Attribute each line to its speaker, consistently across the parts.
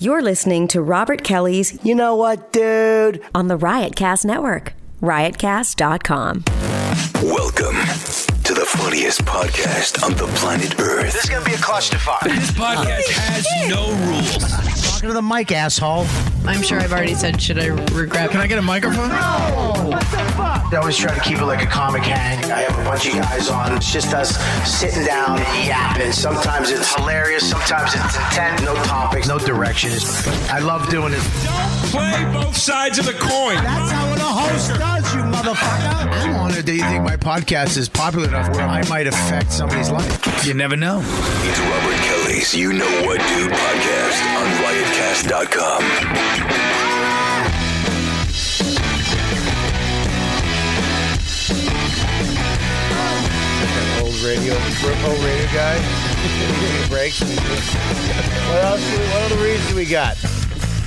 Speaker 1: You're listening to Robert Kelly's
Speaker 2: You know what, dude?
Speaker 1: on the Riotcast Network, riotcast.com.
Speaker 3: Welcome to the funniest podcast on the planet Earth.
Speaker 4: This is gonna be a clusterfuck.
Speaker 5: This podcast has no rules.
Speaker 6: Talking to the mic, asshole.
Speaker 7: I'm sure I've already said, should I regret?
Speaker 5: Can I get a microphone?
Speaker 4: I always try to keep it like a comic hang. I have a bunch of guys on. It's just us sitting down and yapping. Sometimes it's hilarious. Sometimes it's intent. No topics. No directions. I love doing it.
Speaker 5: Play both sides of the coin.
Speaker 6: That's how a host does, you motherfucker.
Speaker 4: I'm honored that you think my podcast is popular enough where I might affect somebody's life.
Speaker 5: You never know.
Speaker 3: It's Robert Kelly's You Know What Dude podcast on riotcast.com.
Speaker 4: Old radio, old radio guy. breaks. What else? Do we, what other reason do we got?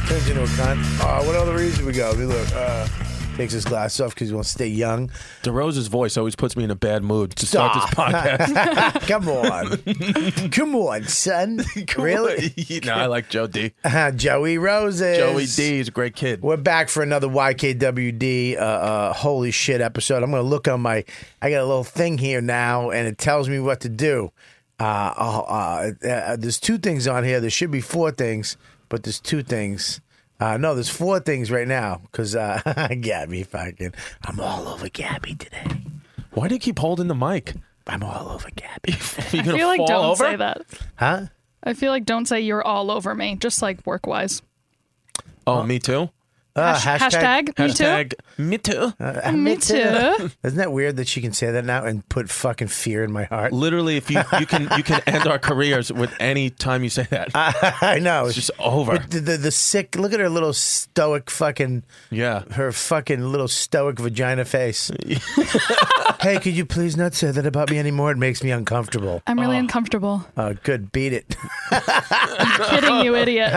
Speaker 4: Turns into a cunt. Uh, what other reason we got? Let me look. Uh, takes his glass off because he wants to stay young.
Speaker 8: DeRose's voice always puts me in a bad mood to start this podcast.
Speaker 4: Come on. Come on, son. really?
Speaker 8: no, I like Joe D.
Speaker 4: Uh, Joey Roses.
Speaker 8: Joey D is a great kid.
Speaker 4: We're back for another YKWD uh, uh, holy shit episode. I'm going to look on my, I got a little thing here now and it tells me what to do. Uh, uh, uh, uh, there's two things on here. There should be four things, but there's two things. Uh, no, there's four things right now because uh, Gabby fucking, I'm all over Gabby today.
Speaker 8: Why do you keep holding the mic?
Speaker 4: I'm all over Gabby.
Speaker 8: You're
Speaker 9: I
Speaker 8: gonna
Speaker 9: feel like
Speaker 8: fall
Speaker 9: don't
Speaker 8: over?
Speaker 9: say that.
Speaker 4: Huh?
Speaker 9: I feel like don't say you're all over me, just like work wise.
Speaker 8: Oh, me too.
Speaker 4: Uh,
Speaker 9: hashtag, me
Speaker 8: Hashtag me too.
Speaker 9: too. Me too.
Speaker 4: Isn't that weird that she can say that now and put fucking fear in my heart?
Speaker 8: Literally, if you, you can you can end our careers with any time you say that.
Speaker 4: Uh, I know.
Speaker 8: It's just over.
Speaker 4: But the, the the sick. Look at her little stoic fucking.
Speaker 8: Yeah.
Speaker 4: Her fucking little stoic vagina face. hey, could you please not say that about me anymore? It makes me uncomfortable.
Speaker 9: I'm
Speaker 8: Oh.
Speaker 9: really uncomfortable.
Speaker 4: Uh, good, beat it.
Speaker 9: Kidding you, idiot.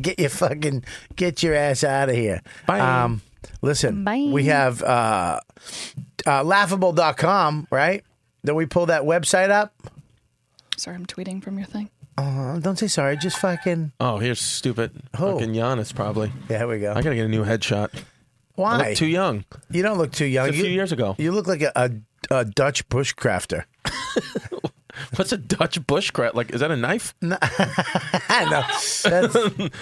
Speaker 4: get your fucking get your ass out of here.
Speaker 8: Bye.
Speaker 4: Um, listen,
Speaker 9: Bye.
Speaker 4: we have uh, uh, laughable.com, right? Then we pull that website up.
Speaker 9: Sorry, I'm tweeting from your thing.
Speaker 4: Uh, don't say sorry. Just fucking.
Speaker 8: Oh, here's stupid
Speaker 4: Who?
Speaker 8: fucking Giannis probably.
Speaker 4: Yeah, here we go.
Speaker 8: I gotta get a new headshot. I
Speaker 4: Why?
Speaker 8: look too young.
Speaker 4: you don't look too young.
Speaker 8: It's a
Speaker 4: you,
Speaker 8: few years ago.
Speaker 4: You look like a, a, a Dutch bushcrafter.
Speaker 8: What's a Dutch bushcraft? Like, is that a knife?
Speaker 4: I know. That's-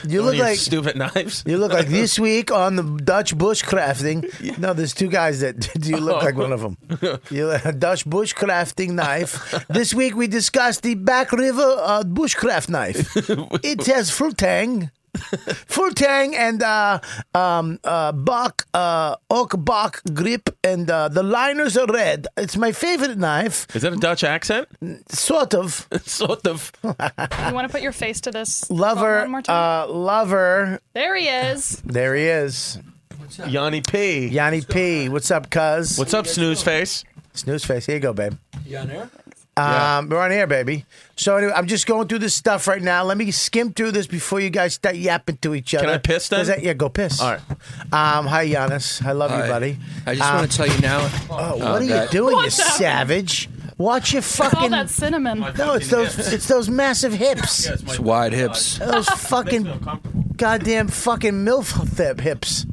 Speaker 4: you
Speaker 8: One
Speaker 4: look
Speaker 8: of your
Speaker 4: like
Speaker 8: stupid knives.
Speaker 4: you look like this week on the Dutch bushcrafting. No, there's two guys that do you look like one of them. You look- Dutch bushcrafting knife. This week we discussed the Back River uh, bushcraft knife. It has fruitang. Fruitang and uh, um, uh, bark, uh, oak bark grip, and uh, the liners are red. It's my favorite knife,
Speaker 8: Is that a Dutch accent?
Speaker 4: sort of.
Speaker 8: sort of.
Speaker 9: You want to put your face to this? phone
Speaker 4: Lover,
Speaker 9: One more time?
Speaker 4: uh, lover.
Speaker 9: there he is.
Speaker 4: There he is.
Speaker 8: Yanni P.
Speaker 4: Yanni P, what's up, cuz?
Speaker 8: What's up, snooze face?
Speaker 4: Snooze face. Here you go, babe. Um, We're on air, baby. So anyway, I'm just going through this stuff right now. Let me skim through this before you guys start yapping to each other.
Speaker 8: I piss then?
Speaker 4: 'Cause that- yeah, go piss.
Speaker 8: All right.
Speaker 4: Um, hi, Giannis. I love you, buddy.
Speaker 10: I just want to tell you now.
Speaker 4: Oh, what are you doing, you savage? Watch your
Speaker 9: It's all
Speaker 4: fucking.
Speaker 9: that
Speaker 8: Oh
Speaker 9: cinnamon.
Speaker 4: no, it's those. It's those massive hips.
Speaker 10: It's wide hips.
Speaker 4: Those fucking goddamn fucking milf thip hips.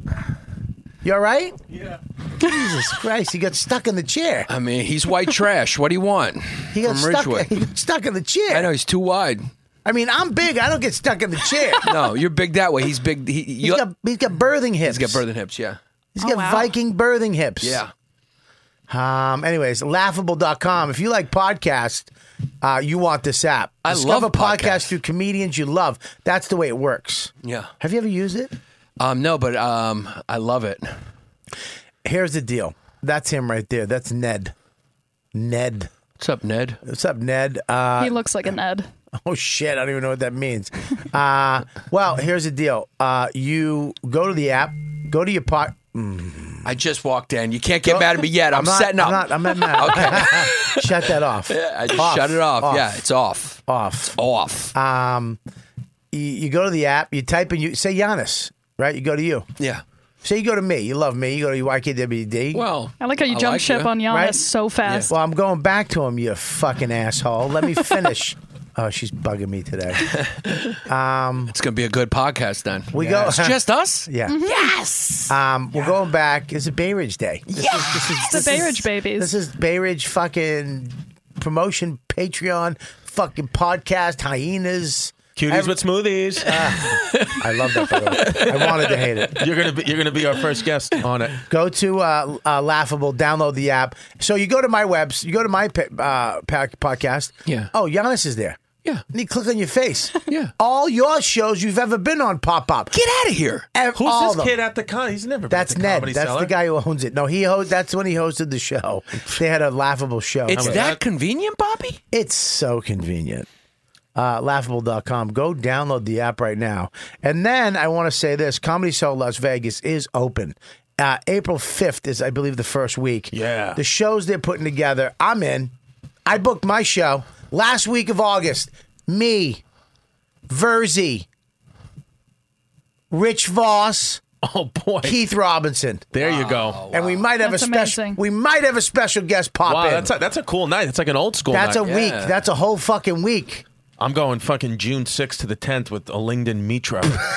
Speaker 4: You all right? Yeah. Jesus Christ! He got stuck in the chair.
Speaker 10: I mean, he's white trash. What do you want?
Speaker 4: He got
Speaker 10: From
Speaker 4: stuck.
Speaker 10: Ridgewood.
Speaker 4: He got stuck in the chair.
Speaker 10: I know he's too wide.
Speaker 4: I mean, I'm big. I don't get stuck in the chair.
Speaker 10: No, you're big that way. He's big. He,
Speaker 4: He's
Speaker 10: you,
Speaker 4: got, he's got birthing hips.
Speaker 10: he's got further than hips. Yeah.
Speaker 4: He's got
Speaker 9: Oh, wow.
Speaker 4: Viking birthing hips.
Speaker 10: Yeah.
Speaker 4: Um. Anyways, laughable.com. If you like podcasts, uh, you want this app.
Speaker 10: I
Speaker 4: Discover
Speaker 10: love podcasts.
Speaker 4: through comedians you love. That's the way it works.
Speaker 10: Yeah.
Speaker 4: Have you ever used it?
Speaker 10: Um. No, but um. I love it.
Speaker 4: Here's the deal. That's him right there. That's Ned. Ned.
Speaker 10: What's up, Ned?
Speaker 4: What's up, Ned? Uh,
Speaker 9: he looks like an Ed.
Speaker 4: Oh shit, I don't even know what that means. Uh, well, here's the deal. Uh, you go to the app, go to your pod.
Speaker 10: I just walked in. You can't get mad at me yet. I'm,
Speaker 4: not,
Speaker 10: setting up.
Speaker 4: I'm not, I'm not mad. okay. Shut that off.
Speaker 10: I just shut it off. Yeah, it's off.
Speaker 4: off.
Speaker 10: Off.
Speaker 4: Um, you, you go to the app, you type in, you say Giannis, right? You go to you.
Speaker 10: yeah.
Speaker 4: Say you go to me. You love me. You go to YKWD.
Speaker 10: Well,
Speaker 9: I like how you jump ship
Speaker 10: you.
Speaker 9: on Giannis
Speaker 4: Right?
Speaker 9: so fast.
Speaker 4: Well, I'm going back to him, you fucking asshole. Let me finish. Oh, she's bugging me today.
Speaker 10: It's going to be a good podcast then.
Speaker 4: We go.
Speaker 10: It's just us.
Speaker 4: Yeah.
Speaker 9: Mm-hmm.
Speaker 4: Yes. Um, we're going back. It's a Bay Ridge Day. This is, this is,
Speaker 9: The
Speaker 4: this
Speaker 9: Bay
Speaker 4: is-
Speaker 9: Ridge babies.
Speaker 4: This is Bay Ridge fucking promotion, Patreon, fucking podcast, hyenas.
Speaker 8: Cuties
Speaker 4: Every- Uh,
Speaker 8: with smoothies.
Speaker 4: I love that. by the way. I wanted to hate it.
Speaker 8: you're gonna be you're gonna be our first guest on it.
Speaker 4: Go to uh, uh, Laughable, download the app. So you go to my webs, you go to my pa- uh, pa- podcast.
Speaker 10: Yeah.
Speaker 4: Oh, Giannis is there.
Speaker 10: Yeah.
Speaker 4: And you click on your face.
Speaker 10: Yeah.
Speaker 4: All your shows you've ever been on pop up.
Speaker 10: Get out of here.
Speaker 8: Who's this kid at the con? He's never. been
Speaker 4: That's
Speaker 8: at the
Speaker 4: Ned.
Speaker 8: Comedy
Speaker 4: That's
Speaker 8: Cellar.
Speaker 4: the guy who owns it. No, he ho- that's when he hosted the show. They had a laughable show.
Speaker 10: It's
Speaker 8: was
Speaker 10: that,
Speaker 8: that?
Speaker 10: convenient, Bobby?
Speaker 4: It's so convenient. Uh, laughable.com. Go download the app right now. And then I want to say this Comedy Cell Las Vegas is open. Uh, April 5th is, I believe, the first week.
Speaker 8: Yeah.
Speaker 4: The shows they're putting together, I'm in. I booked my show last week of August. Me, Verzi, Rich Voss,
Speaker 8: Oh boy.
Speaker 4: Keith Robinson.
Speaker 8: there you go.
Speaker 4: And we might have
Speaker 9: That's
Speaker 4: a special.
Speaker 9: amazing.
Speaker 4: We might have a special guest pop
Speaker 8: Wow,
Speaker 4: in.
Speaker 8: that's a, that's a cool night. It's like an old school.
Speaker 4: That's a
Speaker 8: night.
Speaker 4: week.
Speaker 10: Yeah.
Speaker 4: That's a whole fucking week.
Speaker 8: I'm going fucking June 6th to the 10th with Olingdon Mitra.
Speaker 4: Oh,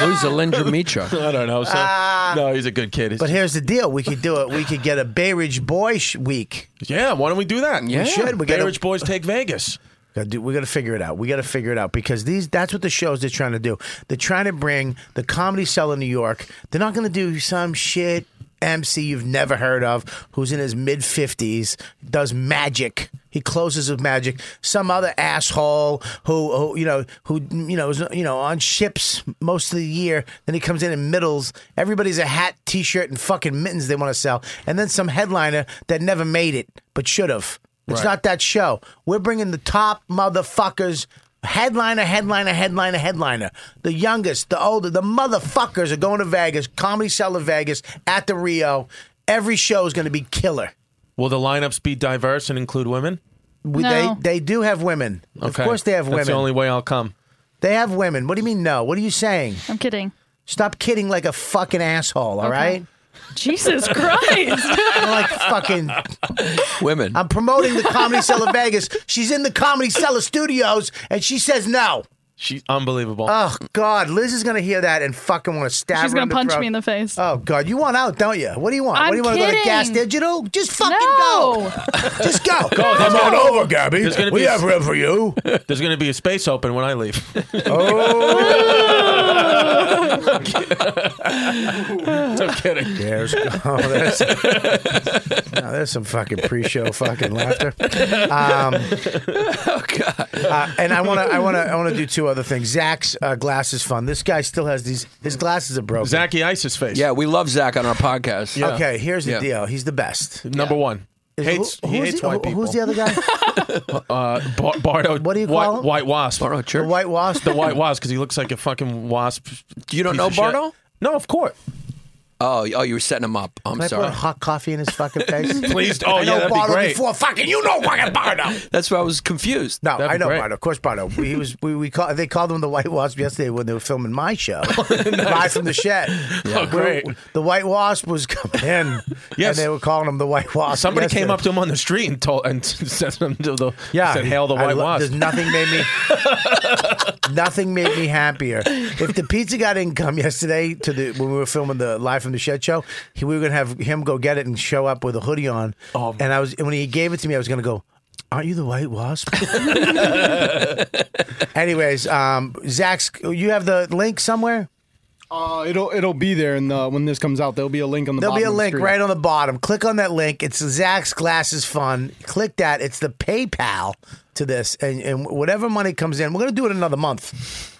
Speaker 10: Who's Alindra Mitra?
Speaker 8: I don't know. So, no, he's a good kid. He's-
Speaker 4: Ah. But here's the deal: we could do it. We could get a Bay Ridge Boy sh- Week.
Speaker 8: yeah, why don't we do that?
Speaker 10: Yeah.
Speaker 4: We should. We
Speaker 8: Bay
Speaker 4: gotta-
Speaker 8: Ridge Boys take Vegas.
Speaker 4: Gotta do- we got to figure it out. We got to figure it out because these that's what the shows they're trying to do. They're trying to bring the comedy cell in New York. They're not going to do some shit MC you've never heard of who's in his mid 50s does magic. He closes with magic. Some other asshole who, who you know who you know is you know on ships most of the year. Then he comes in in middles. Everybody's a hat, t-shirt, and fucking mittens they want to sell. And then some headliner that never made it but should have. It's
Speaker 8: Right.
Speaker 4: not that show. We're bringing the top motherfuckers. Headliner, headliner, headliner, headliner. The youngest, the older, the motherfuckers are going to Vegas, Comedy Cellar Vegas, at the Rio. Every show is going to be killer.
Speaker 8: Will the lineups be diverse and include women?
Speaker 4: We,
Speaker 9: No.
Speaker 4: they, they do have women. Of
Speaker 8: Okay.
Speaker 4: course they have
Speaker 8: That's
Speaker 4: women.
Speaker 8: the only way I'll come.
Speaker 4: they have women. What do you mean no? What are you saying?
Speaker 9: I'm kidding.
Speaker 4: Stop kidding like a fucking asshole, All
Speaker 9: Okay.
Speaker 4: right?
Speaker 9: Jesus Christ.
Speaker 4: I'm like fucking
Speaker 10: Women.
Speaker 4: I'm promoting the Comedy Cellar Vegas. She's in the Comedy Cellar Studios and she says no.
Speaker 8: She's unbelievable.
Speaker 4: Oh God, Liz is gonna hear that and fucking want to stab.
Speaker 9: She's
Speaker 4: her
Speaker 9: going
Speaker 4: in
Speaker 9: to
Speaker 4: the
Speaker 9: punch
Speaker 4: throat.
Speaker 9: me in the face.
Speaker 4: Oh God, you want out, don't you? What do you want? what
Speaker 9: I'm
Speaker 4: do you want to go to
Speaker 9: kidding.
Speaker 4: Gas Digital? Just fucking
Speaker 9: no.
Speaker 4: go. Just go. go Come on over, Gabby.
Speaker 8: There's gonna be a-
Speaker 4: room for you.
Speaker 8: There's going to be a space open when I leave.
Speaker 4: oh,
Speaker 8: I'm kidding.
Speaker 4: there's, oh, there's, now there's some fucking pre-show fucking laughter. Um,
Speaker 10: Oh, God.
Speaker 4: Uh, and I want to, I want to, I want to do two other things. Zach's uh, glasses fun. This guy still has these. His glasses are broken.
Speaker 8: Zachy Isis face.
Speaker 10: Yeah, we love Zach on our podcast.
Speaker 8: Yeah.
Speaker 4: Okay, here's the
Speaker 10: Yeah.
Speaker 4: deal. He's the best.
Speaker 8: Number one.
Speaker 4: Is-
Speaker 8: hates
Speaker 4: who-
Speaker 8: he
Speaker 4: who's
Speaker 8: hates
Speaker 4: the-
Speaker 8: white
Speaker 4: who-
Speaker 8: people.
Speaker 4: Who's the other guy?
Speaker 8: Uh, Bar- Bardo.
Speaker 4: What do you
Speaker 8: white,
Speaker 4: call him?
Speaker 8: White wasp.
Speaker 10: Bardo
Speaker 4: the
Speaker 10: Church.
Speaker 4: White Wasp.
Speaker 8: The white wasp because he looks like a fucking wasp.
Speaker 10: You don't
Speaker 8: piece
Speaker 10: know
Speaker 8: of shit.
Speaker 10: Bardo?
Speaker 8: No, of course.
Speaker 10: Oh, oh, you were setting him up. I'm
Speaker 4: Can I
Speaker 10: sorry.
Speaker 4: put hot coffee in his fucking face?
Speaker 8: Please. Oh
Speaker 4: I know
Speaker 8: yeah, that'd be
Speaker 4: Bardo
Speaker 8: great.
Speaker 4: before fucking you know fucking Bardo.
Speaker 10: That's why I was confused.
Speaker 4: No,
Speaker 8: That'd
Speaker 4: I
Speaker 8: be
Speaker 4: know
Speaker 8: great.
Speaker 4: Bardo. Of course, Bardo. We, he was. We, we call, they called him the White Wasp yesterday when they were filming my show, live from the shed.
Speaker 8: Oh, great.
Speaker 4: We- The White Wasp was coming in,
Speaker 8: Yes.
Speaker 4: and they were calling him the White Wasp.
Speaker 8: Somebody came
Speaker 4: yesterday.
Speaker 8: up to him on the street and told and said him to the
Speaker 4: Yeah,
Speaker 8: said hail the
Speaker 4: I
Speaker 8: white
Speaker 4: lo-
Speaker 8: wasp.
Speaker 4: There's nothing made me. nothing made me happier. If the pizza guy didn't come yesterday to the when we were filming the live from the shed show, he, we were gonna have him go get it and show up with a hoodie on.
Speaker 8: Oh.
Speaker 4: and I was and when he gave it to me, I was gonna go. Aren't you the white wasp? Anyways, um, Zach's, you have the link somewhere.
Speaker 11: Uh, it'll it'll be there, and uh, when this comes out, there'll be a link on the.
Speaker 4: There'll be a
Speaker 11: bottom of the
Speaker 4: link
Speaker 11: screen.
Speaker 4: right on the bottom. Click on that link. It's Zach's Glasses Fun. Click that. It's the PayPal to this, and, and whatever money comes in, we're gonna do it another month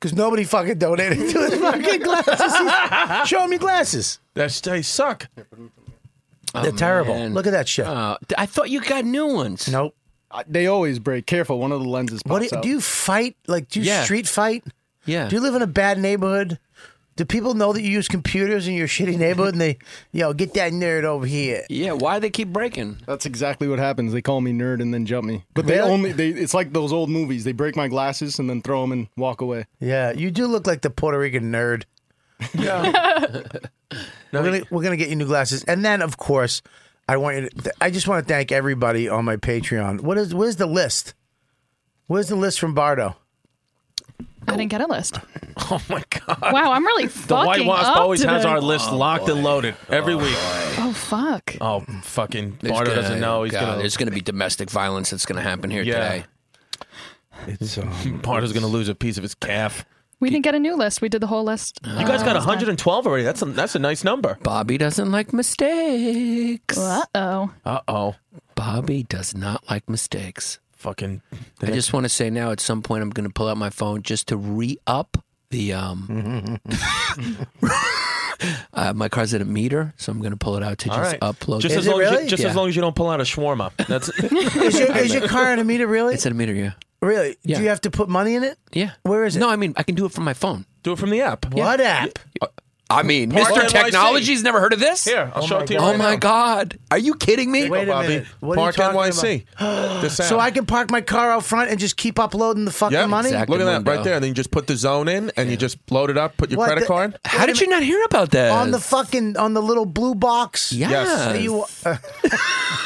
Speaker 4: because nobody fucking donated to his fucking glasses. Show him your glasses.
Speaker 8: That's, they suck.
Speaker 11: Oh,
Speaker 4: They're terrible.
Speaker 10: man.
Speaker 4: Look at that shit.
Speaker 10: Uh, th- I thought you got new ones.
Speaker 4: nope.
Speaker 11: Uh, They always break. Careful, one of the lenses pops
Speaker 4: What do,
Speaker 11: out.
Speaker 4: do you fight? Like, do you
Speaker 10: Yeah.
Speaker 4: street fight?
Speaker 10: Yeah.
Speaker 4: Do you live in a bad neighborhood? Do people know that you use computers in your shitty neighborhood? And they, yo, get that nerd over here.
Speaker 10: yeah, why they keep breaking?
Speaker 11: That's exactly what happens. They call me nerd and then jump me. But they
Speaker 4: Really?
Speaker 11: only they. It's like those old movies. They break my glasses and then throw them and walk away.
Speaker 4: Yeah, you do look like the Puerto Rican nerd. Yeah. we're, gonna, we're gonna get you new glasses, and then of course, I want you to. I just want to thank everybody on my Patreon. What is? Where's the list? Where's the list from Bardo?
Speaker 9: I didn't get a list.
Speaker 8: Oh my god.
Speaker 9: Wow, I'm really
Speaker 8: The
Speaker 9: fucking
Speaker 8: White Wasp
Speaker 9: up
Speaker 8: always has
Speaker 9: today.
Speaker 8: our list locked and loaded every week.
Speaker 9: Oh fuck.
Speaker 8: Oh, fucking
Speaker 10: There's
Speaker 8: Bardo
Speaker 10: gonna-
Speaker 8: doesn't know. He's
Speaker 10: God,
Speaker 8: gonna.
Speaker 10: There's going to be domestic violence that's going to happen here
Speaker 8: Yeah.
Speaker 10: today.
Speaker 4: It's um,
Speaker 8: Bardo's gonna lose a piece of his calf.
Speaker 9: We didn't get a new list. We did the whole list.
Speaker 8: You guys got 112 already. That's a, that's a nice number.
Speaker 10: Bobby doesn't like mistakes.
Speaker 9: Uh oh.
Speaker 8: Uh oh.
Speaker 10: Bobby does not like mistakes.
Speaker 8: Fucking.
Speaker 10: I just want to say now, at some point, I'm going to pull out my phone just to re up the. Um, uh, my car's at a meter, so I'm going to pull it out to
Speaker 8: All
Speaker 10: just
Speaker 8: right.
Speaker 10: upload.
Speaker 8: Just
Speaker 10: it.
Speaker 8: as
Speaker 4: it
Speaker 8: long as
Speaker 4: really?
Speaker 8: you, just as
Speaker 10: Yeah.
Speaker 8: long as you don't pull out a shawarma. That's
Speaker 4: is, your, is your car in a meter? Really?
Speaker 10: It's at a meter, yeah.
Speaker 4: really?
Speaker 10: yeah.
Speaker 4: Do you have to put money in it?
Speaker 10: Yeah.
Speaker 4: Where is it?
Speaker 10: No, I mean, I can do it from my phone.
Speaker 8: do it from the app.
Speaker 4: What app?
Speaker 10: I mean,
Speaker 8: Park
Speaker 10: Mr.
Speaker 8: NYC.
Speaker 10: Technology's never heard of this?
Speaker 8: Here, I'll show it to you.
Speaker 10: Oh
Speaker 8: right
Speaker 10: my
Speaker 8: now.
Speaker 10: God. Are you kidding me?
Speaker 4: Wait a
Speaker 8: Bobby.
Speaker 4: minute. What
Speaker 8: Park
Speaker 4: are you talking
Speaker 8: NYC. This app.
Speaker 4: About? So I can park my car out front and just keep uploading the fucking
Speaker 8: Yep.
Speaker 4: money.
Speaker 10: Exactly.
Speaker 8: Look at that right
Speaker 10: Window.
Speaker 8: there. And then you just put the zone in, and you just load it up. Put your
Speaker 4: What
Speaker 8: credit
Speaker 4: the-
Speaker 8: card.
Speaker 10: How did you not hear about that?
Speaker 4: on the fucking on the little blue box.
Speaker 10: Yes.
Speaker 4: That you, uh,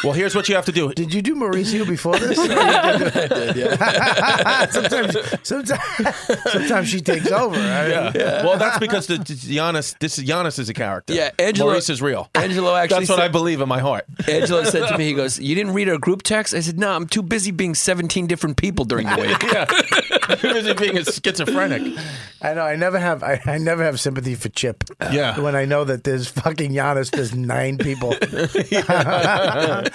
Speaker 8: Well, here's what you have to do.
Speaker 4: did you do Mauricio before this? I did, sometimes, sometimes, sometimes she takes over. I-
Speaker 8: Well, that's because the, Giannis. This is Giannis is a character.
Speaker 10: Yeah, Angelo-
Speaker 8: Maurice is real.
Speaker 10: Angelo actually
Speaker 8: That's what
Speaker 10: said-
Speaker 8: I believe in my heart.
Speaker 10: Angelo said to me, he goes, You didn't read our group text? I said, No, I'm too busy being 17 different people during the week.
Speaker 8: Yeah. Is he being a schizophrenic?
Speaker 4: I know. I never have. I, I never have sympathy for Chip.
Speaker 8: Yeah.
Speaker 4: When I know that there's fucking Giannis, there's nine people. um,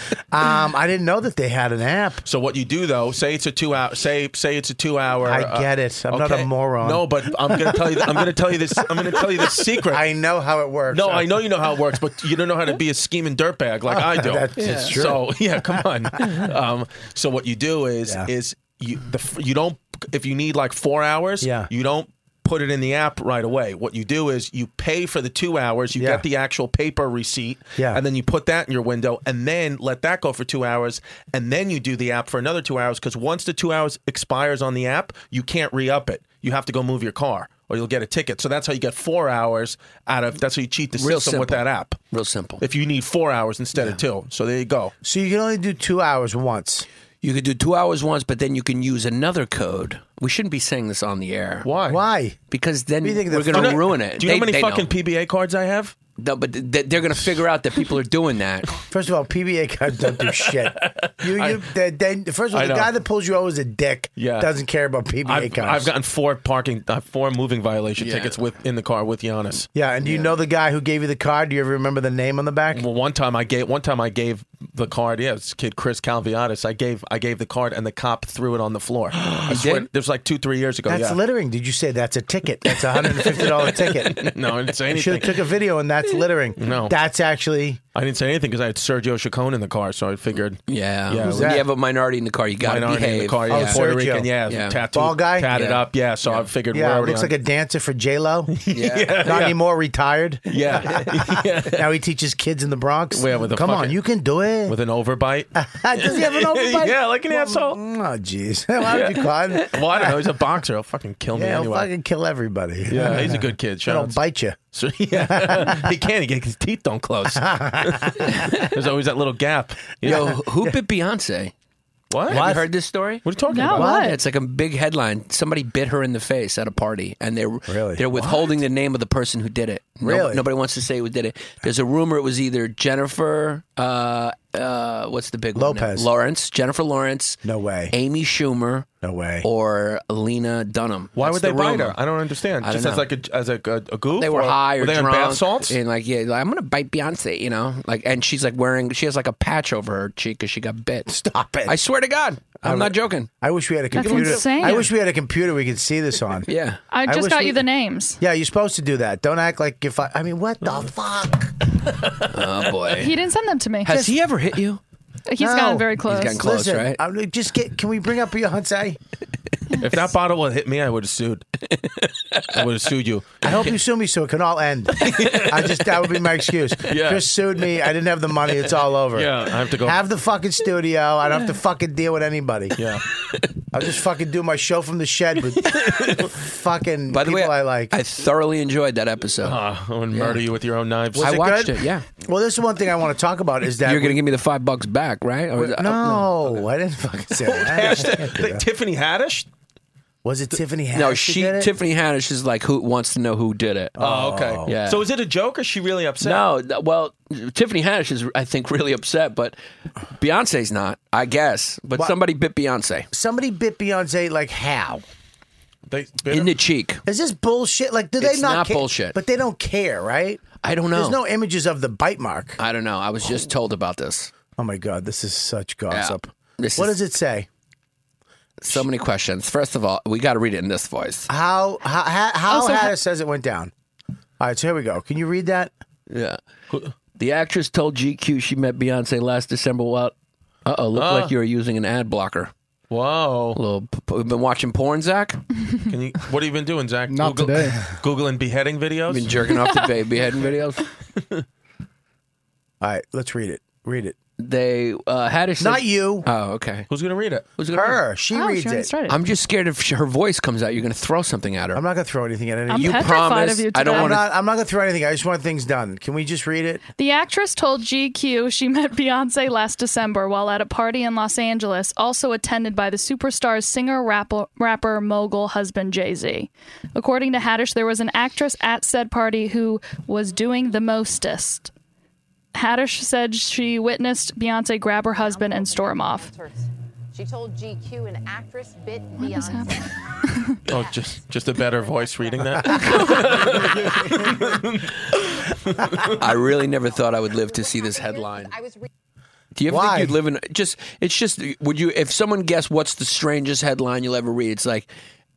Speaker 4: I didn't know that they had an app.
Speaker 8: So what you do though, say it's a two hour, say say it's a two hour.
Speaker 4: I get it. I'm not a moron.
Speaker 8: uh, No, but I'm gonna tell you. I'm gonna tell you this. I'm gonna tell you this secret.
Speaker 4: I know how it works.
Speaker 8: no, I know you know how it works, but you don't know how to be a scheming dirtbag like I do.
Speaker 4: That's- it's true.
Speaker 8: So yeah, come on. Um, so what you do is
Speaker 4: Yeah.
Speaker 8: is you the f- you don't if you need like four hours,
Speaker 4: Yeah.
Speaker 8: you don't put it in the app right away. What you do is you pay for the two hours, you
Speaker 4: Yeah.
Speaker 8: get the actual paper receipt,
Speaker 4: Yeah.
Speaker 8: and then you put that in your window, and then let that go for two hours, and then you do the app for another two hours because once the two hours expires on the app, you can't re up it. You have to go move your car. Or you'll get a ticket. So that's how you get four hours out of. That's how you cheat the
Speaker 10: Real
Speaker 8: system with
Speaker 10: simple.
Speaker 8: that app.
Speaker 10: Real simple.
Speaker 8: If you need four hours instead of two, so there you go.
Speaker 4: So you can only do two hours once.
Speaker 10: You could do two hours once, but then you can use another code. We shouldn't be saying this on the air.
Speaker 8: Why?
Speaker 4: Why?
Speaker 10: Because then
Speaker 4: We think
Speaker 10: we're
Speaker 4: that's-
Speaker 10: going
Speaker 8: Do you
Speaker 10: to
Speaker 8: know-
Speaker 10: ruin it.
Speaker 8: Do you know
Speaker 10: They-
Speaker 8: how many
Speaker 10: they
Speaker 8: fucking PBA cards I have?
Speaker 10: No, but th- they're going to figure out that people are doing that.
Speaker 4: First of all, PBA guys don't do shit. You, you, they- they- first of all,
Speaker 8: I
Speaker 4: the
Speaker 8: know.
Speaker 4: guy that pulls you over is a dick.
Speaker 8: Yeah.
Speaker 4: doesn't care about PBA
Speaker 8: I've,
Speaker 4: guys.
Speaker 8: I've gotten four parking, uh, four moving violation tickets with in the car with Giannis.
Speaker 4: yeah, and do you know the guy who gave you the card? Do you ever remember the name on the back?
Speaker 8: Well, one time I gave one time I gave the card. Yeah, this kid Chris Calviatis. I gave I gave the card, and the cop threw it on the floor. I swear,
Speaker 10: did?
Speaker 8: it was like two three years ago.
Speaker 4: That's
Speaker 8: yeah.
Speaker 4: littering. Did you say that's a ticket? That's a hundred and fifty dollar ticket.
Speaker 8: No, I didn't say
Speaker 4: You should have
Speaker 8: anything.
Speaker 4: took a video, and that's littering.
Speaker 8: No.
Speaker 4: that's actually
Speaker 8: I didn't say anything because I had Sergio Chacon in the car, so I figured.
Speaker 10: Yeah.
Speaker 8: Yeah,
Speaker 10: when
Speaker 8: that?
Speaker 10: you have a minority in the car, you got to
Speaker 8: Minority
Speaker 10: behave.
Speaker 8: in the car, yeah,
Speaker 4: Oh,
Speaker 8: Puerto
Speaker 4: Sergio.
Speaker 8: Rican, yeah,
Speaker 10: Yeah.
Speaker 8: tattoo,
Speaker 4: Ball guy?
Speaker 8: tatted
Speaker 10: Yeah.
Speaker 8: up, yeah. So I figured, we're
Speaker 4: yeah. It
Speaker 8: already
Speaker 4: looks
Speaker 8: on-
Speaker 4: like a dancer for J Lo.
Speaker 10: Yeah.
Speaker 4: Not anymore. Retired.
Speaker 8: yeah, yeah,
Speaker 4: Now he teaches kids in the Bronx.
Speaker 8: Yeah, with a
Speaker 4: Come on,
Speaker 8: fucking-
Speaker 4: you can do it.
Speaker 8: with an overbite.
Speaker 4: Does he have an overbite?
Speaker 8: Yeah, like an asshole.
Speaker 4: Oh, jeez. Why would you call him?
Speaker 8: Well, I don't know. He's a boxer. He'll fucking kill me
Speaker 4: Yeah, he'll
Speaker 8: anyway.
Speaker 4: fucking kill everybody.
Speaker 8: yeah, he's a good kid.
Speaker 4: They
Speaker 8: Shout out
Speaker 4: don't
Speaker 8: to-
Speaker 4: bite you.
Speaker 8: So, yeah, he can't. He get his teeth don't close. There's always that little gap. You
Speaker 10: Yo,
Speaker 8: know,
Speaker 10: who bit Beyonce?
Speaker 8: what?
Speaker 10: Have you heard this story?
Speaker 8: Oh, What are you talking
Speaker 9: No.
Speaker 8: about?
Speaker 9: What?
Speaker 10: Yeah, it's like a big headline. Somebody bit her in the face at a party, and they're
Speaker 4: Really?
Speaker 10: they're withholding the name of the person who did it. No-
Speaker 4: Really?
Speaker 10: nobody wants to say who did it. There's a rumor it was either Jennifer, uh, uh, what's the big one? now?
Speaker 4: Lopez.
Speaker 10: Lawrence, Jennifer Lawrence.
Speaker 4: No way.
Speaker 10: Amy Schumer.
Speaker 4: No way.
Speaker 10: Or Lena Dunham.
Speaker 8: Why
Speaker 10: That's
Speaker 8: would they
Speaker 10: the
Speaker 8: bite
Speaker 10: rumor.
Speaker 8: her? I don't understand.
Speaker 10: I don't
Speaker 8: Just as
Speaker 10: know.
Speaker 8: like a as like a, a goof.
Speaker 10: They were high or
Speaker 8: were they
Speaker 10: drunk,
Speaker 8: on bath salts?
Speaker 10: and like yeah, like, I'm gonna bite Beyonce, you know, like and she's like wearing she has like a patch over her cheek because she got bit.
Speaker 4: Stop it.
Speaker 10: I swear to God, I'm not joking.
Speaker 4: I wish we had a
Speaker 9: That's
Speaker 4: computer.
Speaker 9: insane.
Speaker 4: I wish we had a computer we could see this on.
Speaker 10: Yeah,
Speaker 9: I just
Speaker 4: wish
Speaker 9: got
Speaker 4: we-
Speaker 9: you the names.
Speaker 4: Yeah, you're supposed to do that. Don't act like if I. I mean, what the
Speaker 10: Mm.
Speaker 4: fuck?
Speaker 10: oh boy.
Speaker 9: He didn't send them to me.
Speaker 10: Has he ever hit you?
Speaker 9: He's
Speaker 4: No.
Speaker 9: gotten very
Speaker 4: He's
Speaker 9: close.
Speaker 10: gotten close.
Speaker 4: Listen,
Speaker 10: right?
Speaker 4: I'm- just get. Can we bring up Beyonce?
Speaker 8: if that bottle had hit me, I would have sued. I would have sued you.
Speaker 4: I hope you sue me so it can all end. I just that would be my excuse.
Speaker 8: Yeah.
Speaker 4: Chris sued me. I didn't have the money. It's all over.
Speaker 8: Yeah, I have to go.
Speaker 4: Have the fucking studio. I don't have to fucking deal with anybody.
Speaker 8: yeah,
Speaker 4: I'll just fucking do my show from the shed with fucking
Speaker 10: By the
Speaker 4: people
Speaker 10: way,
Speaker 4: I like.
Speaker 10: I thoroughly enjoyed that episode.
Speaker 8: I would murder you with your own knives.
Speaker 10: I watched it. Yeah.
Speaker 4: Well, this is one thing I want to talk about is that
Speaker 10: You're going to give me the five bucks back, right? Or uh, is
Speaker 4: no,
Speaker 10: it-
Speaker 4: I didn't fucking say
Speaker 8: Hashtag,
Speaker 4: that.
Speaker 8: like, Tiffany Haddish?
Speaker 4: was it Tiffany Haddish?
Speaker 10: No,
Speaker 4: that
Speaker 10: she
Speaker 4: did it?
Speaker 10: Tiffany Haddish is like who wants to know who did it.
Speaker 8: Oh, okay.
Speaker 10: Yeah.
Speaker 8: So is it a joke or is she really upset?
Speaker 10: No, th- well, Tiffany Haddish is I think really upset, but Beyonce's not, I guess. But
Speaker 4: What?
Speaker 10: somebody bit Beyonce
Speaker 4: Somebody bit Beyonce like how?
Speaker 8: They,
Speaker 10: in the cheek.
Speaker 4: Is this bullshit? Like, do
Speaker 10: It's
Speaker 4: they not?
Speaker 10: not
Speaker 4: ca-
Speaker 10: bullshit.
Speaker 4: But they don't care, right?
Speaker 10: I don't know.
Speaker 4: There's no images of the bite mark.
Speaker 10: I don't know. I was just told about this.
Speaker 4: Oh my god, this is such gossip.
Speaker 10: This
Speaker 4: What
Speaker 10: is-
Speaker 4: does it say?
Speaker 10: So many questions. First of all, we got to read it in this voice.
Speaker 4: How how how, how
Speaker 9: Also,
Speaker 4: Haddish
Speaker 9: ha-
Speaker 4: says it went down? All right, so here we go. Can you read that?
Speaker 10: Yeah. The actress told GQ she met Beyonce last December while. Uh oh, look like you were using an ad blocker.
Speaker 8: Whoa.
Speaker 10: Little, p- p- been watching porn, Zach.
Speaker 8: Can you, what have you been doing, Zach?
Speaker 11: Not today.
Speaker 8: Googling beheading videos?
Speaker 10: Been jerking off to baby heading videos.
Speaker 4: All right, let's read it. Read it.
Speaker 10: They uh, had a
Speaker 4: Not you.
Speaker 10: Oh, okay.
Speaker 8: Who's going to read it?
Speaker 10: Who's gonna-
Speaker 4: Her. She
Speaker 9: Oh,
Speaker 4: reads
Speaker 9: she already
Speaker 4: it.
Speaker 9: started.
Speaker 10: I'm just scared if sh- her voice comes out, you're going to throw something at her.
Speaker 4: I'm not gonna throw anything at any.
Speaker 9: I'm
Speaker 10: you
Speaker 9: petrified
Speaker 10: promise
Speaker 9: of you
Speaker 10: I don't
Speaker 9: today.
Speaker 4: I'm
Speaker 10: want
Speaker 4: not. I'm not gonna throw anything. I just want things done. Can we just read it?
Speaker 9: The actress told GQ she met Beyonce last December while at a party in Los Angeles, also attended by the superstar's singer, rapper, rapper mogul husband Jay Z. According to Haddish, there was an actress at said party who was doing the mostest. Haddish said she witnessed Beyonce grab her husband and storm off.
Speaker 12: She told GQ an actress bit
Speaker 9: is happening?
Speaker 12: Beyonce.
Speaker 8: Oh, just just a better voice reading that.
Speaker 10: to. I really never thought I would live to see this headline.
Speaker 12: I was re-
Speaker 10: Do you ever
Speaker 4: Why?
Speaker 10: think you'd live in just? It's just. Would you? If someone guessed what's the strangest headline you'll ever read, it's like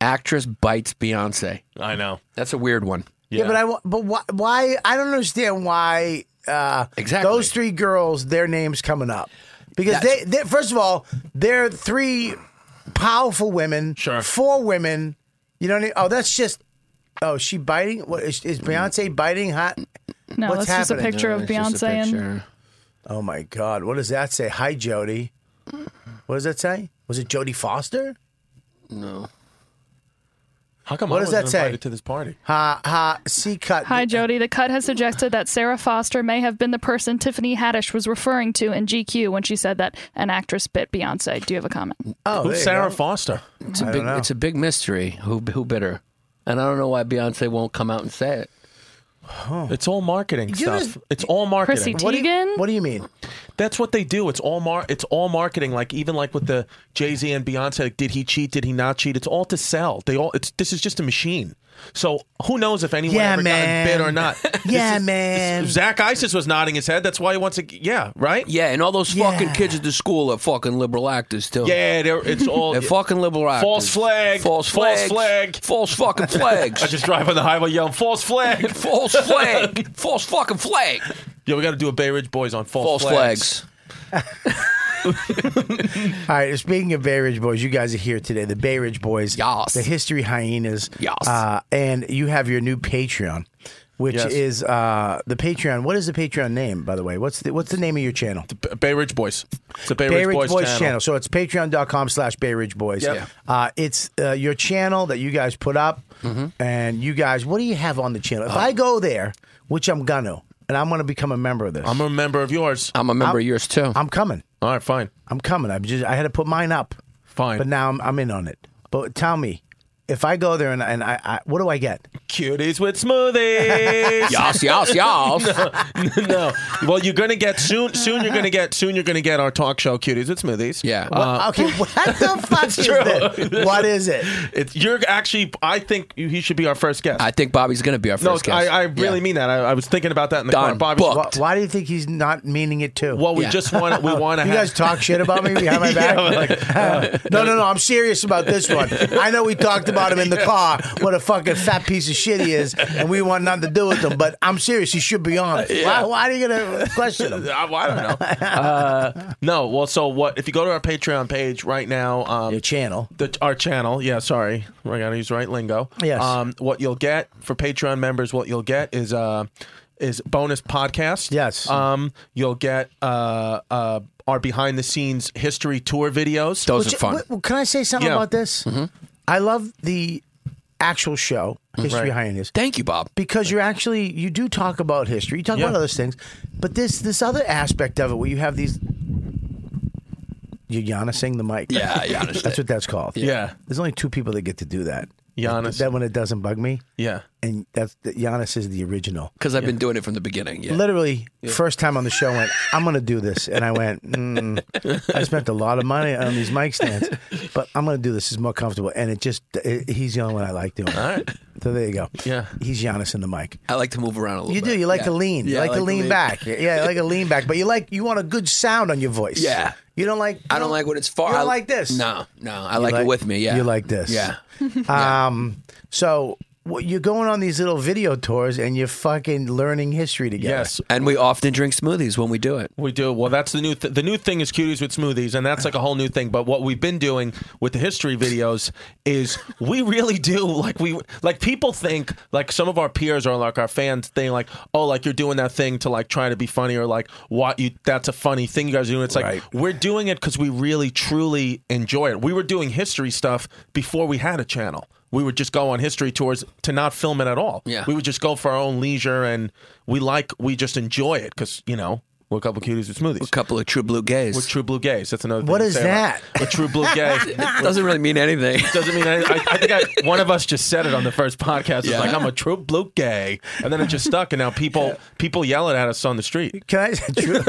Speaker 10: actress bites Beyonce.
Speaker 8: I know.
Speaker 10: That's a weird one.
Speaker 4: Yeah, but I. wa- But why? Why? I don't understand why. Uh,
Speaker 10: Exactly.
Speaker 4: Those three girls, their names coming up because
Speaker 10: That's-
Speaker 4: they, they. First of all, they're three powerful women.
Speaker 8: Sure.
Speaker 4: Four women. You don't. Need, oh, that's just. Oh, is she biting. What is, is Beyonce biting? Hot.
Speaker 9: No,
Speaker 4: What's
Speaker 9: that's just a
Speaker 4: happening?
Speaker 9: picture of
Speaker 10: It's just a
Speaker 9: Beyonce and
Speaker 10: picture.
Speaker 4: Oh my God! What does that say? Hi, Jody. What does that say? Was it Jodie Foster?
Speaker 10: no.
Speaker 8: How come
Speaker 4: What
Speaker 8: I
Speaker 4: does
Speaker 8: wasn't
Speaker 4: that say?
Speaker 8: invited to this party?
Speaker 4: Ha ha. C cut.
Speaker 9: Hi, Jody. The cut has suggested that Sarah Foster may have been the person Tiffany Haddish was referring to in GQ when she said that an actress bit Beyonce. Do you have a comment?
Speaker 4: Oh, there
Speaker 8: Who's
Speaker 4: you
Speaker 8: Sarah
Speaker 4: go.
Speaker 8: Foster?
Speaker 10: It's a
Speaker 4: I
Speaker 10: big.
Speaker 4: don't know.
Speaker 10: It's a big mystery. Who who bit her? And I don't know why Beyonce won't come out and say it.
Speaker 8: It's all marketing
Speaker 4: Oh. You
Speaker 8: stuff.
Speaker 4: just-
Speaker 8: it's all
Speaker 9: Chrissy
Speaker 8: marketing.
Speaker 9: Teigen.
Speaker 4: What do, you, what do you mean?
Speaker 8: That's what they do. It's all mar. It's all marketing. Like even like with the Jay Z and Beyonce. Like, did he cheat? Did he not cheat? It's all to sell. They all. It's this is just a machine. So who knows if anyone
Speaker 4: Yeah,
Speaker 8: ever
Speaker 4: man.
Speaker 8: got bit or not?
Speaker 4: Yeah,
Speaker 8: This is-
Speaker 4: man.
Speaker 8: this- Zach Isis was nodding his head. That's why he wants to. Yeah, right.
Speaker 10: Yeah, and all those fucking
Speaker 4: Yeah.
Speaker 10: kids at the school are fucking liberal actors too.
Speaker 8: Yeah, they're- it's all.
Speaker 10: They're fucking liberal actors.
Speaker 8: False flag.
Speaker 10: False
Speaker 8: False
Speaker 10: flags.
Speaker 8: flag.
Speaker 10: False fucking flags.
Speaker 8: I just drive on the highway yelling false flag.
Speaker 10: false flag. False fucking flag.
Speaker 8: Yo, we got to do a Bay Ridge Boys on false,
Speaker 10: False flags.
Speaker 4: All right. Speaking of Bay Ridge Boys, you guys are here today. The Bay Ridge Boys,
Speaker 10: Yas.
Speaker 4: the History Hyenas,
Speaker 10: Yas.
Speaker 4: uh, and you have your new Patreon, which
Speaker 8: Yes.
Speaker 4: is uh, the Patreon. What is the Patreon name, by the way? What's the What's the name of your channel?
Speaker 8: B- Bay Ridge Boys. It's a Bay,
Speaker 4: Bay Ridge
Speaker 8: Boys,
Speaker 4: Boys, channel. So it's patreon.com slash Bay Ridge Boys.
Speaker 8: Yep. Yeah.
Speaker 4: Uh, it's uh, your channel that you guys put up.
Speaker 8: Mm-hmm.
Speaker 4: And you guys, what do you have on the channel? If I go there, which I'm going to, and I'm going to become a member of this,
Speaker 8: I'm a member of yours.
Speaker 10: I'm a member of yours too.
Speaker 4: I'm coming.
Speaker 8: all right, fine,
Speaker 10: uh,
Speaker 4: I'm coming. I'm just, I had to put mine up,
Speaker 8: fine.
Speaker 4: but now I'm, I'm in on it. But tell me, if I go there and, and I, I, what do I get?
Speaker 8: cuties with smoothies.
Speaker 10: Yas, yas, yas.
Speaker 8: no. Well, you're gonna get soon. Soon you're gonna get. Soon you're gonna get our talk show cuties with smoothies.
Speaker 10: Yeah.
Speaker 8: Uh,
Speaker 4: okay, what the fuck is this? What is it?
Speaker 8: it's, you're actually. I think you- he should be our first guest.
Speaker 10: I think Bobby's going to be our
Speaker 8: no,
Speaker 10: first guest.
Speaker 8: I, I really
Speaker 10: Yeah.
Speaker 8: mean that. I, I was thinking about that in the
Speaker 10: Done.
Speaker 8: car. Bobby,
Speaker 10: Booked.
Speaker 4: Why, why do you think he's not meaning it too?
Speaker 8: Well, we
Speaker 10: Yeah.
Speaker 8: just want. We want to.
Speaker 4: You
Speaker 8: have,
Speaker 4: guys talk shit about me behind my back.
Speaker 8: uh,
Speaker 4: no, no, no. I'm serious about this one. I know we talked about him in the car. What a fucking fat piece of shit he is, and we want nothing to do with him. But I'm serious. He should be on. Why, why are you gonna question him?
Speaker 8: I, I don't know. Uh, no, well, so what? If you go to our Patreon page right now, um,
Speaker 4: Your channel.
Speaker 8: the, our channel, yeah, sorry, I gotta use the right lingo.
Speaker 4: Yes.
Speaker 8: Um, what you'll get for Patreon members, what you'll get is uh, is bonus podcast.
Speaker 4: Yes.
Speaker 8: Um, you'll get uh, uh, our behind the scenes history tour videos.
Speaker 10: Those
Speaker 13: Which- w- Can I say something
Speaker 8: Yeah. Mm-hmm.
Speaker 13: about this? I love the actual show, History
Speaker 8: Right.
Speaker 13: Pioneers.
Speaker 10: Thank you, Bob.
Speaker 13: Because you're actually you do talk about history. You talk
Speaker 8: Yeah.
Speaker 13: about other things, but this this other aspect of it where you have these. You're Giannising the mic.
Speaker 10: Yeah, Giannis
Speaker 13: That's
Speaker 10: did.
Speaker 13: what that's called.
Speaker 8: Yeah.
Speaker 13: There's only two people that get to do that.
Speaker 8: Giannis.
Speaker 13: That one that doesn't bug me.
Speaker 8: Yeah.
Speaker 13: And that's that Giannis is the original.
Speaker 10: Because I've been doing it from the beginning. Yeah.
Speaker 13: Literally, first time on the show, I went, I'm going to do this. And I went, mm, I spent a lot of money on these mic stands, but I'm going to do this. It's more comfortable. And it just, it, he's the only one I like doing.
Speaker 8: All right.
Speaker 13: So there you go.
Speaker 8: Yeah.
Speaker 13: He's Giannis in the mic.
Speaker 10: I like to move around a little
Speaker 13: You
Speaker 10: bit.
Speaker 13: do. You like
Speaker 10: Yeah.
Speaker 13: to lean.
Speaker 10: Yeah,
Speaker 13: you
Speaker 10: I
Speaker 13: like, to lean back. Yeah, you like a lean back. But you like, you want a good sound on your voice.
Speaker 10: Yeah.
Speaker 13: You don't like,
Speaker 10: I don't like when it's far.
Speaker 13: You don't
Speaker 10: I
Speaker 13: like this.
Speaker 10: No, no. I like,
Speaker 13: like-
Speaker 10: it with me. Yeah.
Speaker 13: you like this.
Speaker 10: Yeah.
Speaker 13: Um, so what, you're going on these little video tours and you're fucking learning history together.
Speaker 8: Yes,
Speaker 10: And we often drink smoothies when we do it.
Speaker 8: We do. Well, that's the new th- the new thing is cuties with smoothies, and that's like a whole new thing. But what we've been doing with the history videos is we really do like we like people think like some of our peers or like our fans think like oh like you're doing that thing to like try to be funny or like what you that's a funny thing you guys are doing. It's like
Speaker 13: Right.
Speaker 8: we're doing it because we really truly enjoy it. We were doing history stuff before we had a channel. We would just go on history tours to not film it at all.
Speaker 10: Yeah.
Speaker 8: We would just go for our own leisure and we like, we just enjoy it because, you know, we're a couple cuties with smoothies.
Speaker 10: A couple of true blue gays.
Speaker 8: We're true blue gays. That's another. thing
Speaker 13: What
Speaker 8: to
Speaker 13: is
Speaker 8: say
Speaker 13: that?
Speaker 8: about- We're true blue gays.
Speaker 10: doesn't really mean anything.
Speaker 8: Doesn't mean I, I, I think I, one of us just said it on the first podcast. It's
Speaker 10: Yeah.
Speaker 8: like I'm a true blue gay, and then it just stuck. And now people people yelling at us on the street.
Speaker 13: Can I? True.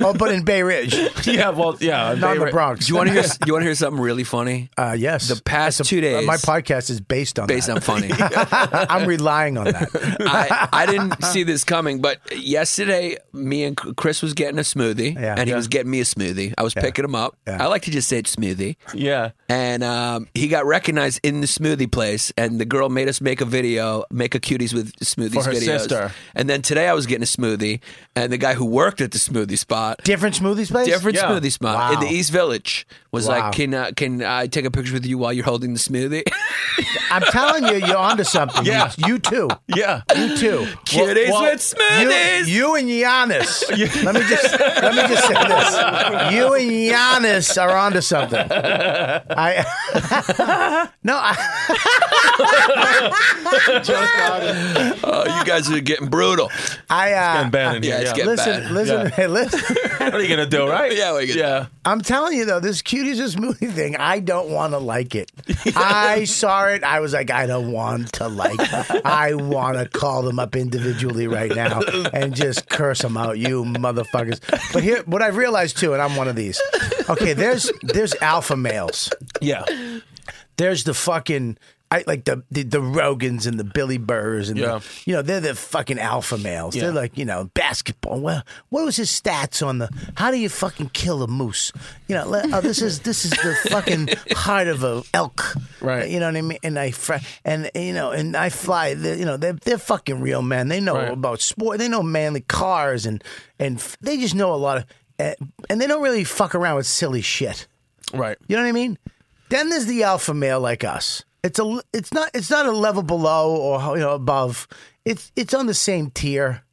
Speaker 13: Oh, but in Bay Ridge,
Speaker 8: Yeah, well,
Speaker 13: not
Speaker 8: yeah,
Speaker 13: in
Speaker 8: they
Speaker 13: the
Speaker 8: were-
Speaker 13: Bronx.
Speaker 10: Do you want to hear? Do you want to hear something really funny?
Speaker 13: Uh, yes.
Speaker 10: The past two days,
Speaker 13: my podcast is based on
Speaker 10: based on
Speaker 13: that.
Speaker 10: funny.
Speaker 13: I'm relying on that.
Speaker 10: I, I didn't see this coming, but yesterday, me and Chris was getting a smoothie,
Speaker 13: Yeah.
Speaker 10: and he
Speaker 13: Yeah.
Speaker 10: was getting me a smoothie. I was picking him up.
Speaker 13: Yeah.
Speaker 10: I like to just say it's smoothie.
Speaker 8: Yeah,
Speaker 10: And um, he got recognized in the smoothie place, and the girl made us make a video, make a cuties with smoothies
Speaker 8: For her
Speaker 10: videos.
Speaker 8: sister.
Speaker 10: And then today I was getting a smoothie, and the guy who worked at the smoothie spot
Speaker 13: Different smoothies place.
Speaker 10: different
Speaker 8: Yeah.
Speaker 10: smoothie spot in
Speaker 13: Wow.
Speaker 10: the East Village was
Speaker 13: Wow.
Speaker 10: like, can uh, can I take a picture with you while you're holding the smoothie?
Speaker 13: I'm telling you, you're onto something.
Speaker 8: Yeah.
Speaker 13: You, you too.
Speaker 8: yeah.
Speaker 13: You too.
Speaker 10: Cuties with
Speaker 13: You,
Speaker 10: smoothies.
Speaker 13: you and Giannis. let me just let me just say this. You and Giannis are onto something. I no. I,
Speaker 10: Oh, you guys are getting brutal.
Speaker 13: I
Speaker 8: And
Speaker 13: uh,
Speaker 8: Ben in here.
Speaker 10: Yeah, it's
Speaker 8: yeah.
Speaker 10: getting-
Speaker 13: listen.
Speaker 10: bad.
Speaker 13: Listen.
Speaker 8: Yeah.
Speaker 13: Hey, listen.
Speaker 8: What are you gonna do, right?
Speaker 10: Yeah, what are you gonna
Speaker 8: yeah.
Speaker 13: I'm telling you though, this cuties and smoothie thing, I don't want to like it. I saw it. I was like, I don't want to like. it. I want to call them up individually right now and just curse them out, you motherfuckers. But here, what I've realized too, and I'm one of these. Okay, there's there's alpha males.
Speaker 8: yeah.
Speaker 13: There's the fucking. I, like the, the the Rogans and the Billy Burrs and the-
Speaker 8: Yeah.
Speaker 13: you know they're the fucking alpha males.
Speaker 8: Yeah.
Speaker 13: They're like you know basketball. Well, what was his stats on the? How do you fucking kill a moose? You know, le- oh, this is this is the fucking heart of a elk.
Speaker 8: Right.
Speaker 13: You know what I mean? And I fr- and you know and I fly. The, you know they're they're fucking real men. They know
Speaker 8: Right.
Speaker 13: about sport. They know manly cars and and f- they just know a lot of uh, and they don't really fuck around with silly shit.
Speaker 8: Right.
Speaker 13: You know what I mean? Then there's the alpha male like us. It's a it's not it's not a level below or you know above. It's it's on the same tier,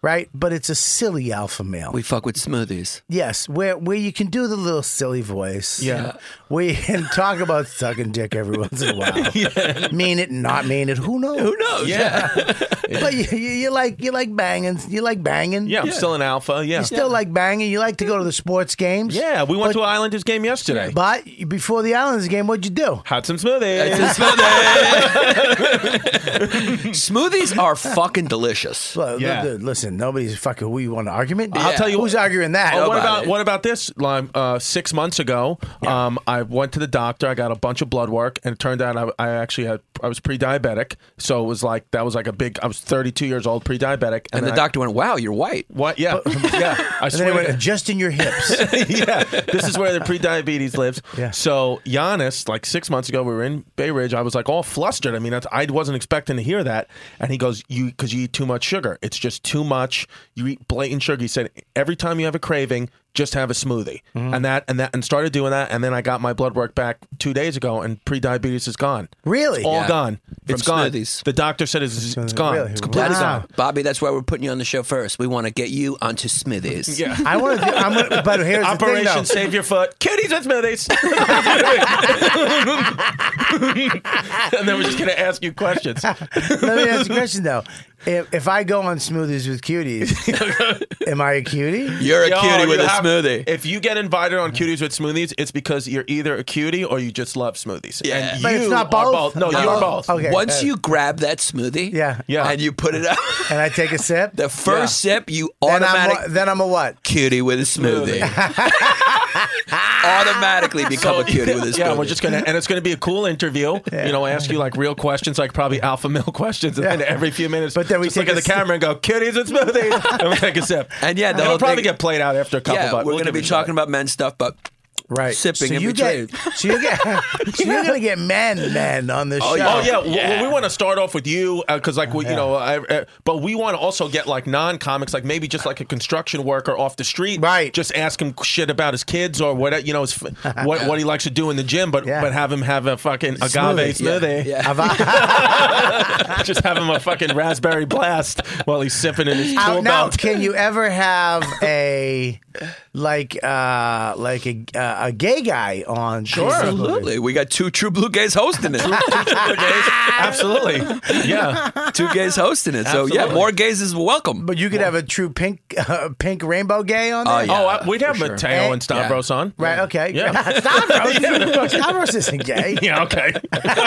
Speaker 13: right? But it's a silly alpha male.
Speaker 10: We fuck with smoothies.
Speaker 13: yes, where where you can do the little silly voice.
Speaker 8: Yeah.
Speaker 13: We can talk about sucking dick every once in a while. Mean it, not mean it. Who knows?
Speaker 10: Who knows?
Speaker 8: Yeah. Yeah.
Speaker 13: But you, you, you like you like banging. You like banging.
Speaker 8: I'm still an alpha. Yeah.
Speaker 13: You still like banging. You like to go to the sports games.
Speaker 8: yeah. We went to an Islanders game yesterday.
Speaker 13: But before the Islanders game, what'd you do?
Speaker 8: Had some smoothies.
Speaker 10: It's a smoothie. smoothies are fucking delicious.
Speaker 13: Well,
Speaker 8: Yeah.
Speaker 13: dude, listen, nobody's fucking. We want an argument.
Speaker 8: I'll tell you
Speaker 13: who's arguing that.
Speaker 8: Oh, what
Speaker 10: about
Speaker 8: about
Speaker 10: it.
Speaker 8: what about this? Lime, uh, six months ago, um, I went to the doctor. I got a bunch of blood work, and it turned out I, I actually had I was pre-diabetic, so it was like that was like a big. I was 32 years old, pre-diabetic,
Speaker 10: And the
Speaker 8: I-
Speaker 10: doctor went, "Wow, you're white."
Speaker 8: What? Yeah, yeah. I
Speaker 13: And then
Speaker 8: swear.
Speaker 13: it went
Speaker 8: to-
Speaker 13: adjusting your hips.
Speaker 8: yeah, this is where the pre-diabetes lives.
Speaker 13: Yeah.
Speaker 8: So Giannis, like six months ago, we were in Bay Ridge. I was like all flustered. I mean, that's, I wasn't expecting to hear that. And he goes, "You, because you eat too much sugar. It's just too much. You eat blatant sugar. He said every time you have a craving, just have a smoothie,
Speaker 13: Mm-hmm.
Speaker 8: and that and that and started doing that. And then I got my blood work back two days ago, and pre-diabetes is gone.
Speaker 13: Really?
Speaker 8: It's all
Speaker 10: Yeah.
Speaker 8: gone.
Speaker 10: From
Speaker 8: it's gone.
Speaker 10: smoothies.
Speaker 8: The doctor said it's, it's gone.
Speaker 10: Really?
Speaker 8: It's completely
Speaker 10: That's-
Speaker 8: gone.
Speaker 10: Bobby, that's why we're putting you on the show first. We want to get you onto smoothies.
Speaker 8: Yeah.
Speaker 13: I want to. I'm gonna, but here's
Speaker 8: Operation
Speaker 13: the thing, though.
Speaker 8: Save Your Foot. Cuties and smoothies. and then we're just gonna ask you questions.
Speaker 13: Let me ask you a question though. If, if I go on smoothies with cuties, am I a cutie?
Speaker 10: You're a
Speaker 8: Yo,
Speaker 10: cutie with
Speaker 8: you
Speaker 10: a
Speaker 8: have-
Speaker 10: smoothie.
Speaker 8: If you get invited on Cuties with Smoothies, it's because you're either a cutie or you just love smoothies.
Speaker 10: Yeah.
Speaker 8: And
Speaker 10: But
Speaker 8: you
Speaker 13: it's not
Speaker 8: are
Speaker 13: both?
Speaker 8: No,
Speaker 13: No.
Speaker 8: you're both.
Speaker 13: Okay.
Speaker 10: Once
Speaker 13: uh,
Speaker 10: you grab that smoothie,
Speaker 13: Yeah.
Speaker 8: Yeah.
Speaker 10: and you put it up,
Speaker 13: And I take a sip.
Speaker 10: the first sip, you
Speaker 13: then I'm,
Speaker 10: automatic
Speaker 13: a, then I'm a what?
Speaker 10: cutie with a smoothie. Automatically become a cutie with a smoothie.
Speaker 8: Yeah, we're just gonna, and it's gonna be a cool interview. You know, ask you like real questions, like probably alpha male questions, and then
Speaker 13: Yeah.
Speaker 8: every few minutes,
Speaker 13: But then we
Speaker 8: just look
Speaker 13: take
Speaker 8: at the
Speaker 13: a sip.
Speaker 8: camera and go, "Cuties and smoothies," and we take a sip.
Speaker 10: And yeah, the
Speaker 8: it'll
Speaker 10: whole
Speaker 8: probably
Speaker 10: thing-
Speaker 8: get played out after a couple.
Speaker 10: yeah,
Speaker 8: but
Speaker 10: we're
Speaker 8: we'll
Speaker 10: going to
Speaker 8: give
Speaker 10: be
Speaker 8: it a shot.
Speaker 10: talking about men's stuff, but
Speaker 13: Right.
Speaker 10: sipping
Speaker 13: so
Speaker 10: in
Speaker 13: you
Speaker 10: between.
Speaker 13: get, so you get, so you're gonna get men, men on this show.
Speaker 8: Oh yeah, Well, we want to start off with you because, like, we, you know, I, uh, but we want to also get like non-comics, like maybe just like a construction worker off the street,
Speaker 13: Right.
Speaker 8: Just ask him shit about his kids or what you know, his, f- what what he likes to do in the gym, but
Speaker 13: Yeah.
Speaker 8: but have him have a fucking agave
Speaker 13: Smoothie. Yeah.
Speaker 8: smoothie.
Speaker 10: Yeah.
Speaker 8: just have him a fucking raspberry blast while he's sipping in his
Speaker 13: Out
Speaker 8: tool
Speaker 13: now,
Speaker 8: belt.
Speaker 13: can you ever have a like uh like a uh, a gay guy on? Sure,
Speaker 10: Absolutely. We got two true blue gays hosting it.
Speaker 8: Absolutely, yeah.
Speaker 10: two gays hosting it. So, yeah,
Speaker 8: Absolutely.
Speaker 10: more gays is welcome.
Speaker 13: But you could have a true pink uh, pink rainbow gay on there.
Speaker 10: Oh, yeah.
Speaker 8: Oh, I, we'd have
Speaker 10: for sure.
Speaker 8: Mateo
Speaker 13: Eh,
Speaker 8: and Stavros on.
Speaker 13: Right. Okay.
Speaker 8: Yeah.
Speaker 13: Stavros. Stavros isn't gay.
Speaker 8: Yeah. Okay.
Speaker 13: That's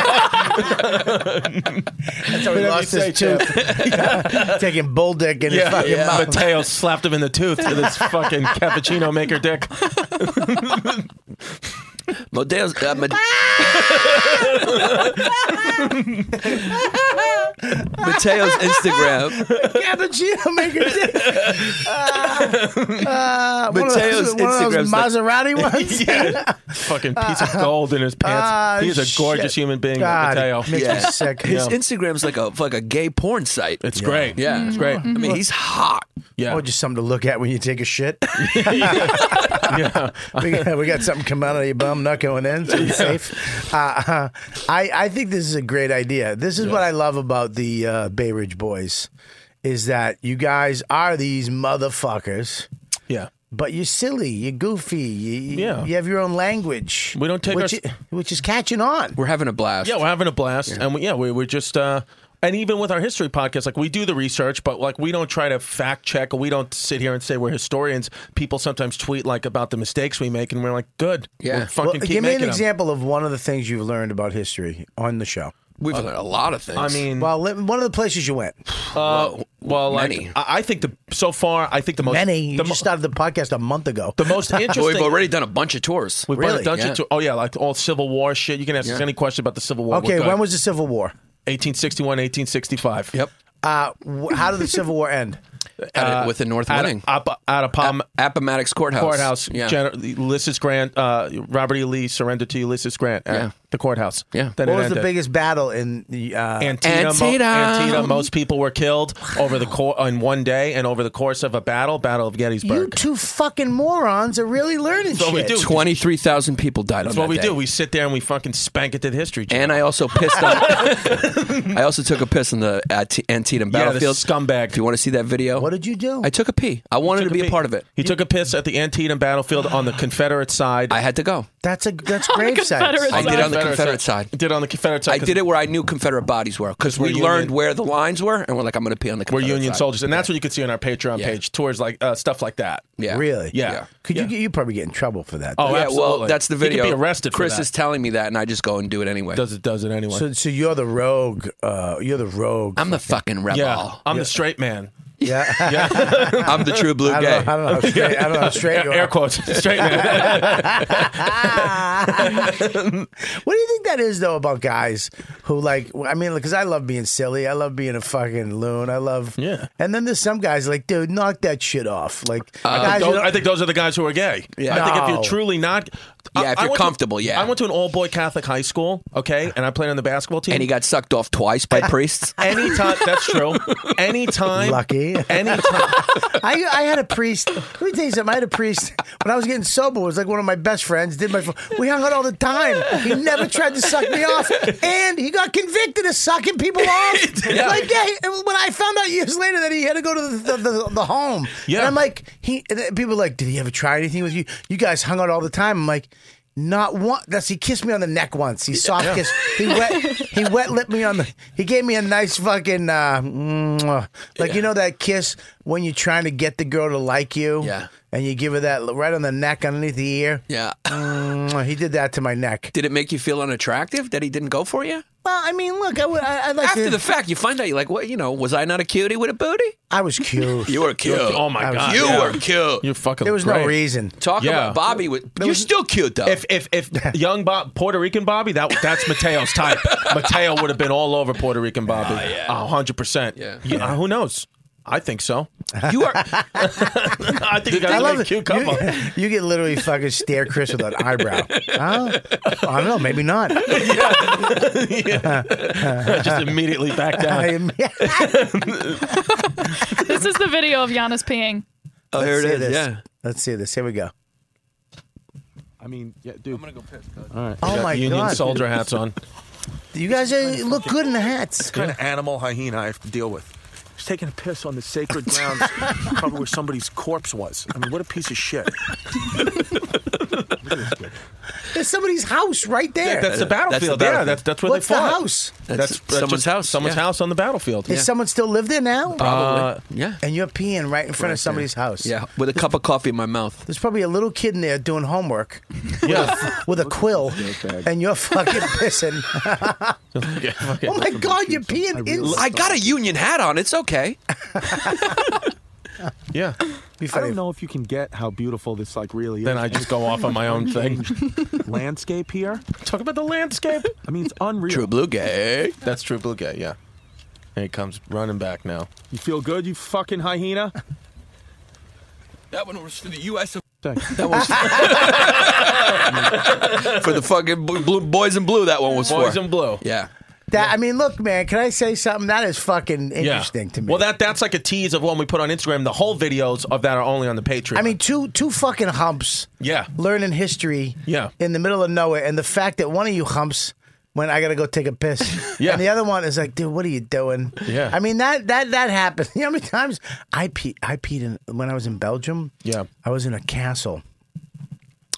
Speaker 13: how he
Speaker 8: Whatever
Speaker 13: lost
Speaker 8: you
Speaker 13: his
Speaker 8: say,
Speaker 13: tooth. Taking bull dick in his
Speaker 8: Yeah,
Speaker 13: fucking mouth.
Speaker 8: Mateo slapped him in the tooth with his fucking cappuccino maker dick.
Speaker 10: Modeo's, uh, Mad- Mateo's Instagram.
Speaker 13: Cappuccino maker dick. Uh, uh, one of those,
Speaker 10: Mateo's
Speaker 13: one of those
Speaker 10: Instagram's like-
Speaker 13: Maserati ones.
Speaker 8: yeah, fucking piece of gold in his pants.
Speaker 13: Ah,
Speaker 8: He's a gorgeous
Speaker 13: Uh, shit.
Speaker 8: human being,
Speaker 13: God,
Speaker 8: Mateo.
Speaker 13: it makes
Speaker 10: Yeah.
Speaker 13: me sick.
Speaker 10: His
Speaker 8: Yeah.
Speaker 10: Instagram's like a like a gay porn site.
Speaker 8: It's great.
Speaker 10: yeah, it's great. I mean, he's hot.
Speaker 8: Yeah,
Speaker 13: Or Oh, just something to look at when you take a shit.
Speaker 8: yeah.
Speaker 13: we, got, we got something coming out of your bum, not going in, so it's safe. Uh, uh, I, I think this is a great idea. This is what I love about the uh, Bay Ridge Boys is that you guys are these motherfuckers,
Speaker 8: yeah.
Speaker 13: but you're silly, you're goofy, you, you-
Speaker 8: Yeah.
Speaker 13: you have your own language.
Speaker 8: We don't take
Speaker 13: which,
Speaker 8: our-
Speaker 13: i- which is catching on.
Speaker 10: We're having a blast.
Speaker 8: Yeah, we're having a blast, and we, yeah, we, we're just. Uh, and even with our history podcast, like we do the research, but like we don't try to fact check. We don't sit here and say we're historians. People sometimes tweet like about the mistakes we make, and we're like, good,
Speaker 10: Yeah.
Speaker 8: we'll fucking
Speaker 13: Well,
Speaker 8: keep
Speaker 13: give me an
Speaker 8: making 'em.
Speaker 13: example of one of the things you've learned about history on the show.
Speaker 10: we've learned a lot of things.
Speaker 8: I mean,
Speaker 13: Well, let- one of the places you went.
Speaker 8: Uh, well, like,
Speaker 10: Many.
Speaker 8: I I think the so far, I think the most
Speaker 13: Many. You
Speaker 8: the, mo-
Speaker 13: just started the podcast a month ago.
Speaker 8: the most interesting.
Speaker 10: well, we've already done a bunch of tours.
Speaker 8: We've done a
Speaker 13: Really?
Speaker 8: bunch of
Speaker 10: Yeah.
Speaker 8: tour- oh yeah, like all Civil War shit. You can ask us
Speaker 10: Yeah.
Speaker 8: any question about the Civil War.
Speaker 13: Okay,
Speaker 8: We're good.
Speaker 13: when was the Civil War?
Speaker 8: 1861, 1865?
Speaker 10: Yep.
Speaker 13: Uh, wh- how did the Civil War end?
Speaker 10: At- with the North
Speaker 8: uh, At,
Speaker 10: Wedding.
Speaker 8: App- at a palm.
Speaker 10: Appomattox Courthouse.
Speaker 8: Courthouse,
Speaker 10: Yeah.
Speaker 8: Gen- Ulysses Grant, uh, Robert E. Lee surrendered to Ulysses Grant at
Speaker 10: Yeah.
Speaker 8: the courthouse.
Speaker 10: Yeah.
Speaker 8: Then
Speaker 13: What
Speaker 8: it
Speaker 13: was the
Speaker 8: ended.
Speaker 13: biggest battle in the? Uh,
Speaker 8: Antietam. Mo-
Speaker 10: Antietam.
Speaker 8: Antietam. Most people were killed over the cor- in one day and over the course of a battle, Battle of Gettysburg.
Speaker 13: you two fucking morons are really learning
Speaker 8: So
Speaker 13: shit.
Speaker 8: we do.
Speaker 10: Twenty-three thousand people died
Speaker 8: That's
Speaker 10: on
Speaker 8: what
Speaker 10: that
Speaker 8: we
Speaker 10: day.
Speaker 8: do. We sit there and we fucking spank it to the history. Channel.
Speaker 10: and I also pissed on. I also took a piss on the Ant- Antietam
Speaker 8: Yeah, the
Speaker 10: battlefield.
Speaker 8: scumbag.
Speaker 10: If you want to see that video,
Speaker 13: What did you do?
Speaker 10: I took a pee. I wanted to
Speaker 8: took
Speaker 10: be a
Speaker 8: pee.
Speaker 10: part of it.
Speaker 8: He took a piss at the Antietam battlefield on the Confederate side.
Speaker 10: I had to go.
Speaker 13: that's a that's
Speaker 4: On the
Speaker 13: grave
Speaker 4: Confederate
Speaker 10: I
Speaker 4: side.
Speaker 10: did on the Confederate side.
Speaker 8: Did on the Confederate side.
Speaker 10: I
Speaker 8: 'cause
Speaker 10: did it where I knew Confederate bodies were because
Speaker 8: we're
Speaker 10: we learned
Speaker 8: Union.
Speaker 10: where the lines were, and we're like, I'm going to pee on the.
Speaker 8: We're
Speaker 10: Confederate
Speaker 8: Union
Speaker 10: side.
Speaker 8: soldiers, and that's what you could see on our Patreon
Speaker 10: Yeah.
Speaker 8: page. Tours like uh, stuff like that.
Speaker 10: Yeah.
Speaker 13: Really?
Speaker 8: Yeah.
Speaker 13: Could
Speaker 8: Yeah.
Speaker 13: you you probably get in trouble for that?
Speaker 8: Oh,
Speaker 10: yeah,
Speaker 8: absolutely.
Speaker 10: well, that's the video.
Speaker 8: He could be arrested.
Speaker 10: Chris
Speaker 8: for that.
Speaker 10: is telling me that, and I just go and do it anyway.
Speaker 8: does it does it anyway.
Speaker 13: so so you're the rogue. Uh, you're the rogue.
Speaker 10: I'm the fucking rebel.
Speaker 8: yeah, I'm the straight man.
Speaker 13: yeah.
Speaker 10: I'm the true blue
Speaker 13: I
Speaker 10: gay.
Speaker 13: don't, know, I don't know how straight. I don't know how straight you
Speaker 8: Air
Speaker 13: are.
Speaker 8: quotes. Straight man.
Speaker 13: What do you think that is though about guys who like? I mean, because I love being silly. I love being a fucking loon. I love.
Speaker 8: Yeah.
Speaker 13: And then there's some guys like, dude, knock that shit off. Like,
Speaker 8: I,
Speaker 13: guys,
Speaker 8: think
Speaker 13: you
Speaker 8: those,
Speaker 13: don't-
Speaker 8: Uh, I think those are the guys who are gay.
Speaker 10: Yeah.
Speaker 8: I think if
Speaker 13: No.
Speaker 8: you're truly not. I-
Speaker 10: Yeah, if
Speaker 8: I
Speaker 10: you're
Speaker 8: went to-
Speaker 10: comfortable, yeah.
Speaker 8: I went to an all boy Catholic high school. Okay, and I played on the basketball team.
Speaker 10: and he got sucked off twice by priests.
Speaker 8: Anytime that's true. Anytime
Speaker 13: Lucky. me. Anytime. I, I had a priest. Let me tell you something. I had a priest when I was getting sober. Was like one of my best friends. Did my we hung out all the time. He never tried to suck me off, and he got convicted of sucking people off.
Speaker 14: Yeah.
Speaker 13: Like yeah, he- when I found out years later that he had to go to the the, the, the home.
Speaker 14: Yeah.
Speaker 13: And I'm like, he. and then People are like, did he ever try anything with you? You guys hung out all the time. I'm like. Not one. That's he kissed me on the neck once. He soft
Speaker 14: Yeah.
Speaker 13: kissed. He wet. He wet lipped me on the. He gave me a nice fucking uh, mwah. like you know that kiss when you're trying to get the girl to like you. Yeah. And you give her that l- right on the neck, underneath the ear.
Speaker 10: Yeah.
Speaker 13: Mwah. he did that to my neck.
Speaker 10: Did it make you feel unattractive that he didn't go for you?
Speaker 13: Well, I mean, look, I would. I, I'd like
Speaker 10: After
Speaker 13: to,
Speaker 10: the fact, you find out you're like, what? You know, was I not a cutie with a booty?
Speaker 13: I was cute.
Speaker 10: you were cute.
Speaker 8: Oh my
Speaker 10: I was-
Speaker 8: god,
Speaker 10: you
Speaker 8: yeah.
Speaker 10: were cute.
Speaker 8: You're fucking.
Speaker 10: There was no
Speaker 8: great.
Speaker 10: reason. Talk about Bobby was- There you're was- still cute though.
Speaker 8: If if if young Bob Puerto Rican Bobby, that that's Mateo's type. Mateo would have been all over Puerto Rican Bobby.
Speaker 10: Oh, yeah.
Speaker 8: hundred percent.
Speaker 10: Yeah.
Speaker 8: Yeah, Who knows? I think so.
Speaker 10: You are.
Speaker 8: I think you guys
Speaker 13: I
Speaker 8: are
Speaker 13: love
Speaker 8: a
Speaker 13: it.
Speaker 8: cute couple.
Speaker 13: You, you get literally fucking stare Chris with an eyebrow. Huh? I don't know. Maybe not.
Speaker 8: Just immediately back down.
Speaker 9: this is the video of Giannis peeing.
Speaker 10: Oh, here it
Speaker 13: see
Speaker 10: is,
Speaker 13: this.
Speaker 10: yeah.
Speaker 13: Let's see this. Here we go.
Speaker 8: I mean, yeah, dude. I'm gonna go piss. All right.
Speaker 13: Oh
Speaker 8: They got
Speaker 13: my
Speaker 8: Union
Speaker 13: God.
Speaker 8: soldier hats on.
Speaker 13: You guys uh, look good in the hats.
Speaker 11: kind of animal hyena I have to deal with. He's taking a piss on the sacred grounds covered where somebody's corpse was. I mean, what a piece of shit.
Speaker 13: It's somebody's house right there.
Speaker 8: That's the battlefield. yeah, that's that's where
Speaker 13: What's
Speaker 8: they fought.
Speaker 13: the house?
Speaker 8: That's, that's
Speaker 10: someone's
Speaker 8: just
Speaker 10: house,
Speaker 8: Someone's
Speaker 10: yeah.
Speaker 8: house on the battlefield.
Speaker 13: Is someone still live there now?
Speaker 10: Probably. Uh, yeah.
Speaker 13: And you're peeing right in front
Speaker 10: Right
Speaker 13: of somebody's
Speaker 10: there.
Speaker 13: house.
Speaker 10: Yeah, with a cup of coffee in my mouth.
Speaker 13: There's probably a little kid in there doing homework with, a, with a quill, and you're fucking pissing. oh my God, you're peeing
Speaker 10: L-
Speaker 13: inside.
Speaker 10: I got a union hat on. It's okay.
Speaker 8: yeah.
Speaker 11: I don't know if you can get how beautiful this like really is.
Speaker 8: Then I just go off on my own thing.
Speaker 11: landscape here.
Speaker 8: Talk about the landscape.
Speaker 11: I mean, it's unreal.
Speaker 10: True blue gay.
Speaker 8: That's true blue gay. Yeah. Here he comes running back now.
Speaker 11: You feel good, you fucking hyena?
Speaker 10: That one was for the U.S. That was for the fucking blue, blue, boys in blue. That one was for
Speaker 8: Boys in blue.
Speaker 10: Yeah.
Speaker 13: That I mean, look, man. Can I say something? That is fucking interesting
Speaker 8: yeah.
Speaker 13: to me.
Speaker 8: Well, that that's like a tease of one we put on Instagram. The whole videos of that are only on the Patreon.
Speaker 13: I mean, two two fucking humps.
Speaker 8: Yeah.
Speaker 13: Learning history. Yeah. In the middle of nowhere, and the fact that one of you humps when I gotta go take a piss.
Speaker 8: Yeah.
Speaker 13: And the other one is like, dude, what are you doing?
Speaker 8: Yeah.
Speaker 13: I mean that that that happened. You know how many times I pee I peed in when I was in Belgium.
Speaker 8: Yeah.
Speaker 13: I was in a castle.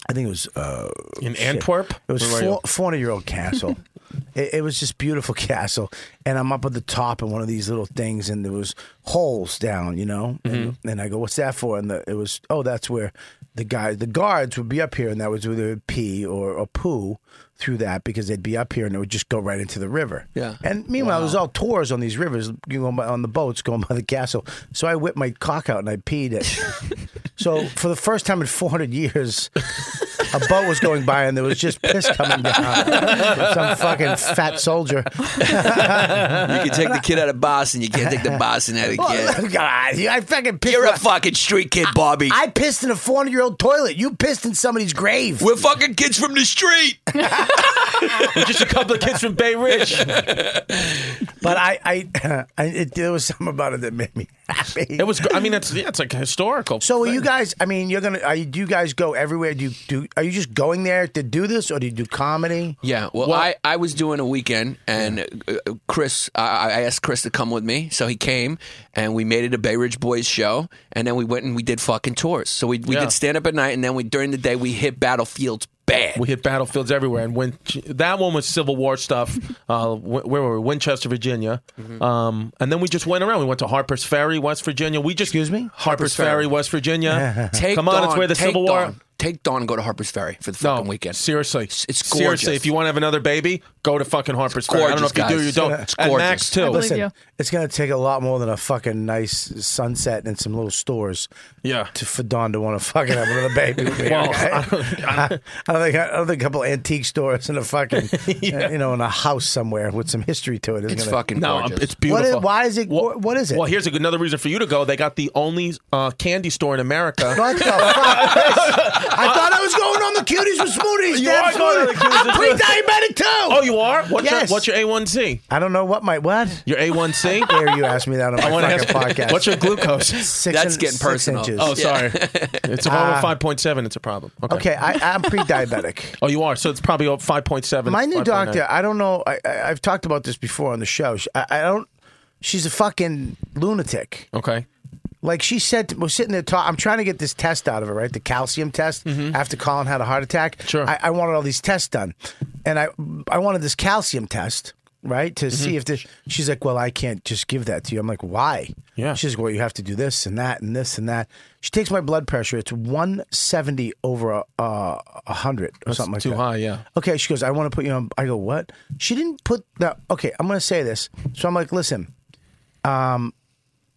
Speaker 13: I think it was uh,
Speaker 8: In
Speaker 13: shit.
Speaker 8: Antwerp?
Speaker 13: It was
Speaker 8: Where were you?
Speaker 13: four hundred year old castle. it, it was just beautiful castle, and I'm up at the top in one of these little things, and there was holes down, you know. And, and I go, "What's that for?" And the, it was, "Oh, that's where the guy, the guards would be up here, and that was where they would pee or, or poo through that because they'd be up here and it would just go right into the river."
Speaker 10: Yeah.
Speaker 13: And meanwhile, there's all tours on these rivers, you know, on the boats going by the castle. So I whipped my cock out and I peed it. so for the first time in 400 years, a boat was going by and there was just piss coming down. from Some fucking fat soldier.
Speaker 10: You can take the kid out of Boston. You can't take the Boston out of the
Speaker 13: Oh,
Speaker 10: kid.
Speaker 13: God, I fucking pissed.
Speaker 10: You're a fucking street kid, Bobby.
Speaker 13: I pissed in a 400 year old toilet. You pissed in somebody's grave.
Speaker 10: We're fucking kids from the street.
Speaker 8: We're just a couple of kids from Bay Ridge.
Speaker 13: But I, I, I it, there was something about it that made me happy.
Speaker 8: It was. I mean, that's yeah, it's like historical.
Speaker 13: So are you guys? I mean, you're gonna. Are you, do you guys go everywhere? Do you do? Are you just going there to do this, or do you do comedy?
Speaker 10: Yeah, well, I, I was doing a weekend, and uh, uh, Chris, I, I asked Chris to come with me, so he came, and we made it a Bay Ridge Boys show, and then we went and we did fucking tours. So we, we
Speaker 8: Yeah.
Speaker 10: did stand up at night, and then we during the day we hit battlefields bad.
Speaker 8: We hit battlefields everywhere, and when that one was Civil War stuff. Uh, wh- where were we? Winchester, Virginia.
Speaker 13: Mm-hmm.
Speaker 8: Um, and then we just went around. We went to Harper's Ferry, West Virginia. We just excuse me, Harper's,
Speaker 10: Harper's
Speaker 8: Ferry,
Speaker 10: Ferry.
Speaker 8: West Virginia.
Speaker 10: Take
Speaker 8: Come on, it's
Speaker 10: Dawn-
Speaker 8: where the
Speaker 10: take
Speaker 8: Civil War.
Speaker 10: Dawn- take Dawn and go to Harper's Ferry for the fucking weekend.
Speaker 8: Seriously, it's,
Speaker 10: gorgeous.
Speaker 8: Seriously, if you want to have another baby, go to fucking Harper's Ferry. I don't know if you
Speaker 10: gorgeous,
Speaker 8: do, or you
Speaker 10: guys.
Speaker 8: don't.
Speaker 10: It's
Speaker 8: and
Speaker 10: gorgeous.
Speaker 8: Max too.
Speaker 13: Listen, it's gonna take a lot more than a fucking nice sunset and some little stores.
Speaker 8: Yeah.
Speaker 13: To, for Dawn to want to fucking have another baby. With me,
Speaker 8: Well,
Speaker 13: okay?
Speaker 8: I
Speaker 13: I, I think I don't think a couple antique stores and a fucking uh, you know in a house somewhere with some history to it is
Speaker 10: It's
Speaker 13: gonna,
Speaker 10: fucking
Speaker 8: No,
Speaker 10: gorgeous.
Speaker 8: it's
Speaker 13: What
Speaker 8: beautiful.
Speaker 13: is, why is it? What, what is it?
Speaker 8: Well, here's a good- another reason for you to go. They got the only uh, candy store in America.
Speaker 13: What the fuck?
Speaker 4: I thought I was going on the cuties with smoothies.
Speaker 8: You
Speaker 4: damn
Speaker 8: are going on the
Speaker 4: smoothie.
Speaker 8: cuties with
Speaker 4: I'm pre-diabetic too.
Speaker 8: Oh, you are? What's
Speaker 4: yes.
Speaker 8: your What's your A1C?
Speaker 4: I don't know what my what.
Speaker 8: Your A1C?
Speaker 4: Dare you ask me that on my
Speaker 8: I wanna
Speaker 4: fucking
Speaker 8: ask-
Speaker 4: podcast?
Speaker 8: what's your glucose?
Speaker 4: Six
Speaker 10: That's
Speaker 4: in-
Speaker 10: getting
Speaker 4: six
Speaker 10: personal.
Speaker 4: Inches.
Speaker 8: Oh, sorry. It's a
Speaker 4: Ah.
Speaker 8: 5.7. It's a problem. Okay.
Speaker 4: Okay, I, I'm pre-diabetic.
Speaker 8: Oh, you are. So it's probably 5.7.
Speaker 4: My new
Speaker 8: 5.9.
Speaker 4: doctor, I don't know. I, I, I've talked about this before on the show. She- I, I don't. She's a fucking lunatic.
Speaker 8: Okay.
Speaker 4: Like she said, to, we're sitting there talking. I'm trying to get this test out of her, right? The calcium test.
Speaker 10: Mm-hmm.
Speaker 4: After Colin had a heart attack, sure. I, I wanted all these tests done, and I I wanted this calcium test, right, to
Speaker 10: Mm-hmm.
Speaker 4: see if this. She's like, well, I can't just give that to you. I'm like, why? Yeah. She's like, well, you have to do this and that and this and that. She takes my blood pressure. It's 170 over uh, 100 or something like
Speaker 8: too
Speaker 4: that.
Speaker 8: high, yeah.
Speaker 4: Okay, she goes, I want to put you on. I go, what? She didn't put that. Okay, I'm going to say this. So I'm like, listen, um,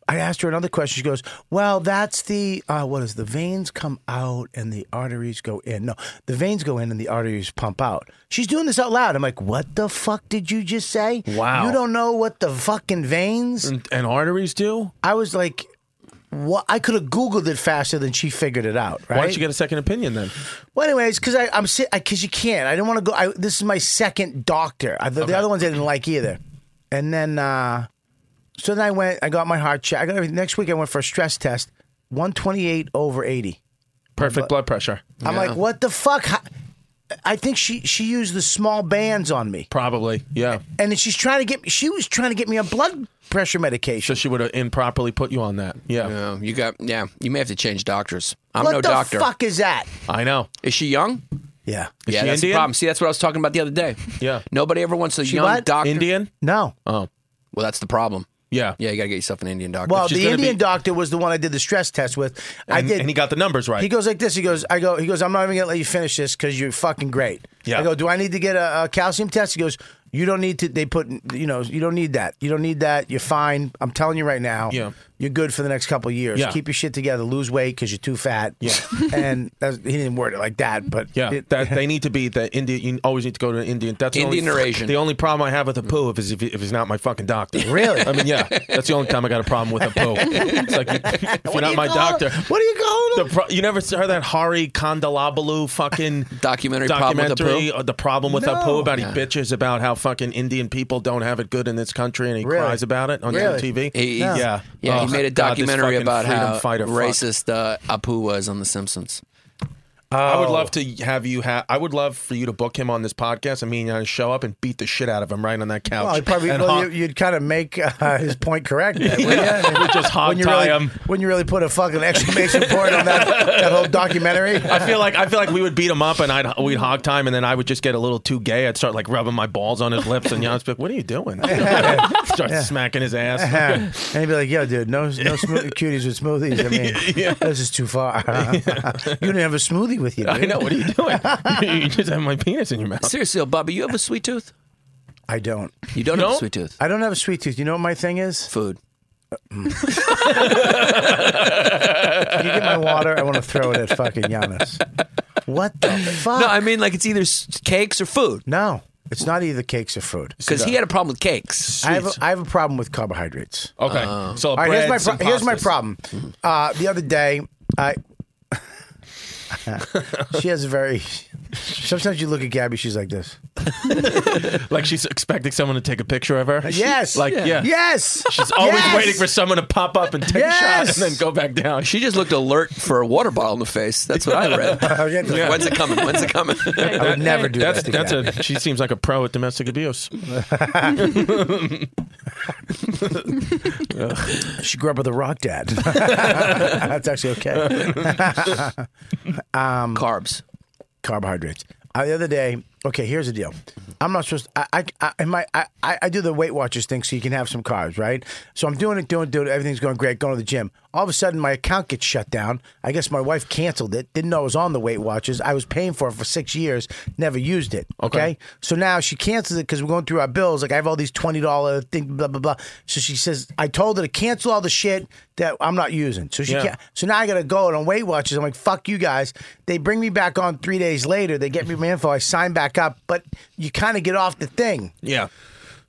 Speaker 4: I asked her another question. She goes, well, that's the, uh, what is the veins come out and the arteries go in? No, the veins go in and the arteries pump out. She's doing this out loud. I'm like, what the fuck did you just say?
Speaker 8: Wow.
Speaker 4: You don't know what the fucking veins
Speaker 8: And, and arteries do?
Speaker 4: I was like, what? I could have Googled it faster than she figured it out, right?
Speaker 8: Why don't you get a second opinion then?
Speaker 4: Well, anyways, because I'm sit because you can't. I didn't want to go. I, this is my second doctor. I, the, the other ones I didn't like either. And then, uh, so then I went. I got my heart check. I got everything. Next week, I went for a stress test. 128 over 80.
Speaker 8: Perfect blood pressure.
Speaker 4: I'm like, what the fuck? How- I think she she used the small bands on me,
Speaker 8: Probably. Yeah.
Speaker 4: and then she's trying to get. me. She was trying to get me on blood pressure medication.
Speaker 8: So she would have improperly put you on that. Yeah.
Speaker 10: Yeah, Um, you got. Yeah, you may have to change doctors. I'm
Speaker 4: what
Speaker 10: no
Speaker 4: the
Speaker 10: doctor.
Speaker 4: fuck is that?
Speaker 8: I know.
Speaker 10: Is she young?
Speaker 4: Yeah.
Speaker 10: yeah,
Speaker 8: she
Speaker 10: that's the
Speaker 8: Indian?
Speaker 10: problem. See, that's what I was talking about the other day.
Speaker 8: Yeah.
Speaker 10: Nobody ever wants a young
Speaker 4: what?
Speaker 10: doctor.
Speaker 8: Indian?
Speaker 4: No.
Speaker 8: Oh.
Speaker 10: Well, that's the problem.
Speaker 8: Yeah.
Speaker 10: Yeah, you got to get yourself an Indian doctor.
Speaker 4: Well,
Speaker 10: She's
Speaker 4: the
Speaker 10: gonna
Speaker 4: Indian
Speaker 10: be-
Speaker 4: doctor was the one I did the stress test with. I
Speaker 8: And,
Speaker 4: did.
Speaker 8: and he got the numbers right.
Speaker 4: He goes like this. He goes. I go. He goes. I'm not even gonna let you finish this because you're fucking great.
Speaker 8: Yeah.
Speaker 4: I go. Do I need to get a, a calcium test? He goes. You don't need to. They put. You know. You don't need that. You don't need that. You're fine. I'm telling you right now.
Speaker 8: Yeah.
Speaker 4: You're good for the next couple of years.
Speaker 8: Yeah.
Speaker 4: Keep your shit together. Lose weight because you're too fat. Yeah. and that's, he didn't word it like that, but
Speaker 8: Yeah,
Speaker 4: it-
Speaker 8: that they need to be the Indian. You always need to go to an Indian. That's the
Speaker 10: Indian
Speaker 8: only,
Speaker 10: or Asian.
Speaker 8: The only problem I have with a poo if is if, if he's not my fucking doctor.
Speaker 4: Really?
Speaker 8: I mean, yeah, that's the only time I got a problem with a poo. It's like if you're not my doctor.
Speaker 4: Oh, What do you call
Speaker 8: The
Speaker 4: him?
Speaker 8: pro- you never saw that Hari Kondalabalu fucking
Speaker 10: Documentary problem with a
Speaker 8: documentary,
Speaker 10: poo?
Speaker 8: uh, the problem with a poo
Speaker 4: No.
Speaker 8: about he bitches about how fucking Indian people don't have it good in this country and he
Speaker 4: Really?
Speaker 8: cries about it on
Speaker 4: Really?
Speaker 8: TV.
Speaker 10: He,
Speaker 4: No.
Speaker 8: Yeah,
Speaker 10: yeah,
Speaker 8: Oh,
Speaker 10: he made a
Speaker 8: God, this
Speaker 10: documentary
Speaker 8: fucking
Speaker 10: about
Speaker 8: freedom
Speaker 10: how
Speaker 8: fighter fuck.
Speaker 10: racist uh, Apu was on The Simpsons.
Speaker 8: I would
Speaker 4: Oh.
Speaker 8: love to have you have. I would love for you to book him on this podcast and me and you show up and beat the shit out of him right on that couch.
Speaker 4: Well, Oh, he probably,
Speaker 8: And
Speaker 4: well,
Speaker 8: hog-
Speaker 4: you, you'd kind of make uh, his point correct. yeah.
Speaker 8: We just hog
Speaker 4: when you
Speaker 8: tie
Speaker 4: really,
Speaker 8: him.
Speaker 4: When you really put a fucking exclamation point on that, that whole documentary.
Speaker 8: I feel like I feel like we would beat him up and I'd we'd hog time and then I would just get a little too gay. I'd start like rubbing my balls on his lips and Jan's like, "What are you doing?" start smacking his ass.
Speaker 4: and he'd be like, "Yo, dude, no, no smooth- cuties with smoothies. I mean, this is too far. you didn't have a smoothie with you. Dude.
Speaker 8: I know. What are you doing? you just have my penis in your mouth.
Speaker 10: Seriously, though, Bubba, you have a sweet tooth?
Speaker 4: I don't.
Speaker 10: You don't have
Speaker 8: No.
Speaker 10: a sweet tooth.
Speaker 4: I don't have a sweet tooth. You know what my thing is?
Speaker 10: Food.
Speaker 4: Can you get my water? I want to throw it at fucking Giannis. What the fuck?
Speaker 10: No, I mean like it's either s- cakes or food.
Speaker 4: No, it's not either cakes or food.
Speaker 10: Because he had a problem with cakes.
Speaker 4: I have, a, I have a problem with carbohydrates.
Speaker 8: Okay. so
Speaker 4: All right,
Speaker 8: bread,
Speaker 4: here's my
Speaker 8: some
Speaker 4: pro- here's my
Speaker 8: pastas.
Speaker 4: problem. Uh, the other day, I she has a very. Sometimes you look at Gabby, she's like this.
Speaker 8: Like she's expecting someone to take a picture of her.
Speaker 4: Yes,
Speaker 8: Like yeah.
Speaker 4: yes.
Speaker 8: She's always
Speaker 4: Yes!
Speaker 8: waiting for someone to pop up and take a shot
Speaker 4: Yes!
Speaker 8: and then go back down.
Speaker 10: She just looked alert for a water bottle in the face. That's what I read. Like,
Speaker 4: Yeah.
Speaker 10: When's it coming? When's it coming?
Speaker 4: I would never do
Speaker 8: That's
Speaker 4: that. to
Speaker 8: that's
Speaker 4: Gabby.
Speaker 8: a. She seems like a pro at domestic abuse.
Speaker 4: She grew up with a rock dad. that's actually okay.
Speaker 10: Carbs.
Speaker 4: Carbohydrates. Uh, the other day, okay. Here's the deal. I'm not supposed. I I I, in my, I I I do the Weight Watchers thing, so you can have some carbs, right? So I'm doing it, doing it, doing it. Everything's going great. Going to the gym. All of a sudden, my account gets shut down. I guess my wife canceled it. Didn't know I was on the Weight Watchers. I was paying for it for six years. Never used it. Okay. So now she cancels it because we're going through our bills. Like I have all these twenty dollar thing, blah blah blah. So she says, I told her to cancel all the shit that I'm not using. So she
Speaker 8: Yeah.
Speaker 4: can't. So now I gotta go and on Weight Watchers. I'm like, fuck you guys. They bring me back on three days later. They get me my info. I sign back up, but you kind of get off the thing.
Speaker 8: Yeah.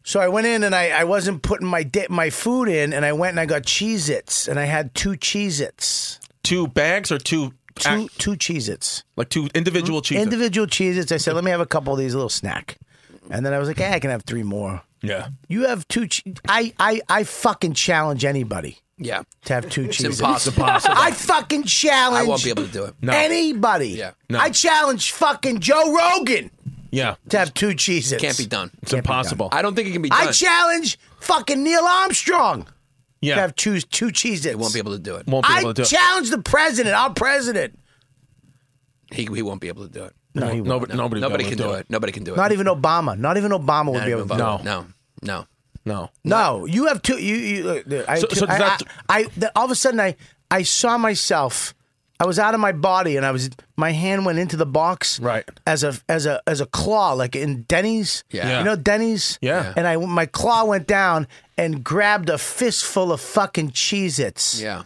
Speaker 4: So I went in and I, I wasn't putting my di- my food in, and I went and I got Cheez Its, and I had two Cheez Its.
Speaker 8: Two bags or two
Speaker 10: Ah.
Speaker 4: two two Cheez-Its.
Speaker 8: Like two individual cheeses.
Speaker 4: Individual Cheez-Its. I said, let me have a couple of these, a little snack. And then I was like, hey, I can have three more.
Speaker 8: yeah.
Speaker 4: You have two. Che- I, I I fucking challenge anybody
Speaker 10: Yeah.
Speaker 4: to have two
Speaker 10: It's
Speaker 4: cheeses.
Speaker 10: impossible. Impossible.
Speaker 4: I fucking challenge.
Speaker 10: I won't be able to do it. No.
Speaker 4: Anybody.
Speaker 10: Yeah.
Speaker 8: No.
Speaker 4: I challenge fucking Joe Rogan
Speaker 8: Yeah.
Speaker 4: to have two cheeses.
Speaker 10: Can't be done.
Speaker 8: It's impossible.
Speaker 10: I don't think it can be done.
Speaker 4: I challenge fucking Neil Armstrong
Speaker 8: Yeah.
Speaker 4: to have choose two cheeses.
Speaker 10: He won't be able to do it.
Speaker 8: Won't be
Speaker 4: I
Speaker 8: able to do it.
Speaker 4: challenge the president, our president.
Speaker 10: He, he won't be able to do it.
Speaker 4: No, he won't.
Speaker 8: Nobody, nobody's
Speaker 10: Nobody
Speaker 8: able
Speaker 10: can
Speaker 8: to
Speaker 10: do it. Nobody can do it.
Speaker 4: Not even Obama. Not even Obama would
Speaker 10: Not
Speaker 4: be
Speaker 10: even
Speaker 4: able to. do
Speaker 10: Obama.
Speaker 4: it.
Speaker 10: No. No.
Speaker 8: No.
Speaker 4: No, you have two. You, you uh, I,
Speaker 8: So-
Speaker 4: two-
Speaker 8: so does
Speaker 4: I,
Speaker 8: that-
Speaker 4: I, I that all of a sudden I I saw myself. I was out of my body, and I was my hand went into the box,
Speaker 8: Right.
Speaker 4: As a as a as a claw, like in Denny's.
Speaker 10: Yeah.
Speaker 4: you know Denny's.
Speaker 8: Yeah.
Speaker 4: and I my claw went down and grabbed a fistful of fucking Cheez-Its.
Speaker 10: Yeah.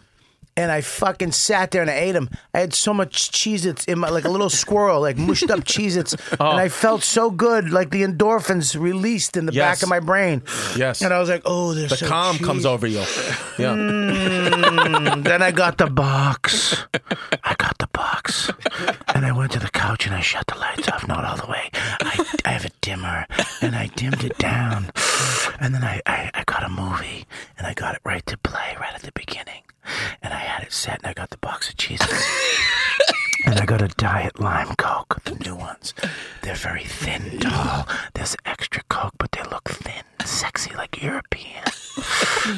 Speaker 4: And I fucking sat there and I ate them. I had so much Cheez Its in my, like a little squirrel, like mushed up Cheez Its.
Speaker 8: Oh.
Speaker 4: And I felt so good, like the endorphins released in the
Speaker 8: Yes.
Speaker 4: back of my brain.
Speaker 8: Yes.
Speaker 4: And I was like, oh, there's
Speaker 8: The calm comes over you. Yeah.
Speaker 4: Mm, then I got the box. I got the box. And I went to the couch and I shut the lights off, not all the way. I, I have a dimmer and I dimmed it down. And then I, I, I got a movie and I got it right to play right at the beginning. And I had it set and I got the box of cheeses. And I got a diet lime coke, the new ones. They're very thin, tall. There's extra coke, but they look thin, sexy, like European.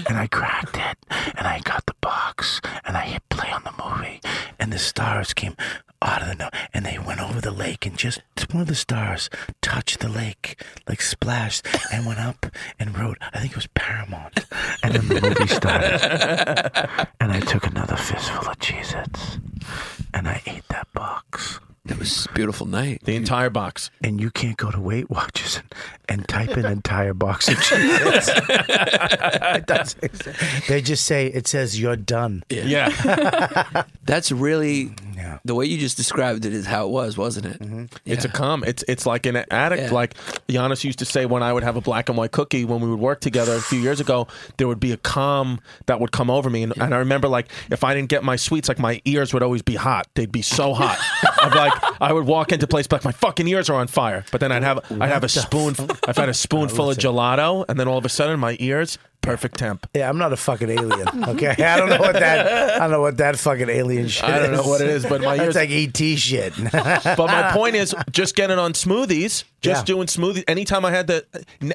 Speaker 4: and I cracked it, and I got the box, and I hit play on the movie, and the stars came out of the no, and they went over the lake, and just one of the stars touched the lake, like splashed, and went up and wrote. I think it was Paramount, and then the movie started, and I took another fistful of Cheez-Its, and I ate that box.
Speaker 10: It was a beautiful night.
Speaker 8: The entire box.
Speaker 4: And you can't go to Weight Watchers and, and type an entire box of Cheez-Its. It doesn't exist. they just say it says you're done.
Speaker 8: Yeah.
Speaker 10: That's really
Speaker 4: Mm,
Speaker 10: the way you just described it is how it was, wasn't it?
Speaker 4: Mm-hmm.
Speaker 8: It's a calm. It's it's like an addict.
Speaker 10: Yeah.
Speaker 8: Like Giannis used to say when I would have a black and white cookie when we would work together a few years ago, there would be a calm that would come over me, and, and I remember like if I didn't get my sweets, like my ears would always be hot. They'd be so hot. I'd be like I would walk into place, like my fucking ears are on fire. But then I'd have I'd have a spoon. I've had a spoonful of gelato, and then all of a sudden my ears perfect temp.
Speaker 4: Yeah, I'm not a fucking alien. Okay, I don't know what that. I don't know what that fucking alien shit.
Speaker 8: I don't know
Speaker 4: is.
Speaker 8: what it is, but my ears
Speaker 4: That's like ET shit.
Speaker 8: But my point is, just getting on smoothies, just
Speaker 4: Yeah.
Speaker 8: doing smoothies. Anytime I had the,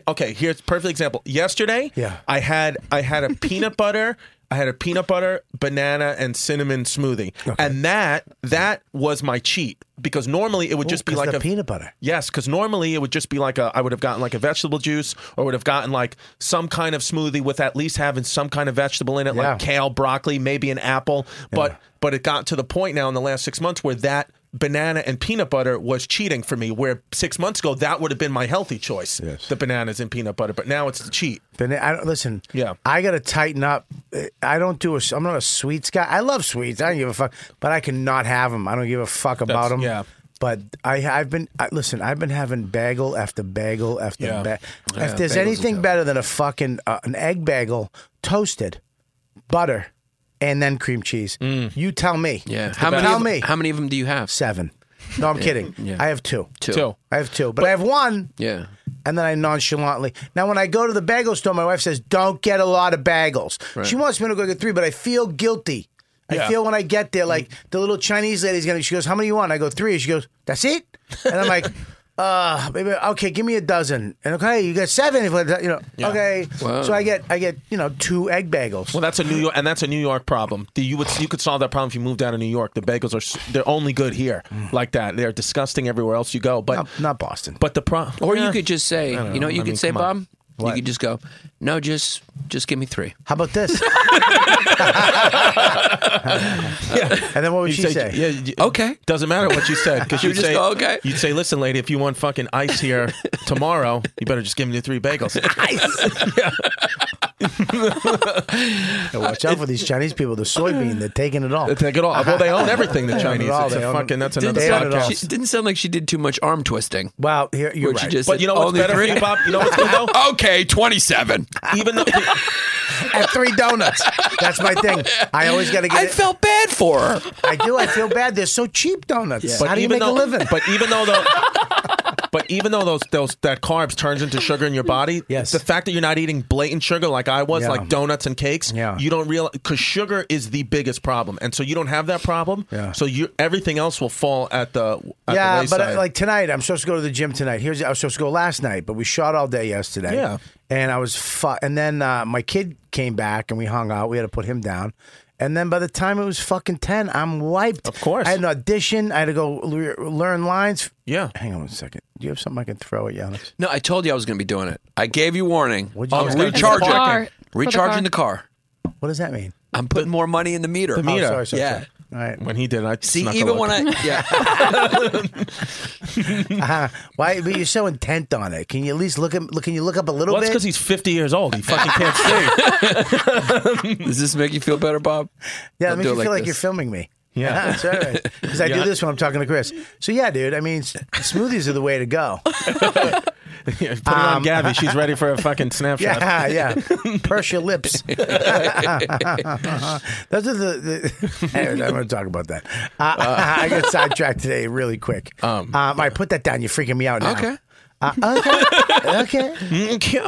Speaker 8: okay, here's a perfect example. Yesterday,
Speaker 4: Yeah.
Speaker 8: I had I had a peanut butter, I had a peanut butter, banana, and cinnamon smoothie, and that that was my cheat because normally it would just be
Speaker 4: 'cause
Speaker 8: like
Speaker 4: the
Speaker 8: a
Speaker 4: peanut butter.
Speaker 8: Yes, because normally it would just be like a I would have gotten like a vegetable juice or would have gotten like some kind of smoothie with at least having some kind of vegetable in it,
Speaker 4: Yeah.
Speaker 8: like kale, broccoli, maybe an apple. But but it got to the point now in the last six months where that banana and peanut butter was cheating for me. Where six months ago that would have been my healthy choice,
Speaker 4: Yes.
Speaker 8: the bananas and peanut butter. But now it's the cheat.
Speaker 4: Then I don't listen.
Speaker 8: Yeah.
Speaker 4: I gotta tighten up. I don't do a. I'm not a sweets guy. I love sweets. I don't give a fuck. But I cannot have them. I don't give a fuck about
Speaker 8: That's-
Speaker 4: them.
Speaker 8: yeah.
Speaker 4: But I, I've been I, listen. I've been having bagel after bagel after
Speaker 8: Yeah.
Speaker 4: bagel.
Speaker 10: Yeah,
Speaker 4: if there's
Speaker 10: bagels are
Speaker 4: anything
Speaker 10: dope.
Speaker 4: better than a fucking uh, an egg bagel toasted, butter, and then cream cheese, you tell me.
Speaker 10: Yeah.
Speaker 4: How
Speaker 10: How many?
Speaker 4: Tell
Speaker 10: of,
Speaker 4: me.
Speaker 10: How many of them do you have?
Speaker 4: Seven. No, I'm kidding.
Speaker 10: Yeah.
Speaker 4: I have two.
Speaker 10: Two.
Speaker 8: Two.
Speaker 4: I have two, but, I have one,
Speaker 10: Yeah.
Speaker 4: and then I nonchalantly. Now, when I go to the bagel store, my wife says, "Don't get a lot of bagels." She wants me to go get three, but I feel guilty. I
Speaker 8: Yeah. Mm.
Speaker 4: feel when I get there, like the little Chinese lady's gonna. She goes, "How many you want?" I go, three. She goes, "That's it," and I'm like. Uh, maybe okay. Give me a dozen, and okay, you got seven. If I- you know, okay.
Speaker 10: Wow.
Speaker 4: So I get, I get, you know, two egg bagels.
Speaker 8: Well, that's a New York, and that's a New York problem. The- You would you could solve that problem if you moved down to New York. The bagels are s- they're only good here,
Speaker 4: Mm.
Speaker 8: like that. They're disgusting everywhere else you go. But
Speaker 4: not, not Boston.
Speaker 8: but the problem,
Speaker 10: Or you could just say, you know, what you
Speaker 8: I mean,
Speaker 10: could say,
Speaker 8: come on.
Speaker 10: Bob. You could just go. No, just just give me three.
Speaker 4: How about this? And then what would she say?
Speaker 8: Yeah, you- oh,
Speaker 10: Okay.
Speaker 8: Doesn't matter what you said because
Speaker 10: You
Speaker 8: you'd
Speaker 10: just
Speaker 8: say,
Speaker 10: go, okay.
Speaker 8: You'd say, listen, lady, if you want fucking ice here tomorrow, you better just give me the three bagels.
Speaker 4: Now watch out for these Chinese people. The soybean, they're taking it all.
Speaker 8: They Take it all. Well, they own everything. The
Speaker 4: They own it
Speaker 8: Chinese.
Speaker 4: all.
Speaker 8: It's
Speaker 4: They
Speaker 8: a
Speaker 4: own-
Speaker 8: fucking. That's
Speaker 4: Didn't
Speaker 8: another
Speaker 4: they own it all?
Speaker 8: podcast.
Speaker 10: She didn't sound like she did too much arm twisting.
Speaker 4: Wow, here you're
Speaker 10: Where she
Speaker 4: right.
Speaker 10: just
Speaker 8: But you know what's
Speaker 10: only
Speaker 8: better for
Speaker 10: three?
Speaker 8: you, Bob? You know what's good though?
Speaker 10: okay, twenty-seven.
Speaker 8: Even though.
Speaker 4: and three donuts. That's my thing. I always got to get. I
Speaker 10: felt bad for her.
Speaker 4: I do. I feel bad. They're so cheap donuts. How do you make
Speaker 8: though,
Speaker 4: a living?
Speaker 8: But even though though But even though those, those that carbs turns into sugar in your body, yes. the fact that you're not eating blatant sugar like I was,
Speaker 4: Yeah.
Speaker 8: like donuts and cakes, yeah. you don't realize because sugar is the biggest problem, and so you don't have that problem. Yeah. So you everything else will fall at the at the
Speaker 4: yeah,
Speaker 8: wayside.
Speaker 4: but uh, like tonight, I'm supposed to go to the gym tonight. Here's I was supposed to go last night, but we shot all day yesterday.
Speaker 8: Yeah.
Speaker 4: and I was fu- and then uh, my kid came back and we hung out. We had to put him down. And then by the time it was fucking ten, I'm wiped. Of course, I had an audition. I had to go le- learn lines.
Speaker 8: Yeah.
Speaker 4: Hang on one second. Do you have something I can throw at Giannis?
Speaker 10: No, I told you I was going to be doing it. I gave you warning.
Speaker 4: you
Speaker 10: I'm
Speaker 4: say? It's the
Speaker 10: recharging.
Speaker 4: car. For the
Speaker 10: Recharging
Speaker 4: car.
Speaker 10: the car.
Speaker 4: What does that mean?
Speaker 10: I'm putting more money in the meter.
Speaker 8: The meter.
Speaker 10: Oh, sorry, sorry,
Speaker 8: Yeah.
Speaker 10: sorry.
Speaker 4: All right.
Speaker 8: When he did, I
Speaker 10: See,
Speaker 8: snuck a
Speaker 10: even
Speaker 8: look.
Speaker 10: when I yeah.
Speaker 4: Uh-huh. Why? But you're so intent on it. Can you at least look at? Look, can you look up a little
Speaker 8: well, it's
Speaker 4: bit?
Speaker 8: because he's 50 years old. He fucking can't see.
Speaker 10: Does this make you feel better, Bob?
Speaker 4: Yeah,
Speaker 10: Don't
Speaker 4: it makes
Speaker 10: do
Speaker 4: you
Speaker 10: it
Speaker 4: feel like
Speaker 10: this.
Speaker 4: you're filming me.
Speaker 10: Yeah.
Speaker 4: That's all right. Because I
Speaker 10: Yeah.
Speaker 4: do this when I'm talking to Chris. So yeah, dude. I mean, s- smoothies are the way to go.
Speaker 8: Put it on
Speaker 4: Um,
Speaker 8: Gabby. She's ready for a fucking snapshot.
Speaker 4: Yeah, yeah. Purse your lips. Those are the. the Anyways, I'm going to talk about that. Uh, I got sidetracked today really quick. Um, I put that down. You're freaking me out now.
Speaker 10: Okay.
Speaker 4: Uh, okay.
Speaker 8: Okay.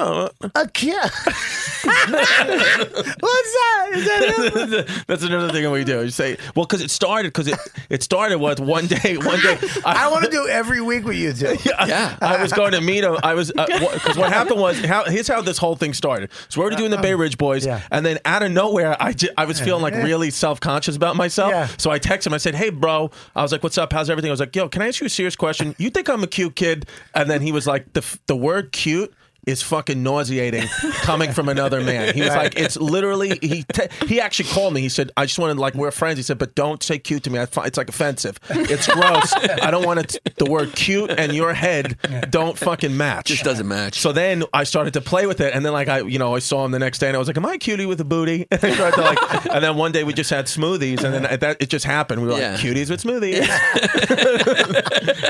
Speaker 4: Okay. What's that? Is that it?
Speaker 8: That's another thing we do. You say, well, because it started, because it, it started with one day, one day.
Speaker 4: I want to do every week with you two.
Speaker 10: Yeah.
Speaker 8: I was going to meet him. I was because what happened was how here's how this whole thing started. So we are already doing the Bay Ridge Boys, and then out of nowhere, I, ju- I was feeling like really self conscious about myself. So I texted him. I said, "Hey, bro," I was like, "What's up? How's everything?" I was like, "Yo, can I ask you a serious question? You think I'm a cute kid?" And then he was like, "The f- the word cute." Is fucking nauseating coming from another man. He was like, it's literally he. Te- he actually called me. He said, I just wanted like we're friends. He said, but don't say cute to me. I find it's like offensive. It's gross. I don't want it. The word cute and your head don't fucking match.
Speaker 10: Just doesn't match.
Speaker 8: So then I started to play with it, and then like I, you know, I saw him the next day, and I was like, "Am I a cutie with a booty?" And, I started to, like, and then one day we just had smoothies, and then at that it just happened. We were
Speaker 10: Yeah.
Speaker 8: like, "Cuties with smoothies,"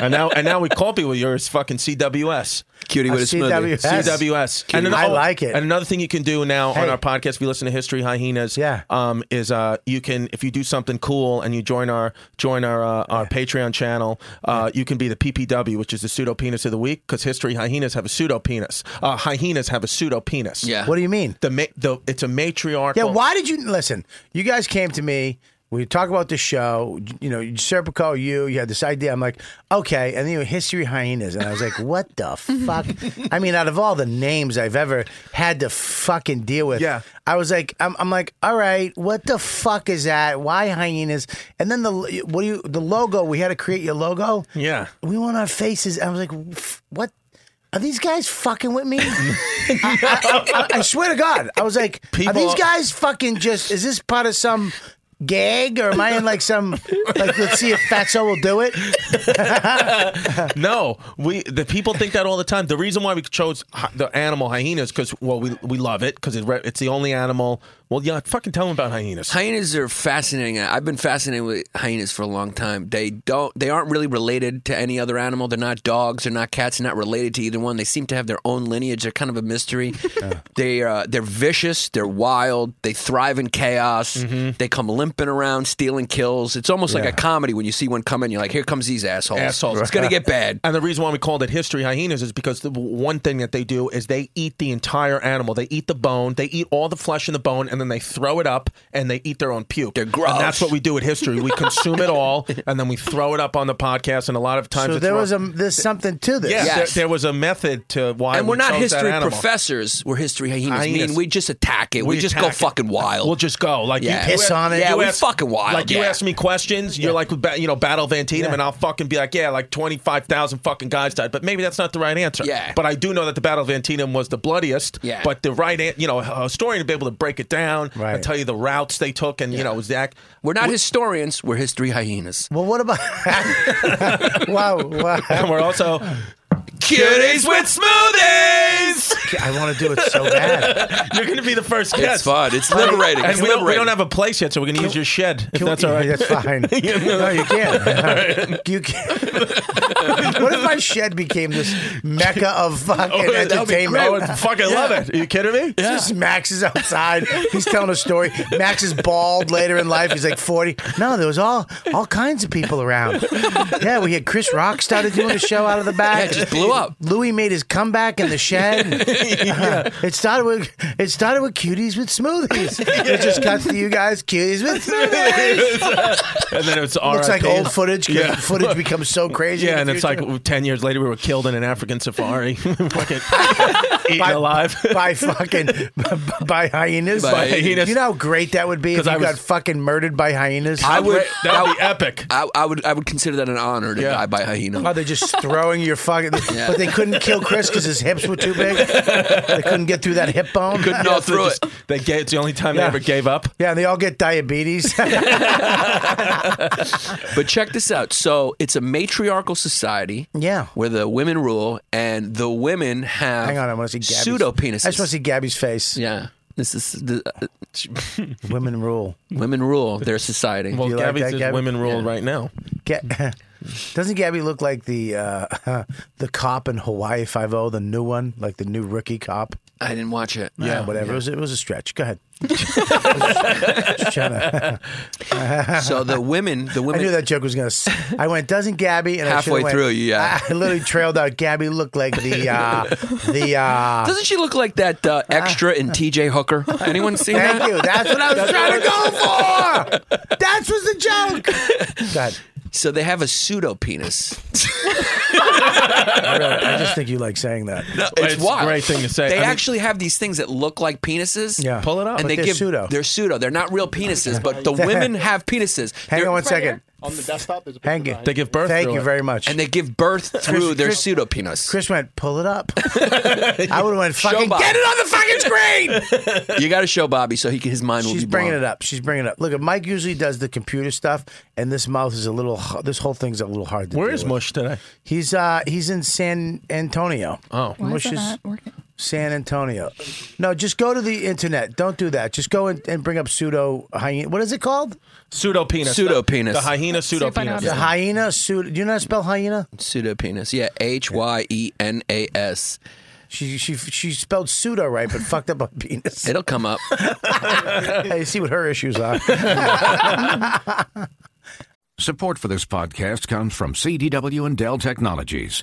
Speaker 8: and now and now we call people yours fucking CWS.
Speaker 10: Cutie with a smoothie.
Speaker 4: CWS.
Speaker 8: CWS. And
Speaker 4: I like it.
Speaker 8: And another thing you can do now on
Speaker 4: Hey.
Speaker 8: our podcast, if you listen to History Hyenas, yeah. um, is uh, you can if you do something cool and you join our join our uh, our Patreon channel, uh, you can be the PPW, which is the pseudo penis of the week, because History Hyenas have a pseudo penis. Uh, hyenas have a pseudo penis.
Speaker 10: Yeah.
Speaker 4: What do you mean?
Speaker 8: The, ma- the it's a matriarchal.
Speaker 4: Yeah, why did you listen? You guys came to me. We talk about the show. You know, Serpico, you, you had this idea. I'm like, okay. And then you were history hyenas, and I was like, what the fuck? I mean, out of all the names I've ever had to fucking deal with,
Speaker 8: Yeah.
Speaker 4: I was like, I'm, I'm like, all right, what the fuck is that? Why hyenas? And then the what do you the logo? We had to create your logo.
Speaker 8: Yeah.
Speaker 4: We want our faces. I was like, "F- what? Are these guys fucking with me? I, I- I- I swear to God, I was like,
Speaker 8: People-
Speaker 4: are these guys fucking just? Is this part of some? Gag or am I in like some like let's see if Fatso will do it?
Speaker 8: No, we the people think that all the time. The reason why we chose hy- the animal hyenas because well we we love it because it, re- it's the only animal. Well, yeah, fucking tell them about hyenas.
Speaker 10: Hyenas are fascinating. I've been fascinated with hyenas for a long time. They don't. They aren't really related to any other animal. They're not dogs. They're not cats. They're not related to either one. They seem to have their own lineage. They're kind of a mystery. They uh, they're vicious. They're wild. They thrive in chaos.
Speaker 8: Mm-hmm.
Speaker 10: They come limping around, stealing kills. It's almost like a comedy when you see one coming. You're like, here comes these assholes.
Speaker 8: Assholes.
Speaker 10: It's gonna get bad.
Speaker 8: And the reason why we called it history hyenas is because the one thing that they do is they eat the entire animal. They eat the bone, they eat all the flesh in the bone, and then they throw it up and they eat their own puke. They're
Speaker 10: gross.
Speaker 8: And that's what we do at history. We consume it all and then we throw it up on the podcast. And a lot of times,
Speaker 4: So
Speaker 8: it's
Speaker 4: there
Speaker 8: wrong.
Speaker 4: was a there's something to this.
Speaker 8: Yes,
Speaker 10: Yes.
Speaker 8: There, there was a method to why.
Speaker 10: and
Speaker 8: we
Speaker 10: we're not
Speaker 8: chose that
Speaker 10: history
Speaker 8: animal.
Speaker 10: professors. We're history hyenas.
Speaker 8: Hyenas.
Speaker 10: Mean we just attack it. We,
Speaker 8: We
Speaker 10: just go
Speaker 8: attack it.
Speaker 10: fucking wild.
Speaker 8: We'll just go like
Speaker 10: Yeah.
Speaker 8: you
Speaker 10: Piss
Speaker 4: on it.
Speaker 10: Yeah,
Speaker 8: you
Speaker 10: we fucking wild,
Speaker 8: Like you
Speaker 10: yeah.
Speaker 8: ask me questions, you're like ba- you know Battle of Antietam, and I'll fucking be like, yeah, like twenty five thousand fucking guys died, but maybe that's not the right answer.
Speaker 10: Yeah.
Speaker 8: But I do know that the Battle of Antietam was the bloodiest.
Speaker 10: Yeah.
Speaker 8: But the right, an- you know, a historian to be able to break it down and
Speaker 4: Right.
Speaker 8: tell you the routes they took, and you know, Zach,
Speaker 10: we're not historians. We're history hyenas.
Speaker 4: Well, what about? wow, wow.
Speaker 8: and we're also Cuties with smoothies.
Speaker 4: I want to do it so bad.
Speaker 8: You're going to be the first guest.
Speaker 10: fun. It's liberating.
Speaker 8: And
Speaker 10: It's
Speaker 8: we, don't, we
Speaker 10: liberating.
Speaker 8: don't have a place yet, so we're going to use your shed. If
Speaker 4: Can we-
Speaker 8: that's all right.
Speaker 4: That's fine. no, you can't. you can't. what if my shed became this mecca of fucking
Speaker 8: Oh, that'd be
Speaker 4: entertainment?
Speaker 8: great. I would fucking love it. Are you kidding me?
Speaker 4: Just Max is outside. He's telling a story. Max is bald later in life. He's like forty. No, there was all all kinds of people around. Yeah, we had Chris Rock started doing a show out of the back.
Speaker 10: Yeah, it just blew up.
Speaker 4: Louis made his comeback in the shed. it started with it started with cuties with smoothies. It just cuts to you guys, cuties with smoothies.
Speaker 8: and then it's
Speaker 4: Looks like
Speaker 8: RIP.
Speaker 4: old footage. 'cause
Speaker 8: Yeah.
Speaker 4: Footage becomes so crazy. in
Speaker 8: Yeah,
Speaker 4: the
Speaker 8: and it's
Speaker 4: future.
Speaker 8: like 10 years later, we were killed in an African safari. Fucking eaten alive.
Speaker 4: by fucking by hyenas.
Speaker 10: By
Speaker 8: hyenas.
Speaker 4: You know how great that would be if
Speaker 8: 'Cause
Speaker 4: you
Speaker 8: I was-
Speaker 4: got fucking murdered by hyenas.
Speaker 10: I would.
Speaker 8: That would be epic.
Speaker 10: I, I would. I would consider that an honor to die by hyena.
Speaker 4: Oh, they're just throwing your fucking. But they couldn't kill Chris because his hips were too big. they couldn't get through that hip bone.
Speaker 10: Couldn't gnaw through it.
Speaker 8: They gave, it's the only time they
Speaker 4: Yeah.
Speaker 8: ever gave up.
Speaker 4: Yeah, and they all get diabetes.
Speaker 10: But check this out. So it's a matriarchal society.
Speaker 4: Yeah.
Speaker 10: Where the women rule and the women have
Speaker 4: Hang on, I want to see Gabby's.
Speaker 10: pseudo penises.
Speaker 4: I just want to see Gabby's face.
Speaker 10: Yeah. This is the uh,
Speaker 4: Women rule.
Speaker 10: women rule their society.
Speaker 8: Well,
Speaker 4: you like
Speaker 8: Gabby
Speaker 4: that,
Speaker 8: says
Speaker 4: Gabby?
Speaker 8: women rule right now.
Speaker 4: Ga- Doesn't Gabby look like the uh, the cop in Hawaii Five O, the new one, like the new rookie cop?
Speaker 10: I didn't watch it.
Speaker 4: Yeah, whatever. It, was, it was a stretch. Go ahead. Just trying to-
Speaker 10: So the women, the
Speaker 4: I
Speaker 10: women.
Speaker 4: knew that joke was gonna. s- I went, doesn't Gabby? And I should've
Speaker 10: Halfway
Speaker 4: went-
Speaker 10: through, yeah.
Speaker 4: I, I literally trailed out. Gabby looked like the uh, the. Uh,
Speaker 10: Doesn't she look like that uh, extra in T.J. Hooker? Anyone seen
Speaker 4: Ah. thank
Speaker 10: that?
Speaker 4: you. That's what I was trying to go for. That was the joke. God,
Speaker 10: So they have a pseudo penis.
Speaker 4: I, really, I just think you like saying that.
Speaker 10: It's,
Speaker 8: It's a
Speaker 10: wild.
Speaker 8: great thing to say.
Speaker 10: They
Speaker 8: I mean-
Speaker 10: actually have these things that look like penises.
Speaker 4: Yeah. Pull it up.
Speaker 10: And
Speaker 4: But
Speaker 10: they
Speaker 4: they're
Speaker 10: give
Speaker 4: pseudo.
Speaker 10: They're psudo. They're not real penises, but the women have penises.
Speaker 4: Hang
Speaker 10: They're-
Speaker 4: on one second.
Speaker 11: On the desktop, there's a
Speaker 4: Hang it.
Speaker 8: They give birth
Speaker 4: Thank
Speaker 8: through
Speaker 4: you
Speaker 8: it.
Speaker 4: very much.
Speaker 10: And they give birth through their
Speaker 4: Chris-
Speaker 10: pseudo penis.
Speaker 4: Chris went, pull it up. I would have went, fucking
Speaker 10: Showbox.
Speaker 4: get it on the fucking screen.
Speaker 10: You got to show Bobby so he can, his mind will
Speaker 4: She's
Speaker 10: be
Speaker 4: bringing
Speaker 10: blown.
Speaker 4: it up. She's bringing it up. Look, Mike usually does the computer stuff, and this mouth is a little. h- This whole thing's a little hard to.
Speaker 8: Where
Speaker 4: deal
Speaker 8: is
Speaker 4: with.
Speaker 8: Mush today?
Speaker 4: He's uh he's in San Antonio.
Speaker 8: Oh.
Speaker 9: Why is
Speaker 4: Mush
Speaker 9: that
Speaker 4: is
Speaker 9: not working?
Speaker 4: San Antonio. No, just go to the internet. Don't do that. Just go and, and bring up pseudo hyena. What is it called?
Speaker 8: Pseudo penis.
Speaker 10: Pseudo penis.
Speaker 8: The hyena pseudo
Speaker 9: if I know
Speaker 8: penis.
Speaker 9: how
Speaker 4: The hyena pseudo. Do you know how to spell hyena?
Speaker 10: Pseudo penis. Yeah. H Y E N A S.
Speaker 4: She she she spelled pseudo right, but fucked up on penis.
Speaker 10: It'll come up.
Speaker 4: Hey, see what her issues are.
Speaker 15: Support for this podcast comes from CDW and Dell Technologies.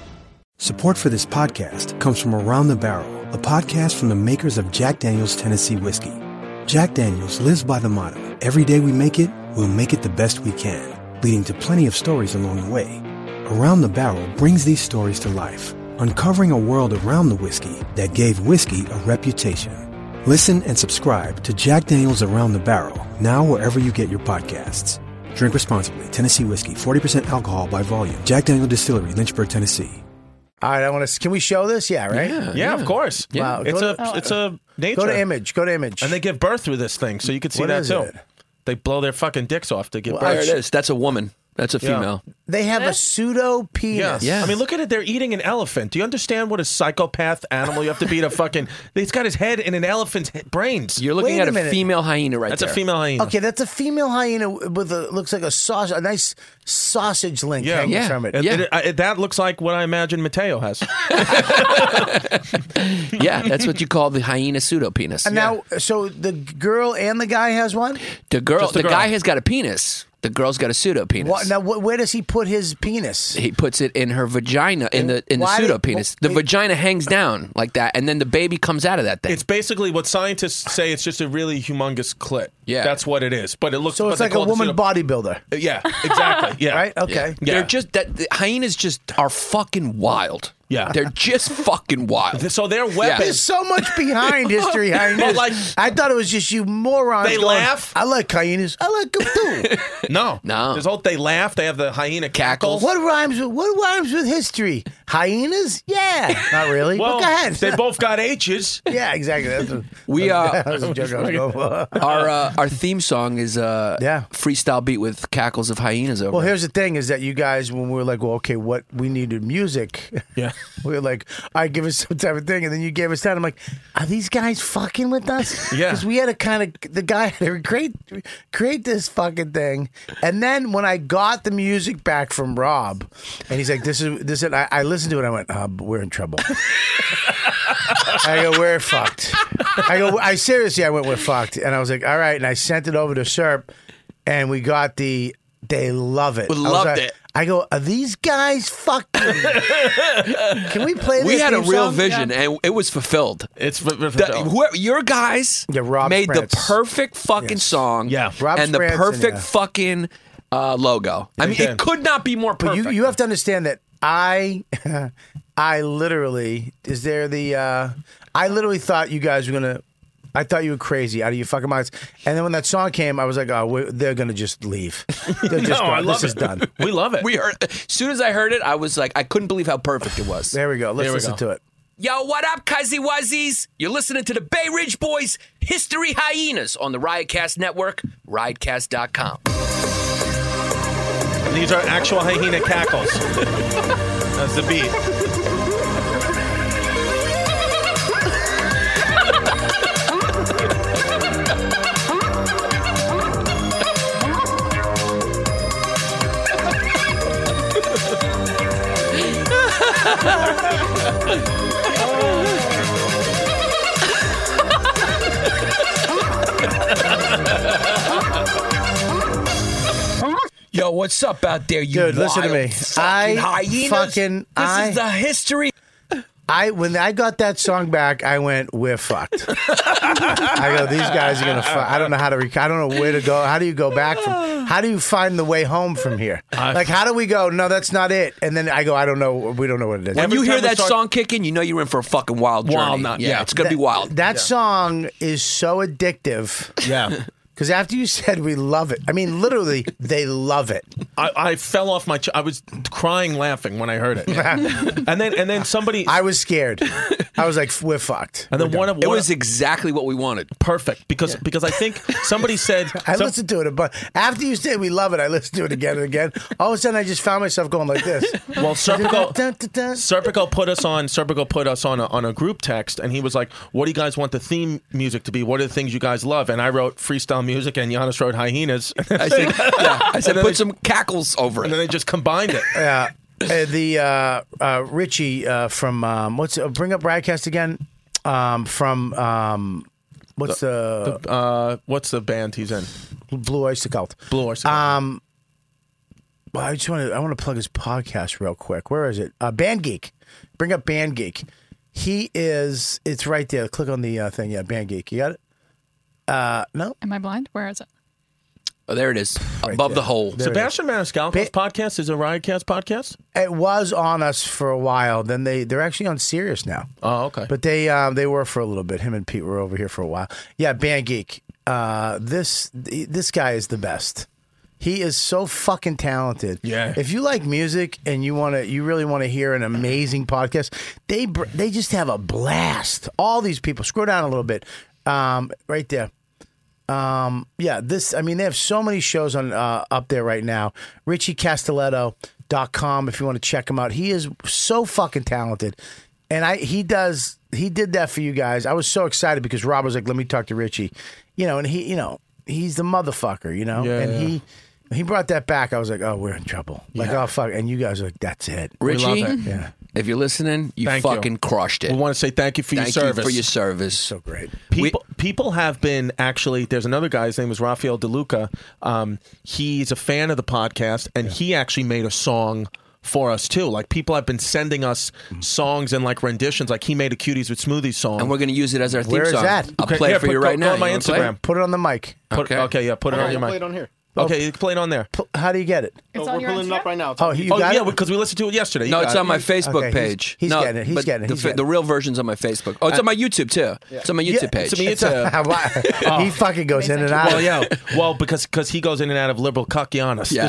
Speaker 13: Support for this podcast comes from Around the Barrel, a podcast from the makers of Jack Daniels Tennessee Whiskey. Jack Daniels lives by the motto every day we make it, we'll make it the best we can, leading to plenty of stories along the way. Around the Barrel brings these stories to life, uncovering a world around the whiskey that gave whiskey a reputation. Listen and subscribe to Jack Daniels Around the Barrel, now wherever you get your podcasts. Drink responsibly. Tennessee Whiskey, 40% alcohol by volume. Jack Daniel Distillery, Lynchburg, Tennessee.
Speaker 4: All right, I want to. Can we show this? Yeah, right.
Speaker 8: Yeah, of course.
Speaker 4: Yeah. Wow,
Speaker 8: It's
Speaker 4: go
Speaker 8: a
Speaker 4: to-
Speaker 8: it's a nature.
Speaker 4: Go to image. Go to image.
Speaker 8: And they give birth through this thing, so you could see
Speaker 4: What
Speaker 8: that
Speaker 4: is
Speaker 8: too.
Speaker 4: it?
Speaker 8: They blow their fucking dicks off to give
Speaker 4: Well, I-
Speaker 8: birth.
Speaker 10: There it is. That's a woman. That's a
Speaker 8: Yeah.
Speaker 10: female.
Speaker 4: They have a pseudo
Speaker 8: Yeah.
Speaker 4: penis.
Speaker 8: I mean, look at it. They're eating an elephant. Do you understand what a psychopath animal you have to be to fucking? He's got his head in an elephant's he- brains.
Speaker 10: You're looking
Speaker 4: Wait
Speaker 10: at
Speaker 4: a
Speaker 10: a,
Speaker 4: minute.
Speaker 10: female hyena right
Speaker 8: That's
Speaker 10: there.
Speaker 8: a female hyena.
Speaker 4: Okay, that's a female hyena with a looks like a sausage, a nice sausage link
Speaker 8: Yeah.
Speaker 4: hanging
Speaker 10: Yeah.
Speaker 4: from it.
Speaker 8: It-
Speaker 10: Yeah.
Speaker 8: it- I- it- that looks like what I imagine Mateo has.
Speaker 10: Yeah, that's what you call the hyena pseudo penis.
Speaker 4: And now, so the girl and the guy has one.
Speaker 10: The girl,
Speaker 8: Just the
Speaker 10: the,
Speaker 8: girl.
Speaker 10: guy has got a penis. The girl's got a pseudo penis.
Speaker 4: What, now, wh- where does he put his penis?
Speaker 10: he puts it in her vagina in the in the
Speaker 4: Why did-
Speaker 10: pseudo penis. The
Speaker 4: wh-
Speaker 10: vagina hangs down like that, and then the baby comes out of that thing.
Speaker 8: it's basically what scientists say. It's just a really humongous clit.
Speaker 10: Yeah.
Speaker 8: that's what it is. But it looks.
Speaker 4: So
Speaker 8: but
Speaker 4: it's
Speaker 8: they
Speaker 4: like a
Speaker 8: call it the
Speaker 4: woman
Speaker 8: pseudo-
Speaker 4: bodybuilder,
Speaker 8: Yeah, exactly. Yeah,
Speaker 4: right? Okay.
Speaker 8: Yeah.
Speaker 10: They're just that the hyenas just are fucking wild.
Speaker 8: Yeah.
Speaker 10: They're just fucking wild.
Speaker 8: So their
Speaker 4: There's so much behind history behind
Speaker 8: But
Speaker 4: this.
Speaker 8: like-
Speaker 4: I thought it was just you morons.
Speaker 8: They
Speaker 4: going,
Speaker 8: laugh?
Speaker 4: I like hyenas. I like them too.
Speaker 8: No, no. There's all they laugh. They have the hyena cackles.
Speaker 4: what rhymes with what rhymes with history? Hyenas? Yeah. Not really.
Speaker 8: Well,
Speaker 4: but go ahead.
Speaker 8: They both got H's.
Speaker 4: yeah, exactly. That's a,
Speaker 10: We uh,
Speaker 4: that was a joke I was going for.
Speaker 10: our uh, our theme song is uh, yeah. freestyle beat with cackles of hyenas over.
Speaker 4: Well,
Speaker 10: it.
Speaker 4: here's the thing: is that you guys, when we were like, "Well, okay, what we needed music,"
Speaker 8: yeah,
Speaker 4: we were like, "I give us some type of thing," and then you gave us that. I'm like, "Are these guys fucking with us?"
Speaker 8: Yeah.
Speaker 4: because we had to kind of the guy had to create create this fucking thing, and then when I got the music back from Rob, and he's like, "This is this," is, I, I listened to it, I went, uh, "We're in trouble." I go, we're fucked. I go, I seriously, I went, we're fucked. And I was like, all right. And I sent it over to Serp, and we got the, they love it.
Speaker 10: We
Speaker 4: I was
Speaker 10: loved
Speaker 4: like-
Speaker 10: it.
Speaker 4: I go, are these guys fucking? Can we play?
Speaker 10: we
Speaker 4: this
Speaker 10: had a
Speaker 4: theme
Speaker 10: real
Speaker 4: song?
Speaker 10: vision, and it was fulfilled.
Speaker 8: It's fulfilled.
Speaker 10: whoever, your guys made the
Speaker 4: Sprantz.
Speaker 10: perfect fucking song, yeah,
Speaker 4: Rob
Speaker 10: and the
Speaker 4: Sprantz and,
Speaker 10: perfect
Speaker 4: yeah.
Speaker 10: fucking uh, logo. I mean, it could not be more
Speaker 4: But
Speaker 10: perfect.
Speaker 4: you, you have to understand that I, I literally is there the, uh, I literally thought you guys were gonna. I thought you were crazy, out of your fucking minds. And then when that song came, I was like, "Oh, we they're gonna just leave. They're just
Speaker 10: No,
Speaker 4: gone.
Speaker 10: I love
Speaker 4: this is
Speaker 10: it.
Speaker 4: done."
Speaker 8: we love it.
Speaker 10: We heard as soon as I heard it, I was like, I couldn't believe how perfect it was.
Speaker 4: There we go. Let's
Speaker 10: There we
Speaker 4: listen
Speaker 10: go.
Speaker 4: to it.
Speaker 10: Yo, what up, Kazi Wazis? You're listening to the Bay Ridge Boys History Hyenas on the Riotcast Network, riotcast.com.
Speaker 8: These are actual hyena cackles. That's the beat.
Speaker 10: Yo, what's up out there, you
Speaker 4: Dude, listen to
Speaker 10: wild
Speaker 4: me.
Speaker 10: fucking
Speaker 4: I
Speaker 10: hyenas?
Speaker 4: fucking-
Speaker 10: this
Speaker 4: I-
Speaker 10: is the history.
Speaker 4: I when I got that song back, I went, "We're fucked." I go, "These guys are gonna fuck." I don't know how to. Rec- I don't know where to go. How do you go back from? How do you find the way home from here? like, how do we go? No, that's not it. And then I go, "I don't know. We don't know what it is."
Speaker 10: When you hear that song kicking, you know you're in for a fucking wild journey.
Speaker 4: Wild
Speaker 10: yeah, it's gonna be
Speaker 4: That-
Speaker 10: wild.
Speaker 4: That song is so addictive.
Speaker 8: Yeah.
Speaker 4: Because after you said we love it, I mean, literally, they love it.
Speaker 8: I, I fell off my. Ch- I was crying, laughing when I heard it. and then, and then somebody.
Speaker 4: I was scared. I was like, "We're fucked."
Speaker 8: And then one of
Speaker 10: It
Speaker 8: one
Speaker 10: was exactly what we wanted.
Speaker 8: Perfect, because because I think somebody said
Speaker 4: I
Speaker 8: some-
Speaker 4: listened to it, but after you said we love it, I listened to it again and again. All of a sudden, I just found myself going like this.
Speaker 8: Well, Serpico,
Speaker 4: Dun, dun, dun.
Speaker 8: Serpico put us on. Serpico put us on a, on a group text, and he was like, "What do you guys want the theme music to be? What are the things you guys love?" And I wrote freestyle music, and Giannis wrote hyenas.
Speaker 10: I said, yeah, I said
Speaker 8: And then
Speaker 10: put
Speaker 8: they-
Speaker 10: some cackles over
Speaker 8: and
Speaker 10: it.
Speaker 8: then they just combined it.
Speaker 4: Yeah. Uh, the uh, uh, Richie uh, from um, what's uh, bring up broadcast again um, from um, what's the,
Speaker 8: Uh, what's the band he's in?
Speaker 4: Blue Oyster Cult?
Speaker 8: Blue Oyster.
Speaker 4: Um, well, I just want to I want to plug his podcast real quick. Where is it? Uh, Band Geek. Bring up Band Geek. He is. It's right there. Click on the uh, thing. Yeah, Band Geek. You got it. Uh, no.
Speaker 9: Am I blind? Where is it?
Speaker 10: Oh, there it is, above the hole.
Speaker 4: There it is.
Speaker 8: Sebastian Maniscalco's podcast is a Riotcast podcast.
Speaker 4: It was on us for a while. Then they they're actually on Sirius now.
Speaker 8: Oh, okay.
Speaker 4: But they um, they were for a little bit. Him and Pete were over here for a while. Yeah, Band Geek. Uh, this this guy is the best. He is so fucking talented.
Speaker 8: Yeah.
Speaker 4: If you like music and you want to, you really want to hear an amazing podcast. They br- they just have a blast. All these people. Scroll down a little bit. Um, right there. Um, yeah, this, I mean, they have so many shows on uh, up there right now. RichieCastelletto.com if you want to check him out. He is so fucking talented. And I he does he did that for you guys. I was so excited because Rob was like, "Let me talk to Richie." You know, and he, you know, he's the motherfucker, you know?
Speaker 8: Yeah,
Speaker 4: and
Speaker 8: yeah.
Speaker 4: he he brought that back. I was like, "Oh, we're in trouble." Like, "Oh fuck." And you guys are like, "That's it."
Speaker 10: Richie,
Speaker 4: Yeah.
Speaker 10: if you're listening, you
Speaker 8: Thank you.
Speaker 10: fucking crushed it.
Speaker 8: We want to say thank you for
Speaker 10: Thank
Speaker 8: your service.
Speaker 10: you for your service. So
Speaker 4: great.
Speaker 8: People, people have been actually. There's another guy. His name is Rafael DeLuca. Um, he's a fan of the podcast, and he actually made a song for us too. Like people have been sending us songs and like renditions. Like he made a Cuties with Smoothies song.
Speaker 10: Mm-hmm. And we're gonna use it as our theme
Speaker 4: Where is
Speaker 10: song.
Speaker 4: that?
Speaker 10: I'll play
Speaker 8: here,
Speaker 10: it for
Speaker 8: put-
Speaker 10: you
Speaker 8: go-
Speaker 10: right
Speaker 8: go
Speaker 10: now.
Speaker 8: on my
Speaker 10: You wanna play it?
Speaker 8: Instagram.
Speaker 4: Put it on the mic.
Speaker 8: Put- okay. yeah, put it on your
Speaker 11: Play it
Speaker 8: mic.
Speaker 11: on here.
Speaker 10: Oh.
Speaker 8: Okay, you can play it on there.
Speaker 10: Uh-huh.
Speaker 4: How do you get it?
Speaker 11: It's on we're your pulling it up right now.
Speaker 4: Oh, you
Speaker 8: oh
Speaker 4: got
Speaker 8: yeah,
Speaker 4: it?
Speaker 8: because we listened to it yesterday. You
Speaker 10: no,
Speaker 8: got
Speaker 10: it's
Speaker 8: it.
Speaker 10: on my Facebook
Speaker 8: Okay, Uh, he's-
Speaker 10: page.
Speaker 8: he's
Speaker 10: no,
Speaker 8: getting it, he's
Speaker 10: but
Speaker 8: getting it,
Speaker 10: the,
Speaker 8: he's
Speaker 10: fa-
Speaker 8: getting
Speaker 10: the real version's on my Facebook. Oh, it's on my YouTube too. It's on my YouTube page.
Speaker 4: he fucking goes in and out.
Speaker 8: Oh. Well, Oh, yeah. Well, because because he goes in and out of liberal Kakianis.
Speaker 10: Yeah.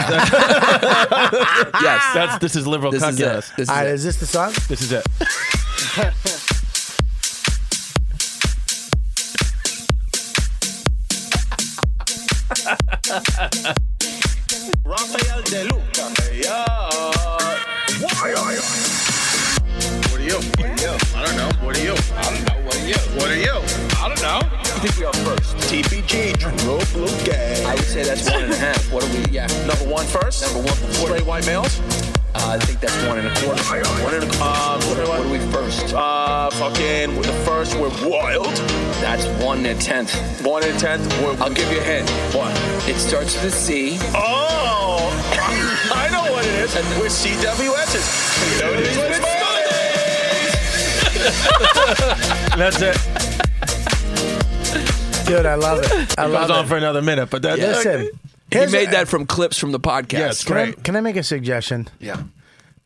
Speaker 8: yes. That's this is liberal
Speaker 10: This is it.
Speaker 8: Kakianis.
Speaker 10: This
Speaker 4: All right, is this the song?
Speaker 8: This is it.
Speaker 16: Rafael De Luca. Yeah.
Speaker 3: What are you? What are you? I don't know. What are you? I don't know. What are you? What are you? I don't know. I think we are first. TPG, Drew Blue Gang. I would say that's one and a half. What are we? Yeah. Number one first? Number one. Straight white males? Uh, I think that's one and a quarter. One and a quarter. Uh, what, are, we first? Uh, fucking, we're the first. We're wild. That's one and a tenth. One and a tenth. We're, I'll give you a hint. What? It starts with a C. Oh! I know what it is. we're CWSs. You know it is. It's
Speaker 8: That's it.
Speaker 4: Dude, I love it. I
Speaker 8: it
Speaker 4: love
Speaker 8: goes on
Speaker 4: it.
Speaker 8: for another minute, but that's
Speaker 4: Listen,
Speaker 10: he
Speaker 4: here's
Speaker 10: made
Speaker 4: a-
Speaker 10: that from clips from the podcast. Yes,
Speaker 4: Can I, can I make a suggestion?
Speaker 10: Yeah.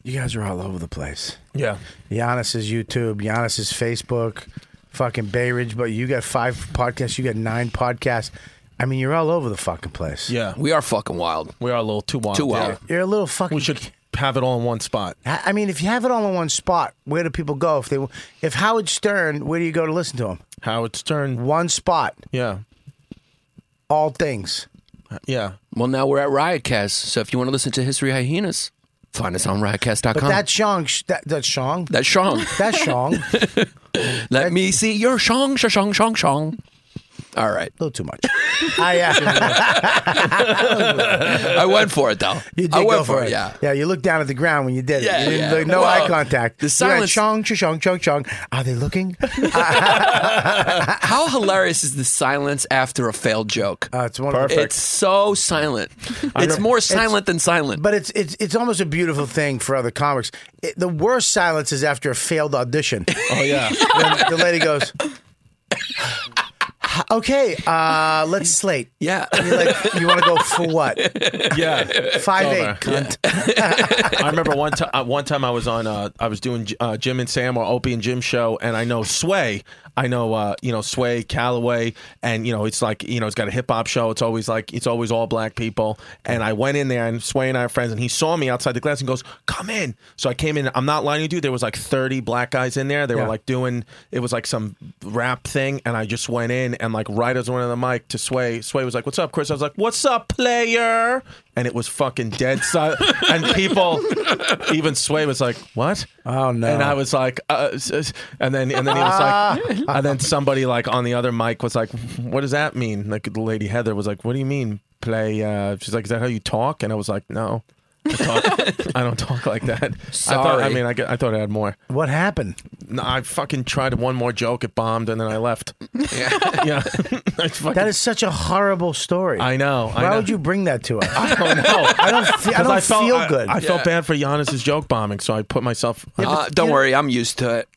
Speaker 4: You guys are all over the place.
Speaker 8: Yeah.
Speaker 4: Giannis's YouTube, Giannis's Facebook, fucking Bay Ridge, but you got five podcasts, you got nine podcasts. I mean, you're all over the fucking place.
Speaker 8: Yeah.
Speaker 10: We are fucking wild.
Speaker 8: We are a little too wild.
Speaker 10: Too wild.
Speaker 4: You're a little fucking.
Speaker 8: We should have it all in one spot.
Speaker 4: I I mean, if you have it all in one spot, where do people go? If they, if Howard Stern, where do you go to listen to him?
Speaker 8: Howard Stern,
Speaker 4: one spot,
Speaker 8: Yeah.
Speaker 4: all things.
Speaker 8: Yeah.
Speaker 10: Well, now we're at Riotcast, so if you want to listen to History Hyenas, find us on riotcast.com.
Speaker 4: But that Shong, that that Shong,
Speaker 10: That's Sean.
Speaker 4: that Shong, a
Speaker 10: Let me see your shong, shong, shong, shong, shong. All right.
Speaker 4: little too much. I, uh,
Speaker 10: I went for it, though.
Speaker 4: you did
Speaker 10: I went
Speaker 4: go for it.
Speaker 10: Yeah.
Speaker 4: yeah, you looked down at the ground when you did
Speaker 10: Yeah,
Speaker 4: it. You didn't,
Speaker 10: yeah.
Speaker 4: like, no
Speaker 10: Well,
Speaker 4: eye contact.
Speaker 10: the
Speaker 4: You went,
Speaker 10: silence-
Speaker 4: Shong, Shong, Shong, Shong. Are they looking? Uh,
Speaker 10: How hilarious is the silence after a failed joke?
Speaker 4: Uh, it's wonderful.
Speaker 10: It's so silent. It's more silent than silent.
Speaker 4: But it's it's it's almost a beautiful thing for other comics. It, the worst silence is after a failed audition.
Speaker 8: Oh yeah.
Speaker 4: When the lady goes, "Okay, uh, let's slate."
Speaker 10: Yeah.
Speaker 4: And you're like, "You want to go for what?
Speaker 8: Yeah.
Speaker 4: Five
Speaker 8: It's
Speaker 4: eight,
Speaker 8: over.
Speaker 4: cunt."
Speaker 8: I remember one time. one time I was on. Uh, I was doing uh, Jim and Sam or Opie and Jim show, and I know Sway. I know uh, you know Sway Calloway, and you know it's like you know it's got a hip hop show. It's always like it's always all black people. And I went in there, and Sway and I are friends, and he saw me outside the glass and goes, "Come in." So I came in. I'm not lying to you, dude. There was like 30 black guys in there. They
Speaker 4: Yeah.
Speaker 8: were like doing it was like some rap thing, and I just went in and like right as I went on the mic to Sway, Sway was like, "What's up, Chris?" I was like, "What's up, player?" And it was fucking dead silent, and people, even Sway was like, "What?"
Speaker 4: Oh no!
Speaker 8: And I was like, uh, s- s- and then and then he was like, and then somebody like on the other mic was like, "What does that mean?" Like the lady Heather was like, "What do you mean play?" Uh, she's like, "Is that how you talk?" And I was like, "No." I, talk, I don't talk like that. I, thought, I
Speaker 10: Sorry.
Speaker 8: mean, I, get- I thought I had more.
Speaker 4: what happened?
Speaker 8: No, I fucking tried one more joke, it bombed, and then I left. Yeah, yeah. I, fucking-
Speaker 4: That is such a horrible story.
Speaker 8: I know.
Speaker 4: Why
Speaker 8: I know.
Speaker 4: would you bring that to us?
Speaker 8: I don't know.
Speaker 4: Oh, I don't. Fe- I
Speaker 8: 'Cause
Speaker 4: don't
Speaker 8: felt-
Speaker 4: feel
Speaker 8: I-
Speaker 4: good.
Speaker 8: I, felt bad for Giannis's joke bombing, so I put myself.
Speaker 10: Uh, don't worry, I'm used to it.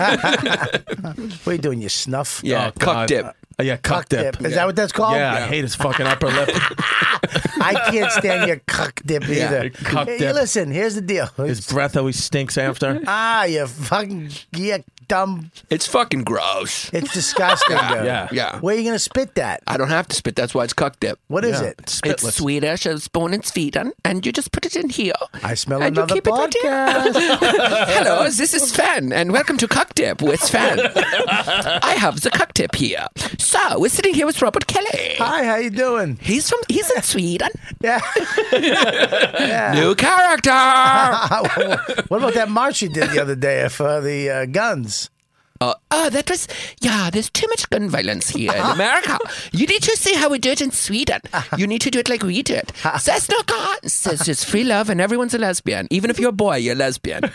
Speaker 4: what are you doing? You snuff?
Speaker 10: Yeah, cuck
Speaker 8: God.
Speaker 10: dip.
Speaker 8: Uh, yeah, cuck,
Speaker 4: Cuck dip. Is that what that's called?
Speaker 8: Yeah,
Speaker 4: Yeah.
Speaker 8: I hate his fucking upper lip.
Speaker 4: I can't stand your cuck dip either.
Speaker 8: cuck
Speaker 4: Hey,
Speaker 8: dip.
Speaker 4: Listen, here's the deal.
Speaker 8: His breath always stinks after.
Speaker 4: Ah, you fucking you dumb.
Speaker 10: It's fucking gross.
Speaker 4: It's disgusting. yeah,
Speaker 8: yeah.
Speaker 10: Yeah.
Speaker 4: Where are you gonna spit that?
Speaker 10: I don't have to spit. That's why it's cuck dip.
Speaker 4: What is
Speaker 8: Yeah.
Speaker 4: it?
Speaker 8: Spitless.
Speaker 10: It's Swedish. It was born in Sweden, and you just put it in here.
Speaker 4: I smell
Speaker 10: and
Speaker 4: another
Speaker 10: you keep It right here. Hello, this is Sven, and welcome to Cuck Dip with Sven. I have the Cuck Dip here. So we're sitting here with Robert Kelly.
Speaker 4: Hi, how you doing?
Speaker 10: He's from. He's in Sweden.
Speaker 4: Yeah.
Speaker 10: New character.
Speaker 4: what about that march you did the other day for the uh, guns?
Speaker 10: Oh, that was yeah. There's too much gun violence here in America. You need to see how we do it in Sweden. You need to do it like we do it. There's no guns. There's just free love, and everyone's a lesbian. Even if you're a boy, you're lesbian.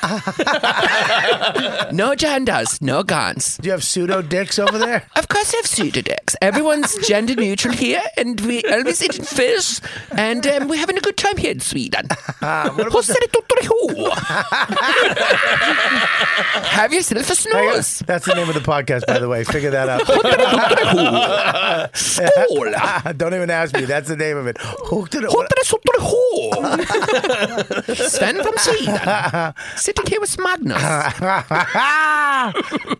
Speaker 10: no genders, no guns.
Speaker 4: Do you have pseudo dicks over there?
Speaker 10: Of course, we have pseudo dicks. Everyone's gender neutral here, and we always eating fish, and um, we're having a good time here in Sweden. Who said it? Who? Have yourself a
Speaker 4: Hang on.
Speaker 10: snooze.
Speaker 4: That's the name of the podcast, by the way. Figure that out. Skål. Don't even ask me. That's the name of it. Hooked it.
Speaker 10: Sven from Sweden. Sitting here with Magnus.
Speaker 4: oh,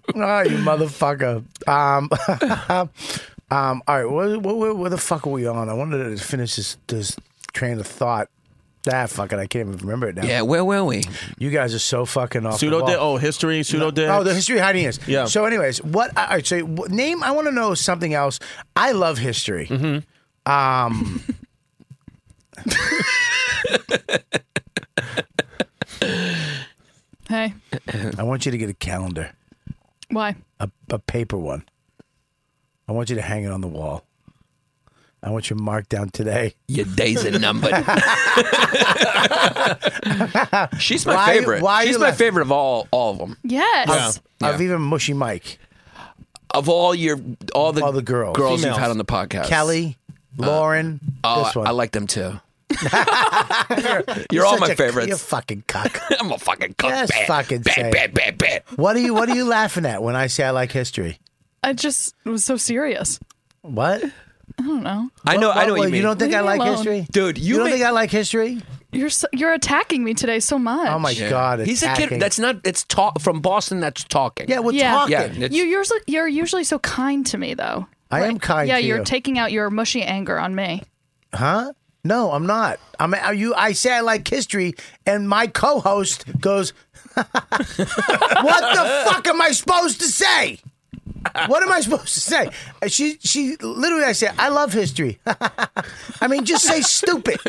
Speaker 4: you motherfucker. Um, um, all right, what, what, what, where the fuck are we on? I wanted to finish this, this train of thought. Ah, fuck it. I can't even remember it now.
Speaker 10: Yeah, where were we?
Speaker 4: You guys are so fucking off. the
Speaker 8: Pseudo
Speaker 4: wall.
Speaker 8: dick. Oh, history. Pseudo dick.
Speaker 4: Oh, the history of hiding is.
Speaker 8: Yeah.
Speaker 4: So, anyways, what? All right. So, wh- name. I want to know something else. I love history. Mm-hmm. Um.
Speaker 9: Hey,
Speaker 4: I want you to get a calendar,
Speaker 9: why?
Speaker 4: a, a paper one. I want you to hang it on the wall. I want you marked down today.
Speaker 10: Your days are numbered. She's my
Speaker 4: Why-
Speaker 10: favorite.
Speaker 4: why
Speaker 10: She's
Speaker 4: you
Speaker 10: my
Speaker 4: laugh-
Speaker 10: favorite of all all of them.
Speaker 9: Yes.
Speaker 4: Of even Mushy Mike.
Speaker 10: Of all your all the
Speaker 4: All the girls.
Speaker 10: girls
Speaker 4: Females.
Speaker 10: you've had on the podcast.
Speaker 4: Kelly, Lauren,
Speaker 10: Uh, Oh,
Speaker 4: this
Speaker 10: I,
Speaker 4: one.
Speaker 10: I like them too. You're all
Speaker 4: such
Speaker 10: my
Speaker 4: a- You're
Speaker 10: favorites.
Speaker 4: fucking cock.
Speaker 10: I'm a fucking cunt.
Speaker 4: Just
Speaker 10: bad,
Speaker 4: fucking say
Speaker 10: bad,
Speaker 4: it.
Speaker 10: bad, bad, bad.
Speaker 4: What are you What are you laughing at when I say I like history?
Speaker 9: I just was so serious.
Speaker 4: What?
Speaker 9: I don't know.
Speaker 10: I know. I know what you mean.
Speaker 4: don't think
Speaker 9: Leave
Speaker 4: I
Speaker 9: me
Speaker 4: like
Speaker 9: alone.
Speaker 4: history,
Speaker 10: Dude, you
Speaker 4: You, don't
Speaker 10: make-
Speaker 4: think I like history?
Speaker 9: You're so, you're attacking me today so much.
Speaker 4: Oh my god!
Speaker 10: He's a
Speaker 4: attacking.
Speaker 10: kid. That's not. It's talk from Boston. That's talking.
Speaker 4: yeah. We're
Speaker 9: Yeah.
Speaker 4: talking.
Speaker 10: Yeah, it's-
Speaker 9: You usually you're usually so kind to me though.
Speaker 4: I am kind.
Speaker 9: yeah,
Speaker 4: to
Speaker 9: you're
Speaker 4: you.
Speaker 9: taking out your mushy anger on me.
Speaker 4: huh? No, I'm not. I'm are you. I say I like history, and my co-host goes, "What the fuck am I supposed to say?" What am I supposed to say? And She she literally I said, I love history. I mean, just say stupid.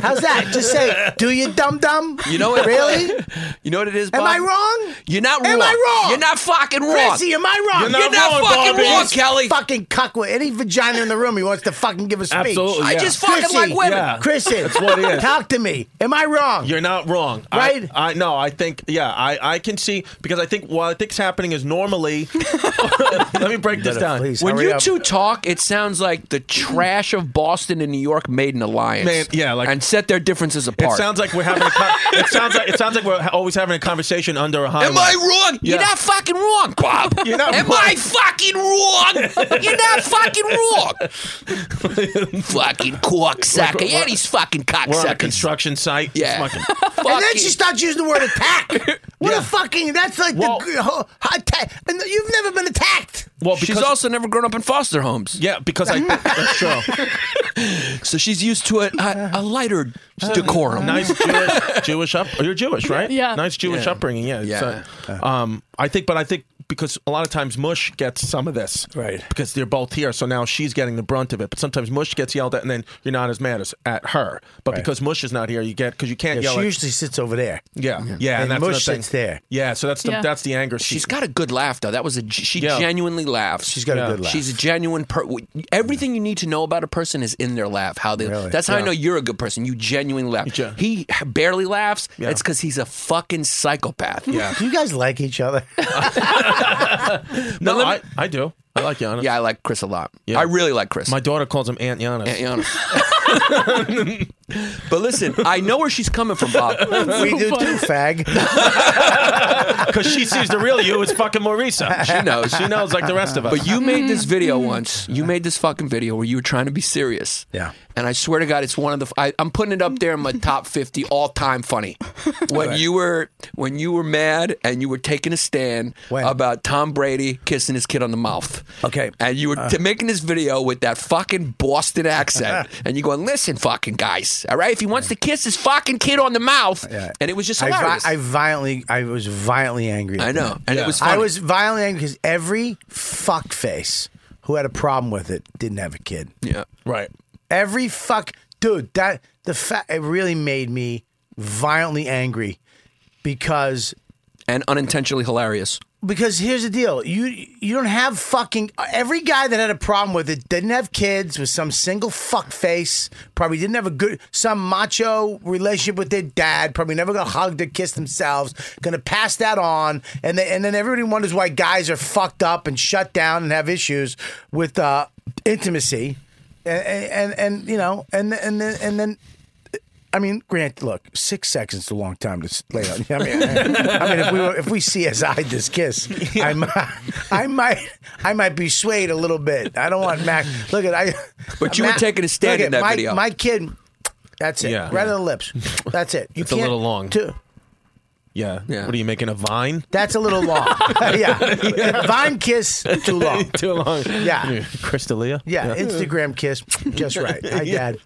Speaker 4: How's that? Just say, do you dumb dumb?
Speaker 10: You know what?
Speaker 4: Really?
Speaker 10: You know what it is?
Speaker 4: Am
Speaker 10: Bob?
Speaker 4: I wrong?
Speaker 10: You're not wrong.
Speaker 4: Am I wrong?
Speaker 10: You're not fucking wrong.
Speaker 4: Chrissy, am I wrong?
Speaker 10: You're not, fucking wrong, Kelly.
Speaker 4: Fucking cuck with any vagina in the room. He wants to fucking give a speech.
Speaker 8: Absolutely,
Speaker 10: I
Speaker 8: yeah.
Speaker 10: just fucking like women.
Speaker 8: Yeah.
Speaker 4: Chrissy,
Speaker 8: That's what it is.
Speaker 4: talk to me. Am I wrong?
Speaker 8: You're not wrong. I-
Speaker 4: Right?
Speaker 8: I, no. I think yeah. I, I can see because I think what I think's happening is normally. let me break this
Speaker 4: Better
Speaker 8: down.
Speaker 4: please
Speaker 10: When
Speaker 4: hurry
Speaker 10: you
Speaker 4: up.
Speaker 10: two talk, it sounds like the trash of Boston and New York made an alliance.
Speaker 8: Man, yeah, like-
Speaker 10: and set their differences
Speaker 8: It
Speaker 10: apart.
Speaker 8: sounds like we're having. A con- it sounds like it sounds like we're ha- always having a conversation under a high.
Speaker 10: Am I wrong? You're
Speaker 8: Yeah.
Speaker 10: not fucking wrong, Bob.
Speaker 8: You're not
Speaker 10: Am
Speaker 8: wrong.
Speaker 10: I fucking wrong? You're not fucking wrong. fucking cocksucker. yeah, these fucking
Speaker 8: We're on a
Speaker 10: cocksuckers.
Speaker 8: construction site.
Speaker 10: Yeah.
Speaker 8: Fucking-
Speaker 4: And then
Speaker 10: Fucking-
Speaker 4: she starts using the word attack. What a fucking. That's like
Speaker 8: Well-
Speaker 4: the. Oh, attack. And you've never been attacked.
Speaker 8: Well, because
Speaker 10: She's also never grown up in foster homes.
Speaker 8: yeah, because I that's true.
Speaker 10: So she's used to a, a, a lighter
Speaker 4: Uh,
Speaker 10: decorum.
Speaker 8: nice Jewish, Jewish up. You're Jewish, right?
Speaker 9: Yeah.
Speaker 8: Nice Jewish
Speaker 10: Yeah.
Speaker 8: upbringing. Yeah.
Speaker 10: Yeah.
Speaker 8: So, um, I think, but I think because a lot of times Mush gets some of this,
Speaker 4: Right.
Speaker 8: Because they're both here, so now she's getting the brunt of it. But sometimes Mush gets yelled at, and then you're not as mad as at her. But because Mush is not here, you get because you can't
Speaker 4: Yeah,
Speaker 8: yell.
Speaker 4: she
Speaker 8: at,
Speaker 4: usually sits over there.
Speaker 8: yeah, yeah,
Speaker 4: And
Speaker 8: and, that's
Speaker 4: Mush
Speaker 8: the thing.
Speaker 4: sits there.
Speaker 8: Yeah, so that's the
Speaker 9: Yeah.
Speaker 8: that's the anger.
Speaker 10: She's
Speaker 8: seat.
Speaker 10: got a good laugh though. That was a she
Speaker 8: Yeah.
Speaker 10: genuinely laughs.
Speaker 4: She's got a good laugh.
Speaker 10: She's a genuine per. Everything you need to know about a person is in their laugh. How they.
Speaker 4: Really?
Speaker 10: That's how I know you're a good person. You genuinely laugh.
Speaker 8: gen-
Speaker 10: he barely laughs.
Speaker 8: Yeah.
Speaker 10: It's because he's a fucking psychopath.
Speaker 8: yeah.
Speaker 4: Do you guys like each other?
Speaker 8: no,
Speaker 10: let
Speaker 8: I, I do. I like Giannis.
Speaker 10: Yeah, I like Chris a lot.
Speaker 8: Yeah.
Speaker 10: I really like Chris.
Speaker 8: My daughter calls him Aunt Giannis.
Speaker 10: Yeah, you know. but listen, I know where she's coming from, Bob.
Speaker 4: we do too, fag.
Speaker 8: Because she sees the real you. It's fucking Marisa. She
Speaker 10: knows.
Speaker 8: She knows like the rest of us.
Speaker 4: Uh-huh.
Speaker 10: But you made
Speaker 4: Mm.
Speaker 10: this video once. You made this fucking video where you were trying to be serious.
Speaker 4: Yeah.
Speaker 10: And I swear to God, it's one of the. I, I'm putting it up there in my top 50 all time funny. When you were when you were mad and you were taking a stand
Speaker 4: When?
Speaker 10: about Tom Brady kissing his kid on the mouth.
Speaker 4: Okay. Uh.
Speaker 10: And you were t- making this video with that fucking Boston accent, and you going, "Listen, fucking guys, all right, if he wants to kiss his fucking kid on the mouth," and it was just
Speaker 4: I, vi-
Speaker 10: hilarious.
Speaker 4: I violently, I was violently angry.
Speaker 10: I know, and it was. Funny.
Speaker 4: I was violently angry because every fuckface who had a problem with it didn't have a kid.
Speaker 10: Yeah.
Speaker 8: right.
Speaker 4: Every fuck dude, that the fa- it really made me violently angry because
Speaker 10: And unintentionally hilarious.
Speaker 4: because here's the deal you you don't have fucking every guy that had a problem with it didn't have kids was some single fuck face probably didn't have a good some macho relationship with their dad probably never gonna hug or kiss themselves gonna pass that on and they, and then everybody wonders why guys are fucked up and shut down and have issues with uh, intimacy and, and and you know and and then, and then I mean, Grant, look, six seconds is a long time to s- lay on. I mean, I mean, if we were, if we CSI'd this kiss, I, mi- I might, I might be swayed a little bit. I don't want Mac. Look at I.
Speaker 10: But you were taking a stand
Speaker 4: look
Speaker 10: in
Speaker 4: at
Speaker 10: that
Speaker 4: my,
Speaker 10: video.
Speaker 4: My kid, that's it.
Speaker 8: Yeah.
Speaker 4: Right on the lips. That's it. You
Speaker 8: It's a little
Speaker 4: can't-
Speaker 8: long.
Speaker 4: to-
Speaker 8: Yeah. What are you making a vine?
Speaker 4: that's a little long. yeah. Vine kiss too long.
Speaker 8: Too long.
Speaker 4: Yeah.
Speaker 8: Crystalia.
Speaker 4: Yeah, Instagram kiss, just right. Hi,
Speaker 8: Yeah.
Speaker 4: Dad.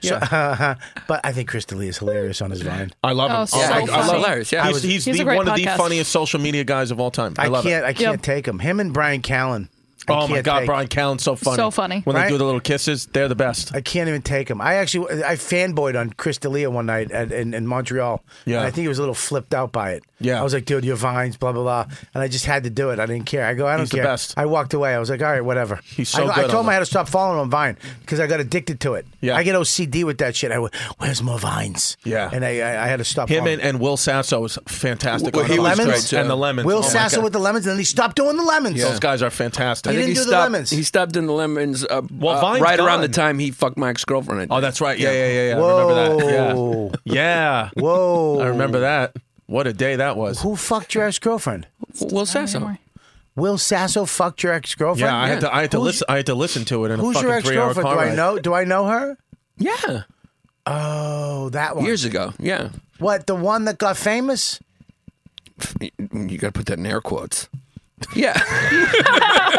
Speaker 4: So, but I think Chris D'Elia is hilarious on his Vine.
Speaker 8: I love him.
Speaker 4: Oh, so
Speaker 8: my- I
Speaker 4: funny.
Speaker 8: love
Speaker 4: Hilarious, yeah. I
Speaker 8: He's,
Speaker 4: was-
Speaker 8: he's,
Speaker 4: He's
Speaker 8: the,
Speaker 4: a great
Speaker 8: one of the
Speaker 4: podcast.
Speaker 8: funniest social media guys of all time. I,
Speaker 4: I,
Speaker 8: love
Speaker 4: can't.
Speaker 8: it.
Speaker 4: I can't take him. Him and Brian Callen. I
Speaker 8: oh my
Speaker 4: can't
Speaker 8: God,
Speaker 4: take.
Speaker 8: Brian Callen's so funny.
Speaker 4: So funny.
Speaker 8: When they
Speaker 4: Right?
Speaker 8: do the little kisses, they're the best.
Speaker 4: I can't even take him. I actually I fanboyed on Chris D'Elia one night at, in, in Montreal.
Speaker 8: Yeah.
Speaker 4: and I think he was a little flipped out by it.
Speaker 8: Yeah.
Speaker 4: I was like, dude, your vines, blah blah blah, and I just had to do it. I didn't care. I go, I don't
Speaker 8: He's the
Speaker 4: care.
Speaker 8: best.
Speaker 4: I walked away. I was like, all right, whatever. He's
Speaker 8: so
Speaker 4: I, go-
Speaker 8: good
Speaker 4: I told
Speaker 8: on
Speaker 4: him I
Speaker 8: that.
Speaker 4: had to stop following him on Vine because I got addicted to it.
Speaker 8: Yeah.
Speaker 4: I get OCD with that shit. I went, where's more vines?
Speaker 8: Yeah.
Speaker 4: and I I, I had to stop
Speaker 8: Him
Speaker 4: following
Speaker 8: and, and Will Sasso is fantastic.
Speaker 4: With
Speaker 8: on
Speaker 4: the
Speaker 8: it.
Speaker 4: lemons
Speaker 8: and the lemons.
Speaker 4: Will
Speaker 8: Oh my
Speaker 4: Sasso
Speaker 8: God.
Speaker 4: with the lemons, and then he stopped doing the lemons.
Speaker 8: Those guys are fantastic.
Speaker 4: He didn't do the
Speaker 10: stopped,
Speaker 4: lemons.
Speaker 10: He stopped doing the lemons uh,
Speaker 8: Well,
Speaker 10: uh,
Speaker 8: Vine's
Speaker 10: right around the
Speaker 8: gone.
Speaker 10: time he fucked Mike's girlfriend. I think.
Speaker 8: Oh, that's right. Yeah, yeah, yeah, yeah. I remember that. Yeah. yeah.
Speaker 4: Whoa.
Speaker 8: I remember that. What a day that was.
Speaker 4: Who fucked your ex girlfriend?
Speaker 10: Will Sasso.
Speaker 4: Will Sasso fucked your ex girlfriend?
Speaker 8: Yeah, I had to. I had to listen. I had to listen to it in a
Speaker 4: Who's
Speaker 8: fucking
Speaker 4: your ex
Speaker 8: three-hour
Speaker 4: girlfriend?
Speaker 8: car
Speaker 4: Do
Speaker 8: ride.
Speaker 4: I know? Do I know her?
Speaker 10: Yeah.
Speaker 4: Oh, that one.
Speaker 10: Years ago. Yeah.
Speaker 4: What the one that got famous?
Speaker 10: You, got to put that in air quotes. Yeah.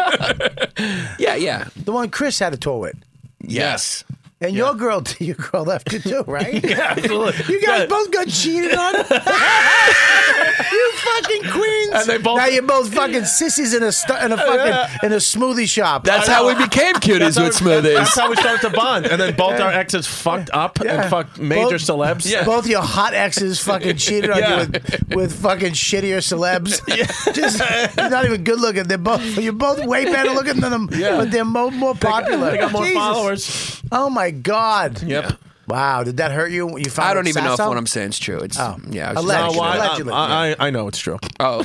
Speaker 10: yeah, yeah.
Speaker 4: The one Chris had a tour with.
Speaker 10: Yes.
Speaker 4: And your girl, your girl left it too, right?
Speaker 8: Yeah, absolutely.
Speaker 4: You guys
Speaker 8: Yeah.
Speaker 4: both got cheated on. you fucking queens.
Speaker 8: And they both-
Speaker 4: now you're both fucking sissies in a stu- in a fucking in a smoothie shop.
Speaker 10: That's how we became cuties with
Speaker 8: That's how- That's
Speaker 10: smoothies.
Speaker 8: how we started to bond. And then both our exes fucked up and fucked major
Speaker 4: Both-
Speaker 8: celebs.
Speaker 4: Both your hot exes fucking cheated on
Speaker 8: Yeah.
Speaker 4: you with, with fucking shittier celebs. Just they're not even good looking. They're both you're both way better looking than them,
Speaker 8: Yeah.
Speaker 4: but they're mo- more popular.
Speaker 8: They got more
Speaker 4: Jesus.
Speaker 8: followers.
Speaker 4: Oh my god.
Speaker 8: Yep.
Speaker 4: Wow, did that hurt you? You found
Speaker 10: I don't
Speaker 4: it
Speaker 10: even know if
Speaker 4: Sasso?
Speaker 10: what I'm saying is true. It's
Speaker 4: Oh.
Speaker 10: yeah.
Speaker 4: Alleged.
Speaker 10: just-
Speaker 8: No, well, I-
Speaker 4: Allegedly.
Speaker 8: I, I, I know it's true.
Speaker 10: oh,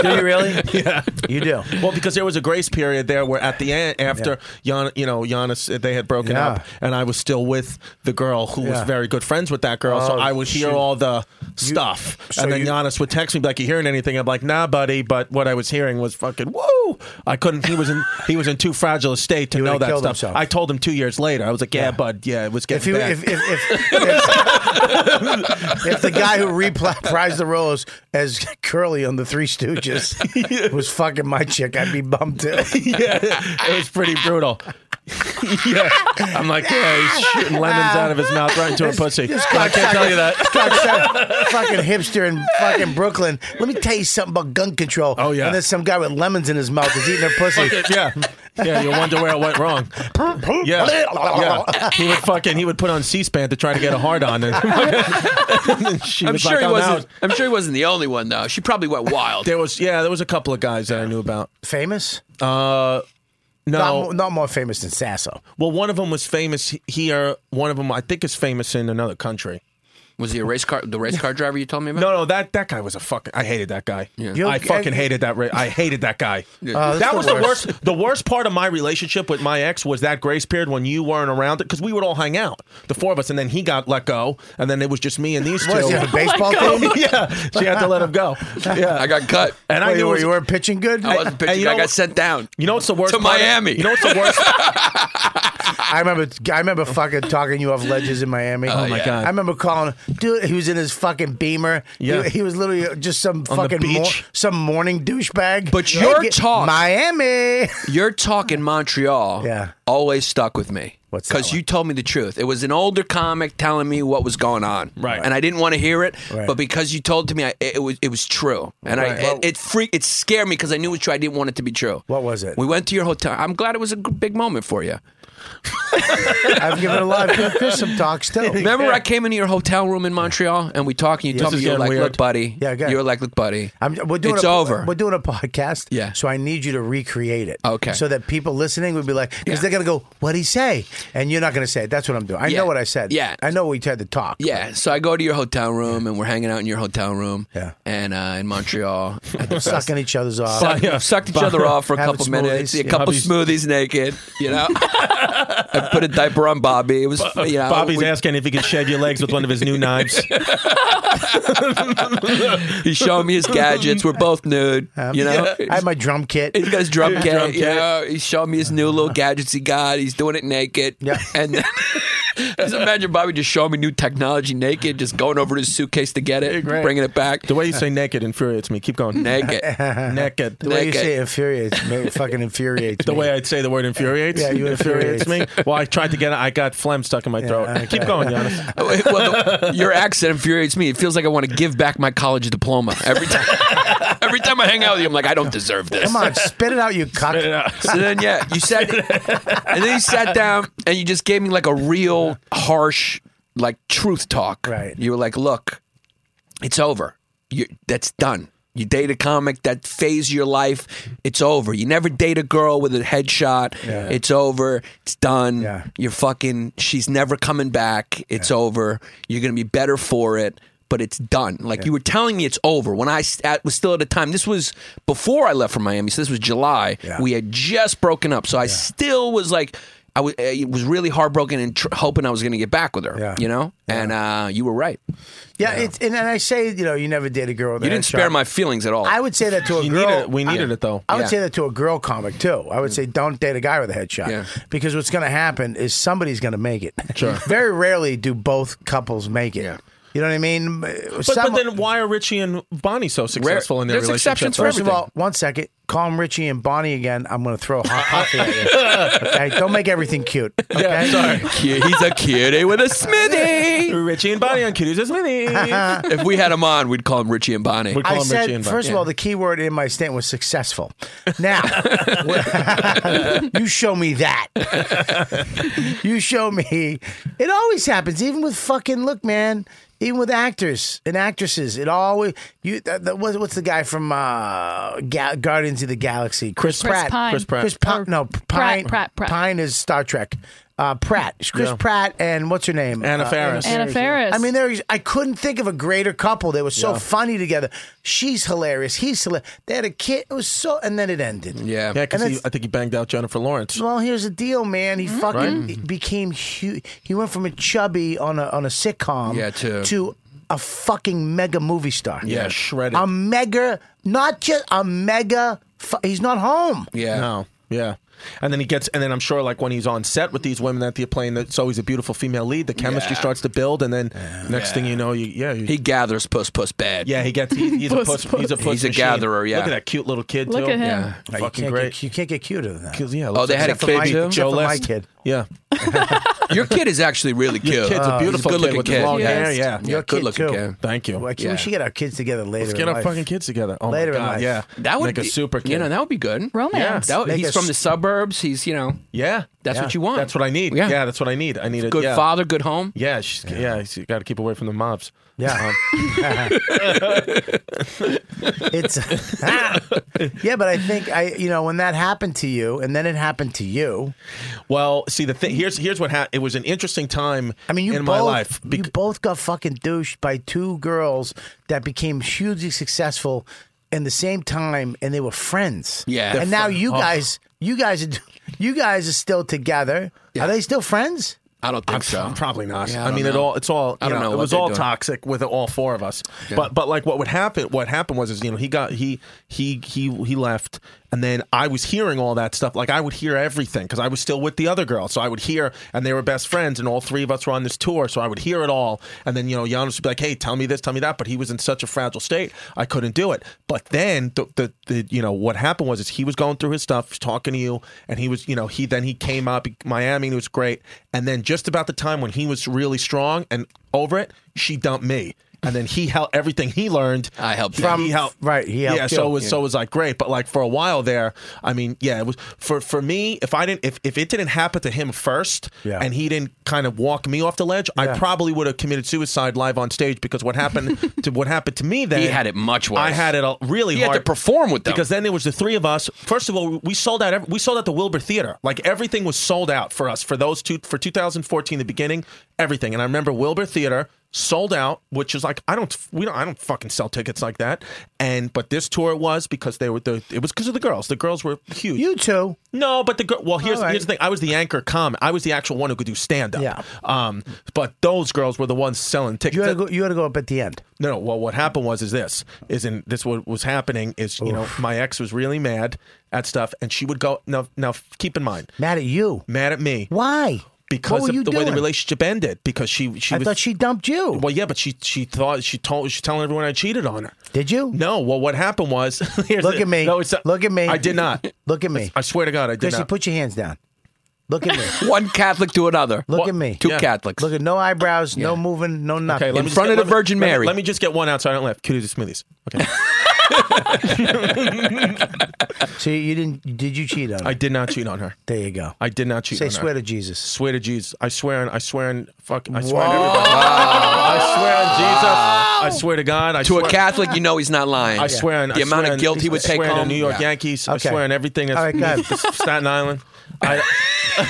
Speaker 4: Do you really?
Speaker 8: Yeah.
Speaker 4: You do.
Speaker 8: Well, because there was a grace period there where at the end, after Gian, you know Giannis, uh, they had broken
Speaker 4: Yeah.
Speaker 8: up, and I was still with the girl who was
Speaker 4: Yeah.
Speaker 8: very good friends with that girl. so
Speaker 4: Oh,
Speaker 8: I would hear
Speaker 4: shoot.
Speaker 8: all the stuff,
Speaker 4: so
Speaker 8: and then
Speaker 4: you-
Speaker 8: Giannis would text me be like, "You hearing anything?" I'm like, "Nah, buddy." But what I was hearing was fucking woo. I couldn't. He was in. He was in too fragile a state to
Speaker 4: He
Speaker 8: know
Speaker 4: would've
Speaker 8: that
Speaker 4: killed
Speaker 8: stuff.
Speaker 4: himself.
Speaker 8: I told him two years later. I was like, "Yeah, bud. Yeah, it was
Speaker 4: If
Speaker 8: getting
Speaker 4: you
Speaker 8: bad."
Speaker 4: if if, if, if- if the guy who reprised the role as- as Curly on the Three Stooges was fucking my chick, I'd be bummed too.
Speaker 8: yeah, it was pretty brutal. yeah, I'm like, yeah, he's shooting lemons out of his mouth right into her pussy.
Speaker 4: This
Speaker 8: I can't tell you that.
Speaker 4: cocksucker- fucking hipster in fucking Brooklyn. Let me tell you something about gun control.
Speaker 8: Oh, yeah.
Speaker 4: And then some guy with lemons in his mouth is eating her pussy.
Speaker 8: Fuck it, yeah, yeah. You wonder where it went wrong. Yeah, yeah. He would fucking he would put on C-SPAN to try to get a hard on, and, and she
Speaker 10: I'm
Speaker 8: was
Speaker 10: sure
Speaker 8: like,
Speaker 10: he
Speaker 8: I'm
Speaker 10: wasn't.
Speaker 8: out."
Speaker 10: I'm sure he wasn't the only one though. She probably went wild.
Speaker 8: There was yeah, there was a couple of guys that I knew about.
Speaker 4: Famous?
Speaker 8: Uh,
Speaker 4: Not,
Speaker 8: no,
Speaker 4: mo- not more famous than Sasso.
Speaker 8: well, one of them was famous here. One of them I think is famous in another country.
Speaker 10: Was he a race car? The race car driver you told me about?
Speaker 8: No, no, that that guy was a fucking. I hated that guy.
Speaker 4: You
Speaker 8: I
Speaker 4: okay?
Speaker 8: fucking hated that. Ra- I hated that guy.
Speaker 4: Oh, that's
Speaker 8: that
Speaker 4: the
Speaker 8: was
Speaker 4: worst.
Speaker 8: the worst. The worst part of my relationship with my ex was that grace period when you weren't around it because we would all hang out, the four of us, and then he got let go, and then it was just me and these
Speaker 4: What,
Speaker 8: two.
Speaker 4: does he have a baseball team?
Speaker 8: yeah, she had to let him go. Yeah,
Speaker 10: I got cut.
Speaker 8: and I
Speaker 4: Wait,
Speaker 8: knew it
Speaker 4: were
Speaker 8: was-
Speaker 4: you weren't pitching good?
Speaker 10: I wasn't
Speaker 8: and
Speaker 10: pitching.
Speaker 8: you know
Speaker 10: I got
Speaker 8: what-
Speaker 10: sent down.
Speaker 8: You know what's the worst?
Speaker 10: To
Speaker 8: part of-
Speaker 10: Miami.
Speaker 8: you know what's the worst?
Speaker 4: I remember, I remember fucking talking you off ledges in Miami.
Speaker 10: Oh, my yeah. God.
Speaker 4: I remember calling, dude. He was in his fucking beamer.
Speaker 8: Yeah.
Speaker 4: he, he was literally uh, just some
Speaker 8: On the
Speaker 4: fucking mor-
Speaker 8: beach.
Speaker 4: some morning douchebag.
Speaker 10: But
Speaker 4: Yeah.
Speaker 10: your
Speaker 4: Get-
Speaker 10: talk-
Speaker 4: Miami.
Speaker 10: Your talk in Montreal
Speaker 4: Yeah.
Speaker 10: always stuck with me.
Speaker 4: What's that
Speaker 10: Because
Speaker 4: one?
Speaker 10: you told me the truth. It was an older comic telling me what was going on,
Speaker 8: Right.
Speaker 10: And I didn't want to hear it,
Speaker 4: Right.
Speaker 10: but because you told to me, I, it was it was true, and I
Speaker 4: Right.
Speaker 10: it, it freaked, it scared me because I knew it was true. I didn't want it to be true.
Speaker 4: What was it?
Speaker 10: We went to your hotel. I'm glad it was a g- big moment for you.
Speaker 4: I've given a lot of Chris some talks too.
Speaker 10: Remember, I came into your hotel room in Montreal and we talked, and you told
Speaker 8: This
Speaker 10: me
Speaker 8: is
Speaker 10: you were
Speaker 8: getting
Speaker 10: like,
Speaker 8: weird.
Speaker 10: "Look, buddy,
Speaker 4: Yeah, go ahead.
Speaker 10: you were like, look, buddy,
Speaker 4: I'm, we're doing
Speaker 10: it's
Speaker 4: a,
Speaker 10: over."
Speaker 4: We're doing a podcast.
Speaker 10: Yeah.
Speaker 4: So I need you to recreate it.
Speaker 10: Okay.
Speaker 4: So that people listening would be like, because
Speaker 10: Yeah.
Speaker 4: they're gonna go, "What'd he say?" And you're not gonna say it. That's what I'm doing. I
Speaker 10: Yeah.
Speaker 4: know what I said.
Speaker 10: Yeah.
Speaker 4: I know we had to talk.
Speaker 10: Yeah, so I go to your hotel room and we're hanging out in your hotel room.
Speaker 4: Yeah.
Speaker 10: and uh, in Montreal,
Speaker 4: Sucking each other's off.
Speaker 10: sucked,
Speaker 8: yeah.
Speaker 10: sucked each other off for a
Speaker 4: Having
Speaker 10: couple
Speaker 4: smoothies.
Speaker 10: minutes, a
Speaker 4: Yeah.
Speaker 10: couple
Speaker 8: Hubby's-
Speaker 10: smoothies naked, you know. I I put a diaper on Bobby. It was,
Speaker 8: Uh,
Speaker 10: you know,
Speaker 8: Bobby's
Speaker 10: we-
Speaker 8: asking if he could shed your legs with one of his new knives.
Speaker 10: He's showing me his gadgets. We're both nude. you know,
Speaker 4: I have my drum kit.
Speaker 10: He's got his drum kit.
Speaker 4: Drum kit.
Speaker 10: Yeah, he's showing me his new little gadgets he got. He's doing it naked. Yeah, and then, just imagine Bobby just showing me new technology naked, just going over to his suitcase to get it, bringing it back.
Speaker 8: The way you say naked infuriates me. Keep going.
Speaker 10: Naked.
Speaker 8: naked.
Speaker 4: The way you say infuriates me, it fucking infuriates
Speaker 8: The
Speaker 4: me.
Speaker 8: way I'd say the word infuriates.
Speaker 4: Yeah, you
Speaker 8: infuriates me.
Speaker 4: infuriates.
Speaker 8: Well, I tried to get it. I got phlegm stuck in my throat. Keep going, Giannis.
Speaker 10: well, the- your accent infuriates me. It feels like I want to give back my college diploma every time. every time I hang out with you, I'm like, I don't deserve this.
Speaker 4: Come on, spit it out, you cock.
Speaker 10: So then, yeah, you sat, and then you sat down, and you just gave me like a real harsh, like truth talk. Right. You were like, "Look, it's over. You, that's done. You date a comic that phase of your life. It's over. You never date a girl with a headshot.
Speaker 4: Yeah.
Speaker 10: It's over. It's done. You're fucking. She's never coming back. It's over. You're gonna be better for it." But it's done. Like you were telling me, it's over. When I s- at- was still at a time, this was before I left for Miami. So this was July. We had just broken up. So I still was like, I was, I was really heartbroken and tr- hoping I was going to get back with her. You know, and uh, you were right.
Speaker 4: Yeah, it's and, and I say, you know, you never date a girl. With
Speaker 10: You
Speaker 4: a
Speaker 10: didn't
Speaker 4: headshot.
Speaker 10: spare my feelings at all.
Speaker 4: I would say that to a
Speaker 10: You
Speaker 4: girl.
Speaker 10: needed it. We needed
Speaker 4: I-
Speaker 10: it, though.
Speaker 4: I would
Speaker 10: Yeah.
Speaker 4: say that to a girl comic too. I would say don't date a guy with a headshot
Speaker 10: Yeah.
Speaker 4: because what's going to happen is somebody's going to make it.
Speaker 8: Sure.
Speaker 4: Very rarely do both couples make it. You know what I mean?
Speaker 8: But, but then why are Richie and Bonnie so successful in their relationship?
Speaker 4: First of all, one second. Call him Richie and Bonnie again. I'm going to throw hot coffee at you. Okay, don't make everything cute. Okay?
Speaker 8: yeah, sorry.
Speaker 10: Kid, he's a cutie with a smithy.
Speaker 8: Richie and Bonnie on cuties with smithy.
Speaker 10: if we had him on, we'd call him Richie and Bonnie.
Speaker 4: I said, first of all, the key word in my statement was successful. Now, you show me that. You show me. It always happens, even with fucking look, man. Even with actors and actresses, it always you. th th- what's what's the guy from uh, Ga- Guardians of the Galaxy? Chris,
Speaker 9: Chris
Speaker 4: Pratt.
Speaker 9: Pine. Chris Pratt.
Speaker 4: Chris Pine. No, Pine.
Speaker 9: Pratt, Pratt.
Speaker 4: Pine is Star Trek. Uh, Pratt. It's Chris
Speaker 8: Yeah.
Speaker 4: Pratt and what's her name?
Speaker 8: Anna
Speaker 4: Uh,
Speaker 8: Faris. Anna
Speaker 9: Faris.
Speaker 4: I mean, there. I couldn't think of a greater couple. They were so
Speaker 8: Yeah.
Speaker 4: funny together. She's hilarious. He's hilarious. They had a kid. It was so, and then it ended.
Speaker 10: Yeah,
Speaker 8: yeah, because
Speaker 4: And it's-
Speaker 8: I think he banged out Jennifer Lawrence.
Speaker 4: Well, here's the deal, man.
Speaker 10: Mm-hmm.
Speaker 4: He fucking became huge. He went from a chubby on a on a sitcom
Speaker 10: Yeah, to-
Speaker 4: to a fucking mega movie star.
Speaker 8: Yeah, shredded.
Speaker 4: A mega, not just a mega. Fu- he's not home.
Speaker 10: Yeah.
Speaker 8: No. Yeah. And then he gets, and then I'm sure, like when he's on set with these women that they're playing, that's always a beautiful female lead. The chemistry
Speaker 10: Yeah.
Speaker 8: starts to build, and then next
Speaker 10: Yeah.
Speaker 8: thing you know, you, yeah, you,
Speaker 10: he gathers puss puss bad.
Speaker 8: yeah, he gets, he, he's a
Speaker 10: Puss,
Speaker 8: puss,
Speaker 10: puss.
Speaker 8: he's a puss
Speaker 10: He's a
Speaker 8: machine.
Speaker 10: gatherer, yeah.
Speaker 8: look at that cute little kid.
Speaker 10: Look
Speaker 8: too.
Speaker 10: at him. Yeah.
Speaker 4: No, you
Speaker 8: fucking
Speaker 4: can't
Speaker 8: great.
Speaker 4: Get, you can't get cuter than that.
Speaker 8: 'Cause, yeah,
Speaker 10: Oh, they had a
Speaker 4: Except for
Speaker 10: kid
Speaker 4: my-
Speaker 10: too.
Speaker 4: except for my
Speaker 8: List.
Speaker 4: kid.
Speaker 8: Yeah,
Speaker 10: Your kid is actually really cute. Oh,
Speaker 8: kid's a
Speaker 4: Uh,
Speaker 10: He's
Speaker 8: beautiful kid
Speaker 10: good-looking
Speaker 8: with his long hair, yeah.
Speaker 4: Your
Speaker 10: good
Speaker 4: kid
Speaker 10: looking
Speaker 4: too.
Speaker 10: kid.
Speaker 8: Thank you.
Speaker 4: Like,
Speaker 10: Yeah.
Speaker 4: We should get our kids together later.
Speaker 8: Let's
Speaker 4: in
Speaker 8: get our
Speaker 4: life.
Speaker 8: fucking kids together. Oh
Speaker 4: Later
Speaker 8: my
Speaker 4: in
Speaker 8: god,
Speaker 4: life.
Speaker 8: yeah,
Speaker 10: That would
Speaker 8: make
Speaker 10: be
Speaker 8: a super kid.
Speaker 10: You know, that would be good.
Speaker 9: Romance.
Speaker 10: That would-
Speaker 8: Make
Speaker 10: he's
Speaker 8: a
Speaker 10: from
Speaker 8: s-
Speaker 10: the suburbs. He's you know
Speaker 8: yeah,
Speaker 10: That's
Speaker 8: Yeah.
Speaker 10: what you want.
Speaker 8: That's what I need.
Speaker 10: Yeah.
Speaker 8: Yeah, that's what I need. I need a
Speaker 10: good
Speaker 8: yeah.
Speaker 10: father, good home.
Speaker 8: Yeah, she's, yeah, you got to keep away from the mobs.
Speaker 4: Yeah. it's yeah, but I think I you know when that happened to you, and then it happened to you.
Speaker 8: Well, see the thing here's here's what happened. It was an interesting time.
Speaker 4: I mean, you
Speaker 8: in
Speaker 4: both,
Speaker 8: my life.
Speaker 4: you both got fucking douched by two girls that became hugely successful in the same time, and they were friends.
Speaker 10: Yeah.
Speaker 4: and now
Speaker 10: They're
Speaker 4: you
Speaker 10: fri- oh.
Speaker 4: guys, you guys, are, you guys are still together. Are they still friends?
Speaker 10: I don't think
Speaker 8: I'm
Speaker 10: so.
Speaker 8: probably not.
Speaker 10: Yeah, I
Speaker 8: I,
Speaker 10: don't
Speaker 8: mean, it
Speaker 10: know.
Speaker 8: all it's all
Speaker 10: I
Speaker 8: you
Speaker 10: don't know
Speaker 8: It
Speaker 10: what
Speaker 8: was
Speaker 10: they're
Speaker 8: all
Speaker 10: doing.
Speaker 8: toxic with all four of us. But but like what would happen? What happened was is you know he got he he he he left, and then I was hearing all that stuff. Like I would hear everything because I was still with the other girl, so I would hear, and they were best friends, and all three of us were on this tour, so I would hear it all. And then you know Giannis would be like, hey, tell me this, tell me that. But he was in such a fragile state, I couldn't do it. But then the the, the you know what happened was is he was going through his stuff, was talking to you, and he was you know he then he came up Miami, and it was great. And then just about the time when he was really strong and over it, she dumped me. And then he held everything he learned.
Speaker 10: I helped
Speaker 8: From
Speaker 10: him.
Speaker 8: he helped,
Speaker 4: Right, he helped
Speaker 8: yeah. So
Speaker 4: you.
Speaker 8: it was so it was like great, but like for a while there, I mean, yeah, it was for for me. If I didn't, if, if it didn't happen to him first,
Speaker 4: Yeah.
Speaker 8: and he didn't kind of walk me off the ledge, I probably would have committed suicide live on stage because what happened to what happened to me then?
Speaker 10: He had it much worse.
Speaker 8: I had it a- really
Speaker 10: He had
Speaker 8: hard
Speaker 10: to perform with them.
Speaker 8: because then there was the three of us. First of all, we sold out. every- We sold out the Wilbur Theater. Like everything was sold out for us for those two for 2014, the beginning, everything. And I remember Wilbur Theater. sold out, which is like I don't we don't I don't fucking sell tickets like that. And but this tour was because they were the it was because of the girls. The girls were huge.
Speaker 4: You too.
Speaker 8: No, but the girl. Well, here's
Speaker 4: All right.
Speaker 8: here's the thing. I was the anchor comic. I was the actual one who could do stand up. Yeah. Um, but those girls were the ones selling tickets.
Speaker 4: You had to go. You had to go up at the end.
Speaker 8: No, no. Well, what happened was is this is in this what was happening is you know my ex was really mad at stuff, and she would go now. Now keep in mind,
Speaker 4: mad at you,
Speaker 8: mad at me.
Speaker 4: Why? What
Speaker 8: Because
Speaker 4: were
Speaker 8: of
Speaker 4: you
Speaker 8: the way the
Speaker 4: doing?
Speaker 8: relationship ended. Because she she
Speaker 4: I
Speaker 8: was,
Speaker 4: thought she dumped you.
Speaker 8: Well, yeah, but she she thought she told she's telling everyone I cheated on her.
Speaker 4: Did you?
Speaker 8: No. Well, what happened was here's
Speaker 4: Look
Speaker 8: the-
Speaker 4: at me.
Speaker 8: No, it's
Speaker 4: Look at me.
Speaker 8: I did not.
Speaker 4: Look at me.
Speaker 8: I swear to God, I did
Speaker 4: Chrissy,
Speaker 8: not.
Speaker 4: put your hands down. Look at me.
Speaker 10: One Catholic to another.
Speaker 4: Look at me.
Speaker 10: Two Catholics.
Speaker 4: Look at no eyebrows, no moving, no nothing.
Speaker 8: let me just get- let me- let me- Let me just get one out so I don't laugh. Cuties and smoothies. Okay.
Speaker 4: So you didn't? Did you cheat on? her?
Speaker 8: I did not cheat on her.
Speaker 4: There you go.
Speaker 8: I did not cheat
Speaker 4: Say
Speaker 8: on her.
Speaker 4: swear to Jesus.
Speaker 8: Swear to Jesus. I swear on I swear on fuck I swear on
Speaker 10: Whoa.
Speaker 8: everybody. I swear on Jesus. I swear to God. I
Speaker 10: to
Speaker 8: swear-
Speaker 10: a Catholic, you know he's not lying.
Speaker 8: I swear on
Speaker 10: the
Speaker 8: I
Speaker 10: amount
Speaker 8: swear
Speaker 10: of
Speaker 8: on-
Speaker 10: guilt he would
Speaker 8: I
Speaker 10: take
Speaker 8: swear on
Speaker 10: home.
Speaker 8: New York
Speaker 10: Yeah.
Speaker 8: Yankees.
Speaker 10: Okay.
Speaker 8: I swear on everything. That's,
Speaker 10: All right, go ahead.
Speaker 8: Staten Island. I,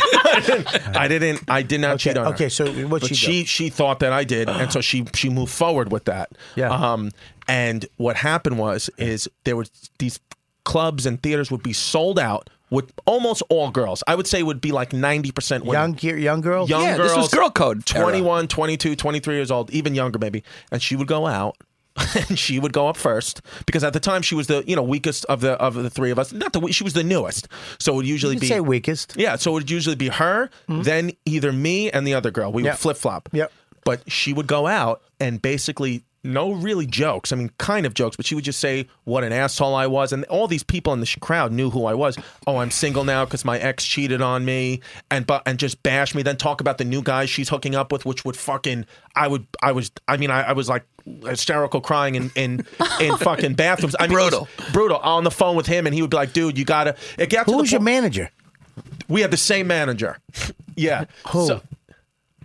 Speaker 8: I didn't. I did not cheat on her.
Speaker 4: okay, so what
Speaker 8: But
Speaker 4: she do?
Speaker 8: she she thought that I did, and so she she moved forward with that.
Speaker 4: Yeah.
Speaker 8: Um. And what happened was is there were these clubs and theaters would be sold out with almost all girls. I would say it would be like ninety percent women
Speaker 4: Young, ge- young girl.
Speaker 8: young
Speaker 10: Yeah,
Speaker 8: girls.
Speaker 10: this was girl code era.
Speaker 8: 21, 22, 23 years old, even younger maybe. And she would go out and she would go up first because at the time she was the, you know, weakest of the of the three of us. Not the we- she was the newest. So it would usually
Speaker 4: You could
Speaker 8: be
Speaker 4: say weakest.
Speaker 8: Yeah, so it would usually be her, then either me and the other girl. We
Speaker 4: Mm-hmm. Yep.
Speaker 8: would flip-flop.
Speaker 4: Yep.
Speaker 8: But she would go out and basically no really jokes. I mean, kind of jokes, but she would just say what an asshole I was. And all these people in the sh- crowd knew who I was. Oh, I'm single now because my ex cheated on me and but and just bash me. Then talk about the new guys she's hooking up with, which would fucking I would I was I mean I, I was like hysterical crying in in, in fucking bathrooms. I mean, it was
Speaker 10: Brutal.
Speaker 8: brutal on the phone with him, and he would be like, "Dude, you gotta." It got to the
Speaker 4: Who's your
Speaker 8: point-
Speaker 4: manager?
Speaker 8: we had the same manager. Yeah. Who?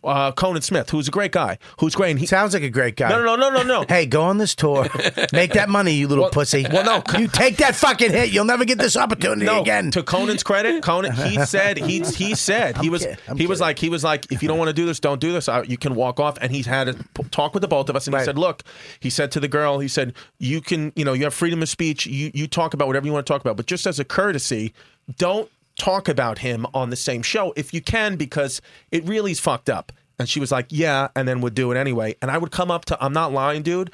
Speaker 8: uh, Conan Smith, who's a great guy, who's great. And he,
Speaker 4: Sounds like a great guy.
Speaker 8: No, no, no, no, no.
Speaker 4: Hey, go on this tour, make that money, you little pussy. Well, no, you take that fucking hit. You'll never get this opportunity
Speaker 8: no,
Speaker 4: again.
Speaker 8: to Conan's credit, Conan he said he he said he was
Speaker 4: kidding,
Speaker 8: he
Speaker 4: I'm
Speaker 8: was like he was like if you don't want to do this, don't do this. I, you can walk off. And he's had a p- talk with the both of us, and he said, look, he said to the girl, he said, you can you know you have freedom of speech. You you talk about whatever you want to talk about, but just as a courtesy, don't talk about him on the same show if you can because it really is fucked up. And she was like, yeah, and then would do it anyway. And I would come up to, I'm not lying, dude.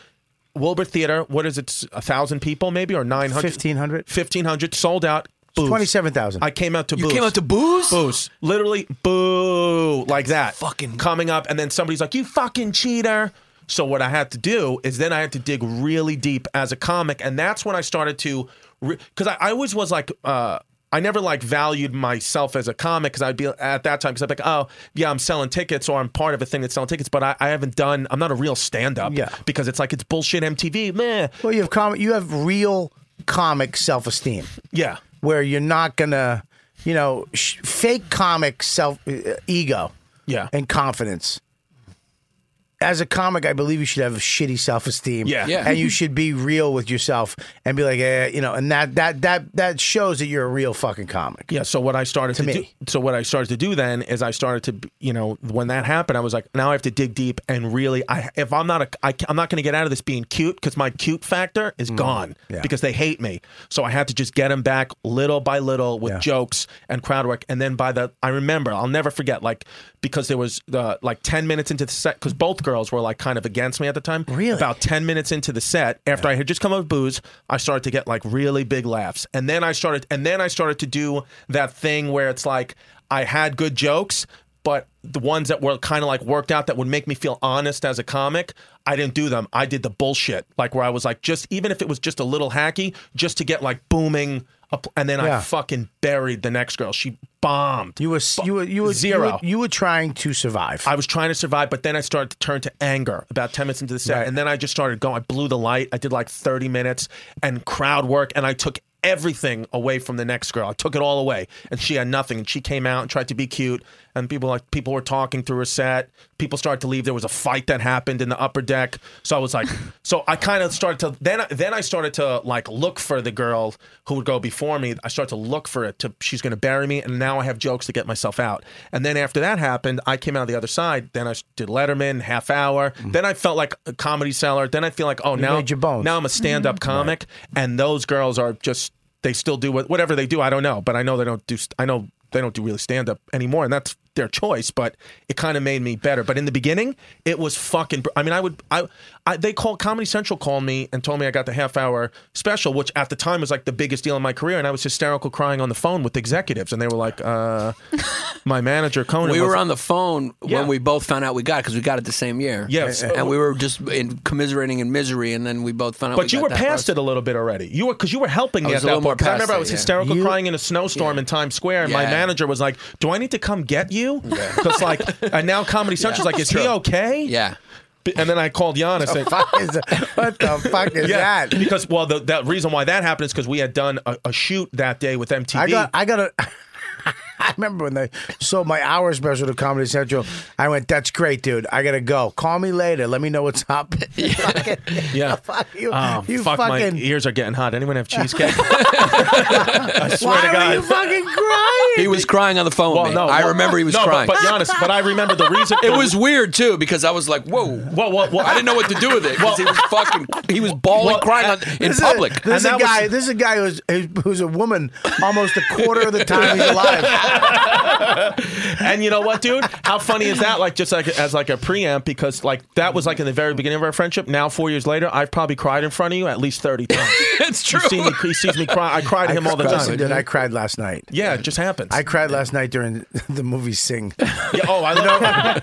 Speaker 8: Wilbur Theater, what is it? A thousand people, maybe, or nine hundred?
Speaker 4: 1,500.
Speaker 8: Fifteen hundred sold out. Booze.
Speaker 4: Twenty-seven thousand.
Speaker 8: I came out to
Speaker 10: You
Speaker 8: booze.
Speaker 10: came out to booze?
Speaker 8: Booze. Literally, boo, like that. Fucking coming up, and then somebody's like, "You fucking cheater." So what I had to do is then I had to dig really deep as a comic, and that's when I started to, because I, I always was like. uh I never like valued myself as a comic because I'd be at that time because I'd be like, oh yeah, I'm selling tickets or I'm part of a thing that's selling tickets, but I, I haven't done. I'm not a real stand up
Speaker 4: Yeah.
Speaker 8: because it's like it's bullshit MTV. Meh.
Speaker 4: Well, you have com- You have real comic self-esteem.
Speaker 8: Yeah.
Speaker 4: where you're not gonna, you know, sh- fake comic self uh, ego,
Speaker 8: Yeah.
Speaker 4: and confidence. As a comic, I believe you should have shitty self esteem,
Speaker 8: Yeah. Yeah.
Speaker 4: and you should be real with yourself and be like, eh, you know, and that that that that shows that you're a real fucking comic.
Speaker 8: Yeah. So what I started to,
Speaker 4: me.
Speaker 8: do, so what I started to do then is I started to, you know, when that happened, I was like, now I have to dig deep and really, I if I'm not a, I, I'm not going to get out of this being cute because my cute factor is gone
Speaker 4: Mm, Yeah.
Speaker 8: because they hate me. So I had to just get them back little by little with
Speaker 4: Yeah.
Speaker 8: jokes and crowd work, and then by the, I remember, I'll never forget, like because there was the like ten minutes into the set because both girls were like kind of against me at the time. Really, about ten minutes into the set, after I had just come up with booze, I started to get like really big laughs, and then I started, and then I started to do that thing where it's like I had good jokes. But the ones that were kind of like worked out that would make me feel honest as a comic, I didn't do them. I did the bullshit, like where I was like, just even if it was just a little hacky, just to get like booming, up, and then I
Speaker 4: Yeah.
Speaker 8: fucking buried the next girl. She bombed.
Speaker 4: You were s- you were you were
Speaker 8: Zero.
Speaker 4: You were, you were trying to survive.
Speaker 8: I was trying to survive, but then I started to turn to anger about 10 minutes into the set. And then I just started going. I blew the light. I did like 30 minutes and crowd work, and I took everything away from the next girl. I took it all away, and she had nothing. And she came out and tried to be cute, and people like people were talking through her set. People started to leave. There was a fight that happened in the upper deck, so I was like, so I kind of started to then I- then I started to like look for the girl who would go before me. I started to look for it. To she's going to bury me, and now I have jokes to get myself out. And then after that happened, I came out the other side. Then I s- did Letterman, half hour. Then I felt like a comedy seller. Then I feel like oh
Speaker 4: Mm-hmm. You
Speaker 8: now
Speaker 4: made your bones.
Speaker 8: now I'm a stand up comic, and those girls are just they still do what, whatever they do. I don't know, but I know they don't do. st- I know they don't do really stand up anymore, and that's their choice. But it kind of made me better. But in the beginning, it was fucking. br- I mean, I would. I, I they called Comedy Central called me and told me I got the half hour special, which at the time was like the biggest deal in my career, and I was hysterical crying on the phone with executives, and they were like, uh, "My manager Conan."
Speaker 10: We
Speaker 8: was-
Speaker 10: were on the phone
Speaker 8: Yeah.
Speaker 10: when we both found out we got because we got it the same year.
Speaker 8: Yes.
Speaker 10: and we were just in commiserating in misery, and then we both found out.
Speaker 8: But you were past it a little bit already. You were because you were helping
Speaker 10: I
Speaker 8: me
Speaker 10: was a
Speaker 8: at that
Speaker 10: little more
Speaker 8: point. 'cause I
Speaker 10: past
Speaker 8: remember I
Speaker 10: it,
Speaker 8: was
Speaker 10: yeah.
Speaker 8: hysterical crying in a snowstorm in Times Square, and my
Speaker 10: Yeah.
Speaker 8: manager was like, "Do I need to come get you?" Because like, and now Comedy Central's like, "Is he okay?"
Speaker 10: Yeah. Oh,
Speaker 8: And then I called Giannis.
Speaker 4: The
Speaker 8: and,
Speaker 4: fuck is what the fuck is
Speaker 8: yeah,
Speaker 4: that?
Speaker 8: because well, the, the reason why that happened is because we had done a, a shoot that day with MTV.
Speaker 4: I got I got a I remember when they sold my hour special to Comedy Central. I went, "That's great, dude. I gotta go. Call me later. Let me know what's up."
Speaker 8: yeah.
Speaker 4: Fuck you,
Speaker 8: Oh,
Speaker 4: you
Speaker 8: fuck,
Speaker 4: fucking.
Speaker 8: my ears are getting hot. Anyone have cheesecake? I swear
Speaker 4: Why
Speaker 8: to
Speaker 4: were
Speaker 8: God.
Speaker 4: you fucking crying?
Speaker 10: He was crying on the phone.
Speaker 8: Well,
Speaker 10: man.
Speaker 8: no,
Speaker 10: I
Speaker 8: well,
Speaker 10: remember he was
Speaker 8: no, but-
Speaker 10: crying.
Speaker 8: But, Giannis, but I remember the reason
Speaker 10: it was weird too because I was like, "Whoa,
Speaker 8: Well, well, well,
Speaker 10: I didn't know what to do with it because he was fucking, he was bawling,
Speaker 8: Well,
Speaker 10: crying on,
Speaker 8: uh,
Speaker 10: in
Speaker 4: This is a-
Speaker 10: public.
Speaker 4: this is a guy. this is a guy who's who's a woman almost a quarter of the time he's alive.
Speaker 8: and you know what, dude? How funny is that? Like just like as like a preamp because like that was like in the very beginning of our friendship. Now four years later, I've probably cried in front of you at least thirty times.
Speaker 10: it's
Speaker 8: true. He, he sees me cry. I cry to him all the
Speaker 4: Listen,
Speaker 8: time.
Speaker 4: dude, I cried last night.
Speaker 8: yeah, it just happens.
Speaker 4: I cried last night during the movie Sing.
Speaker 8: Yeah, oh, I know.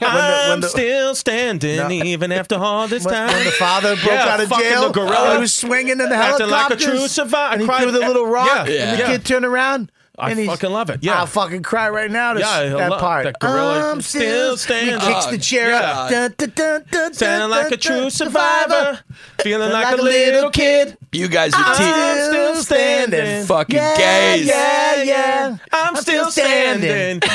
Speaker 8: I'm
Speaker 4: the-
Speaker 8: still standing
Speaker 4: No.
Speaker 8: even after all this
Speaker 4: When-
Speaker 8: time.
Speaker 4: when the father broke
Speaker 8: Yeah,
Speaker 4: out of
Speaker 8: fucking
Speaker 4: jail,
Speaker 8: the gorilla.
Speaker 4: he was swinging in the
Speaker 8: Acting like a
Speaker 4: helicopters.
Speaker 8: true survivor. I
Speaker 4: And he
Speaker 8: cried-
Speaker 4: threw the little rock,
Speaker 8: Yeah,
Speaker 4: and the
Speaker 8: yeah.
Speaker 4: kid turned around.
Speaker 8: I
Speaker 4: and he's-
Speaker 8: fucking love it. Yeah.
Speaker 4: I'll fucking cry right now. To
Speaker 8: Yeah, I
Speaker 4: s- that
Speaker 8: love
Speaker 4: part.
Speaker 8: that gorilla.
Speaker 4: I'm
Speaker 8: Still
Speaker 4: still
Speaker 8: standing.
Speaker 4: He kicks
Speaker 8: Oh,
Speaker 4: the chair up.
Speaker 8: yeah.
Speaker 4: Dun, dun, dun, dun,
Speaker 8: Sounding
Speaker 4: dun,
Speaker 8: like
Speaker 4: dun,
Speaker 8: a true
Speaker 4: dun,
Speaker 8: survivor. Feeling like,
Speaker 4: Like
Speaker 8: a
Speaker 4: a
Speaker 8: little
Speaker 4: little
Speaker 8: kid.
Speaker 10: You guys are
Speaker 8: I'm
Speaker 10: te-
Speaker 8: still standing.
Speaker 10: fucking
Speaker 4: Yeah,
Speaker 10: gays.
Speaker 4: yeah, yeah.
Speaker 8: I'm, still
Speaker 4: still standing.
Speaker 8: standing.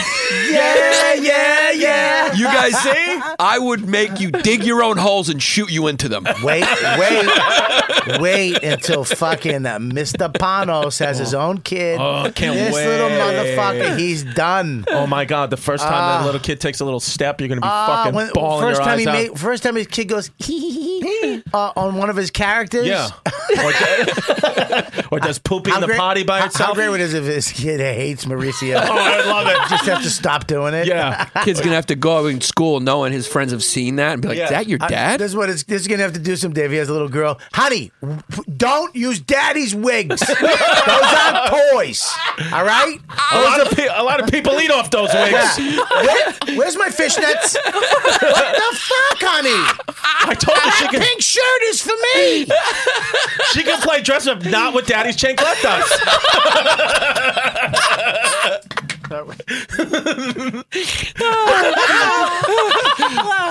Speaker 4: Yeah, yeah, yeah.
Speaker 10: You guys see? I would make you dig your own holes and shoot you into them.
Speaker 4: Wait, wait, wait until fucking uh, Mr. Panos has his own kid.
Speaker 8: Oh, can't
Speaker 4: this little
Speaker 8: wait.
Speaker 4: motherfucker, he's done.
Speaker 8: Oh my God! The first time that
Speaker 4: Ah.
Speaker 8: little kid takes a little step, you're gonna be
Speaker 4: Ah,
Speaker 8: fucking
Speaker 4: when-
Speaker 8: bawling
Speaker 4: first
Speaker 8: your
Speaker 4: time
Speaker 8: eyes
Speaker 4: he
Speaker 8: out.
Speaker 4: made, first time his kid goes uh, on one of his characters.
Speaker 8: yeah. or, does- or does pooping in
Speaker 4: How
Speaker 8: the
Speaker 4: great-
Speaker 8: potty by
Speaker 4: how-
Speaker 8: itself?
Speaker 4: How great would it is if his kid hates Mauricio?
Speaker 8: Oh, I would love it.
Speaker 4: Just have to stop doing it.
Speaker 8: Yeah.
Speaker 10: Kid's gonna have to go in school knowing his friends have seen that and be like,
Speaker 8: Yeah.
Speaker 10: "Is that your
Speaker 4: I-
Speaker 10: dad?"
Speaker 4: this is what it's, this is gonna have to do someday. If he has a little girl, honey, w- don't use daddy's wigs. those aren't toys. All right.
Speaker 8: A lot, of pe- a lot of people eat off those wigs.
Speaker 4: Where- where's my fishnets? What the fuck, honey?
Speaker 8: I told her she
Speaker 4: That
Speaker 8: could,
Speaker 4: pink shirt is for me.
Speaker 8: she could play dress up, not with Daddy's chain left us.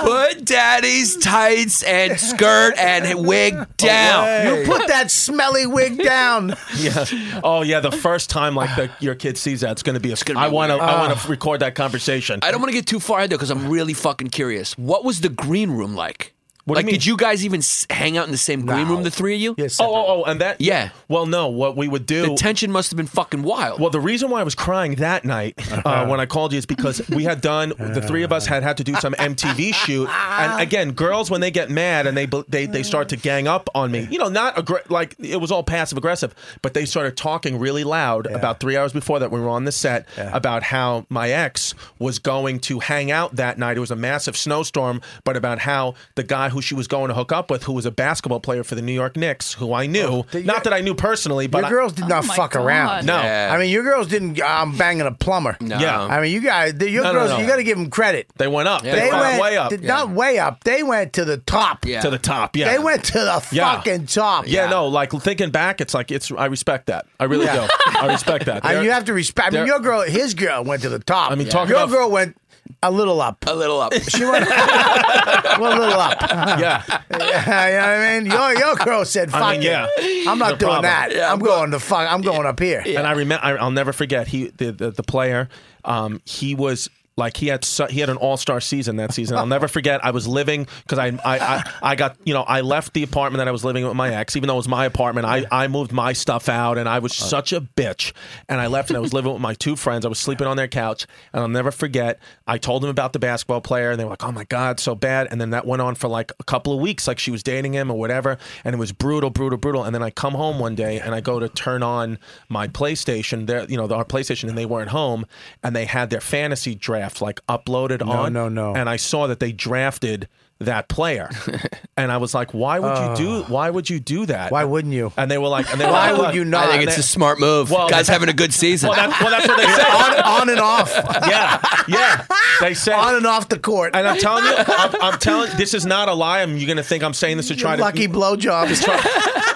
Speaker 10: Put daddy's tights and skirt and
Speaker 8: Oh,
Speaker 10: wig down.
Speaker 4: You put that smelly wig down.
Speaker 8: Yeah. Oh yeah. The first time like the, your kid sees that, it's gonna be a. Ah. I want to. I want to record that conversation.
Speaker 10: I don't want to get too far though because I'm really fucking curious. What was the green room like?
Speaker 8: What do you
Speaker 10: like,
Speaker 8: mean?
Speaker 10: did you guys even s- hang out in the same green room, the three of you?
Speaker 4: Yes.
Speaker 8: Oh, oh, oh, and that.
Speaker 10: Yeah.
Speaker 8: Well, no. What we would do.
Speaker 10: The tension must have been fucking wild.
Speaker 8: Oh. Well, the reason why I was crying that night
Speaker 4: Uh-huh.
Speaker 8: uh, when I called you is because we had done the three of us had had to do some MTV shoot, and again, girls when they get mad and they bel- they they start to gang up on me, you know, not aggr- like it was all passive aggressive, but they started talking really loud about three hours before that when we were on the set about how my ex was going to hang out that night. It was a massive snowstorm, but about how the guy who she was going to hook up with, who was a basketball player for the New York Knicks, who I knew, not that I knew personally, but
Speaker 4: Oh, Your
Speaker 8: I-
Speaker 4: girls did not
Speaker 9: Oh my
Speaker 4: fuck
Speaker 9: God.
Speaker 4: around.
Speaker 8: No.
Speaker 10: Yeah.
Speaker 4: I mean, your girls didn't. I'm banging a plumber. No.
Speaker 8: yeah.
Speaker 4: I mean, you guys, your
Speaker 8: No, no,
Speaker 4: girls,
Speaker 8: no.
Speaker 4: you got to give them credit.
Speaker 8: They went up. They,
Speaker 10: They
Speaker 8: went
Speaker 4: went
Speaker 8: way up
Speaker 4: did Not way up. They went to the top.
Speaker 10: Yeah.
Speaker 8: to the top. Yeah,
Speaker 4: They went to the
Speaker 8: Yeah.
Speaker 4: fucking top.
Speaker 8: Yeah, no, like thinking back, it's like it's. I respect that. I really
Speaker 4: Yeah.
Speaker 8: do. I respect that.
Speaker 4: I
Speaker 8: They're-
Speaker 4: mean, you have to respect. I mean,
Speaker 8: they're-
Speaker 4: your girl, his girl, went to the top.
Speaker 8: I mean, talk
Speaker 4: your
Speaker 8: about-
Speaker 4: girl went. A little up.
Speaker 10: A little up.
Speaker 4: She went well, a little up.
Speaker 8: Yeah.
Speaker 4: you know what I mean? Your, your girl said, fuck
Speaker 8: I mean,
Speaker 4: it.
Speaker 8: yeah.
Speaker 4: I'm not
Speaker 8: No
Speaker 4: doing
Speaker 8: problem.
Speaker 4: that. I'm going to fuck. I'm going up here.
Speaker 8: And I remember, I'll never forget. He, the the, the player, um, he was like he had su- he had an all star season that season. I'll never forget. I was living because I, I I I got you know I left the apartment that I was living with my ex, even though it was my apartment. I I moved my stuff out, and I was
Speaker 4: Uh.
Speaker 8: such a bitch. And I left, and I was living with my two friends. I was sleeping on their couch, and I'll never forget. I told them about the basketball player, and they were like, "Oh my god, so bad." And then that went on for like a couple of weeks, like she was dating him or whatever, and it was brutal, brutal, brutal. And then I come home one day, and I go to turn on my PlayStation, there, you know, our PlayStation, and they weren't home, and they had their fantasy draft like uploaded
Speaker 4: No,
Speaker 8: on.
Speaker 4: no, no.
Speaker 8: And I saw that they drafted that player, and I was like, "Why would you do? Why would you do that?
Speaker 4: Why wouldn't you?
Speaker 8: And they were like, and they were
Speaker 4: Why
Speaker 8: like,
Speaker 4: would
Speaker 8: "Look,"
Speaker 4: you not?
Speaker 10: I think
Speaker 8: and
Speaker 10: it's
Speaker 8: they-
Speaker 10: a smart move.
Speaker 8: Well,
Speaker 10: Guys
Speaker 8: that-
Speaker 10: having a good season.
Speaker 8: Well, that, well that's what they said.
Speaker 4: on, on and off.
Speaker 8: yeah, yeah. They said
Speaker 4: On and off the court.
Speaker 8: and I'm telling you, I'm, I'm telling this is not a lie. I'm, you're gonna think I'm saying this to try
Speaker 4: Lucky
Speaker 8: to
Speaker 4: blowjobs.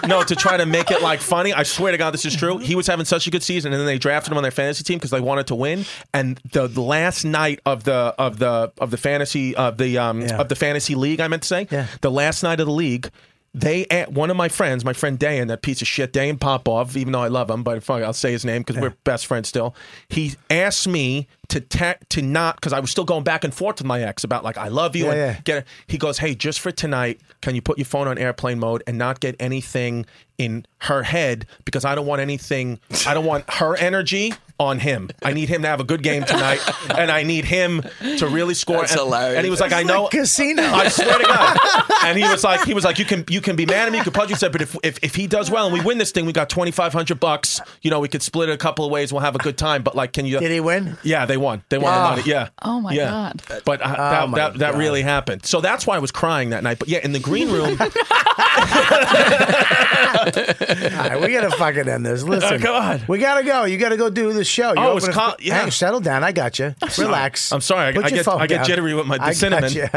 Speaker 8: no to try to make it like funny. I swear to God, this is true. He was having such a good season, and then they drafted him on their fantasy team because they wanted to win. And the last night of the of the of the fantasy of the um
Speaker 4: Yeah.
Speaker 8: of the fantasy league, I meant to say, the last night of the league. They at one of my friends, my friend Dayan, that piece of shit, Dayan Popov, even though I love him, but fuck, I'll say his name because we're best friends still. He asked me to ta- to not because I was still going back and forth with my ex about like I love you
Speaker 4: Yeah,
Speaker 8: and
Speaker 4: yeah.
Speaker 8: get it. He goes, hey, just for tonight, can you put your phone on airplane mode and not get anything in her head because I don't want anything. I don't want her energy on him. I need him to have a good game tonight, and I need him to really score.
Speaker 10: That's
Speaker 8: and,
Speaker 10: hilarious.
Speaker 8: and he was like, I
Speaker 4: It's
Speaker 8: know.
Speaker 4: like casino.
Speaker 8: I swear to God. And he was like, he was like, you can you can be mad at me, you can punch me, he said, but if, if if he does well and we win this thing, we got twenty five hundred bucks. You know, we could split it a couple of ways. We'll have a good time. But like, can you?
Speaker 4: Did he win?
Speaker 8: Yeah, they won. They won
Speaker 4: Yeah.
Speaker 8: the money. Yeah.
Speaker 9: Oh, my
Speaker 8: Yeah.
Speaker 9: God.
Speaker 8: But uh, that,
Speaker 4: Oh my
Speaker 8: that, that
Speaker 4: God.
Speaker 8: really happened. So that's why I was crying that night. But yeah, in the green room.
Speaker 4: All right, we gotta fucking end this. Listen,
Speaker 8: Oh, God.
Speaker 4: we gotta go. You gotta go do the show. You're
Speaker 8: Oh, it's
Speaker 4: opening-
Speaker 8: col- yeah.
Speaker 4: Hang, settle down. I got you. Relax.
Speaker 8: I'm sorry. I-
Speaker 4: Put
Speaker 8: I
Speaker 4: your
Speaker 8: get-
Speaker 4: phone
Speaker 8: I get
Speaker 4: down.
Speaker 8: jittery with my
Speaker 4: I got
Speaker 8: cinnamon.
Speaker 4: you.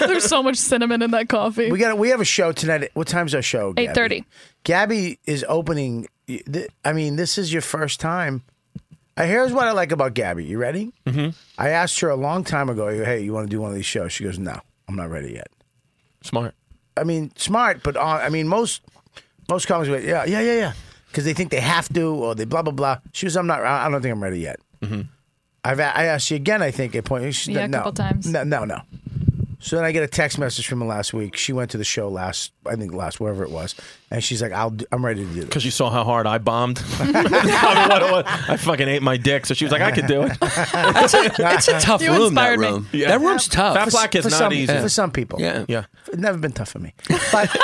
Speaker 9: There's so much cinnamon in that coffee.
Speaker 4: we got. We have a show tonight. What time's our show? Gabby?
Speaker 9: 8:30.
Speaker 4: Gabby is opening. th- I mean, this is your first time. Uh, Here's what I like about Gabby. You ready? Mm-hmm. I asked her a long time ago. Hey, you want to do one of these shows? She goes, No, I'm not ready yet.
Speaker 8: Smart.
Speaker 4: I mean, smart, but uh, I mean, most most comics, go, yeah, yeah, yeah, yeah, because they think they have to, or they blah blah blah. She was, I'm not, I I don't think I'm ready yet.
Speaker 8: Mm-hmm.
Speaker 4: I've a- I asked you again, I think at point, she's
Speaker 9: Yeah, a
Speaker 4: no,
Speaker 9: couple times.
Speaker 4: no, no, no. So then I get a text message from her last week. She went to the show last, I think last wherever it was, and she's like, I'll, do, I'm ready to do this.
Speaker 8: Because you saw how hard I bombed. I, mean, what- what- I fucking ate my dick. So she was like, I could do it.
Speaker 10: That's a, that's a tough
Speaker 9: You
Speaker 10: room, that
Speaker 9: inspired me.
Speaker 10: room.
Speaker 8: Yeah.
Speaker 10: That room's tough.
Speaker 8: Fat Black is
Speaker 4: for
Speaker 8: not
Speaker 4: some,
Speaker 8: easy.
Speaker 4: for some people.
Speaker 10: Yeah.
Speaker 8: Yeah.
Speaker 4: It's never been tough for me, but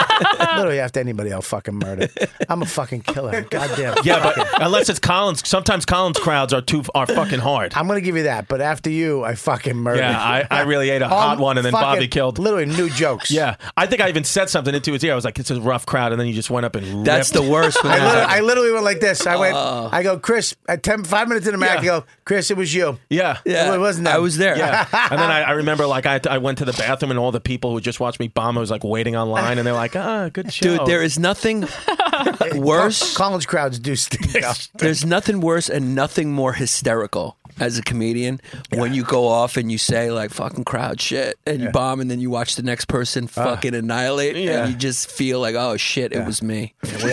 Speaker 4: literally after anybody, I'll fucking murder. I'm a fucking killer. Goddamn.
Speaker 8: Yeah, but unless it's Collins, sometimes Collins crowds are too are fucking hard.
Speaker 4: I'm gonna give you that, but after you, I fucking murdered.
Speaker 8: Yeah, I, I really ate a
Speaker 4: All
Speaker 8: hot one and then
Speaker 4: fucking-
Speaker 8: Bobby killed.
Speaker 4: Literally new jokes.
Speaker 8: Yeah, I think I even said something into his ear. I was like, "It's a rough crowd," and then you just went up and
Speaker 10: That's the
Speaker 8: ripped.
Speaker 10: worst. when
Speaker 4: I
Speaker 10: that
Speaker 4: literally,
Speaker 10: happens.
Speaker 4: I literally went like this. I went. I go, Chris. At ten, five minutes in the match,
Speaker 8: Yeah.
Speaker 4: I go, Chris. It was you.
Speaker 8: Yeah,
Speaker 10: Yeah.
Speaker 4: It wasn't. Them.
Speaker 10: I was there.
Speaker 8: Yeah. and then I, I remember like I, had to- I went to the bathroom and all the people who just watched me bomb I was like waiting online and they're like, ah, good show.
Speaker 10: Dude, there is nothing worse.
Speaker 4: College crowds do stink. though.
Speaker 10: There's nothing worse and nothing more hysterical as a comedian when you go off and you say like fucking crowd shit and you bomb and then you watch the next person fucking annihilate
Speaker 8: Ah. yeah.
Speaker 10: and you just feel like oh shit it was me.
Speaker 8: It was me.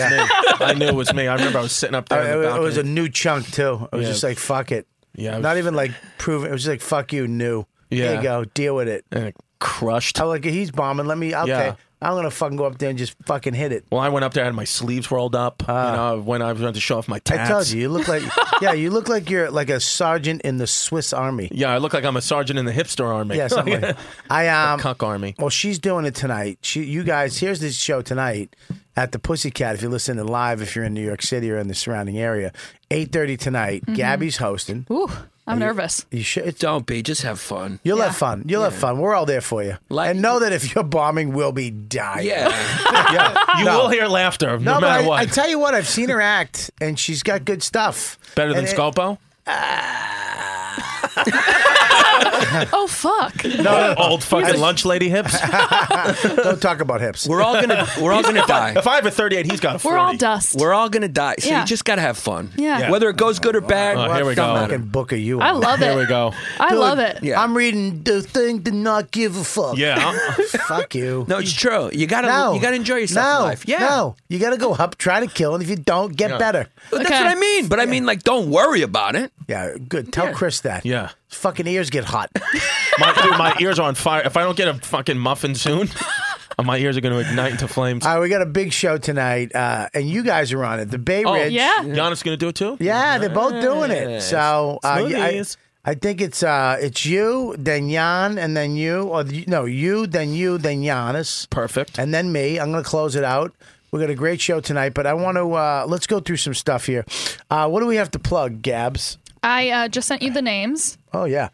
Speaker 8: I knew it was me. I remember I was sitting up there.
Speaker 4: I-
Speaker 8: in
Speaker 4: it, was-
Speaker 8: the
Speaker 4: Uh, it was a
Speaker 8: balcony.
Speaker 4: new chunk too. I was
Speaker 8: Yeah.
Speaker 4: just like, fuck it.
Speaker 8: Yeah, I was-
Speaker 4: Not even like proving. It was just like, fuck you, new. Here
Speaker 8: Yeah.
Speaker 4: you go. Deal with it.
Speaker 8: and it crushed.
Speaker 4: I was like, he's bombing. Let me. Okay.
Speaker 8: Yeah.
Speaker 4: I'm gonna fucking go up there and just fucking hit it.
Speaker 8: Well, I went up there, I had my sleeves rolled up.
Speaker 4: Ah.
Speaker 8: you know, when I went to show off my
Speaker 4: I
Speaker 8: tats.
Speaker 4: told you, you look like yeah, you look like you're like a sergeant in the Swiss Army.
Speaker 8: Yeah, I look like I'm a sergeant in the hipster army.
Speaker 4: Yeah, something like that. I um
Speaker 8: Oh, cuck army.
Speaker 4: Well, she's doing it tonight. She, you guys, here's this show tonight at the Pussycat. If you're listening live, if you're in New York City or in the surrounding area, eight thirty tonight. Gabby's hosting.
Speaker 9: Mm-hmm. Ooh, I'm nervous.
Speaker 4: You should. It's,
Speaker 10: Don't be just have fun.
Speaker 4: you'll have fun. You'll have fun. We're all there for you.
Speaker 10: Like-
Speaker 4: and know that if you're bombing, we'll be dying.
Speaker 10: Yeah.
Speaker 8: yeah, you
Speaker 4: No.
Speaker 8: will hear laughter no,
Speaker 4: No, but
Speaker 8: matter
Speaker 4: I,
Speaker 8: what.
Speaker 4: I tell you what, I've seen her act, and she's got good stuff.
Speaker 8: Better than
Speaker 4: And it-
Speaker 8: Scopo.
Speaker 9: oh fuck.
Speaker 8: old fucking lunch lady hips.
Speaker 4: Don't talk about hips.
Speaker 10: We're all gonna we're all gonna die.
Speaker 8: If I have a 38, he's got a 40.
Speaker 9: We're all dust.
Speaker 10: We're all gonna die. So
Speaker 9: Yeah.
Speaker 10: you just gotta have fun.
Speaker 9: Yeah. Yeah.
Speaker 10: Whether it goes good or bad,
Speaker 8: Oh, here we
Speaker 10: don't
Speaker 8: go.
Speaker 10: matter.
Speaker 8: Fucking
Speaker 4: book of you.
Speaker 9: I love it.
Speaker 8: Here we go.
Speaker 9: I love it.
Speaker 10: Yeah.
Speaker 4: I'm reading the thing to not give a fuck.
Speaker 8: Yeah.
Speaker 4: Fuck you.
Speaker 10: No, it's true. You gotta
Speaker 4: No.
Speaker 10: you gotta enjoy yourself
Speaker 4: no.
Speaker 10: in life. Yeah.
Speaker 4: No. You got to go up, try to kill, and if you don't, get
Speaker 10: Yeah.
Speaker 4: better.
Speaker 10: But That's what I mean. But I mean like don't worry about it.
Speaker 4: Yeah, good. Tell Chris that.
Speaker 8: Yeah.
Speaker 4: His fucking ears get hot.
Speaker 8: My, dude, my ears are on fire. If I don't get a fucking muffin soon, my ears are going to ignite into flames.
Speaker 4: All right, we got a big show tonight, uh, and you guys are on it. The Bay
Speaker 8: Oh,
Speaker 4: Ridge.
Speaker 8: Giannis going to do it too?
Speaker 4: Yeah, they're both doing it.
Speaker 8: Nice.
Speaker 4: So uh, y- I,
Speaker 8: Smoothies.
Speaker 4: I think it's uh, it's you, then Jan, and then you, or the, no, you, then you, then Giannis.
Speaker 8: Perfect.
Speaker 4: And then me. I'm going to close it out. We got a great show tonight, but I want to uh, let's go through some stuff here. Uh, what do we have to plug, Gabs?
Speaker 9: I uh, just sent you the names.
Speaker 4: Oh yeah,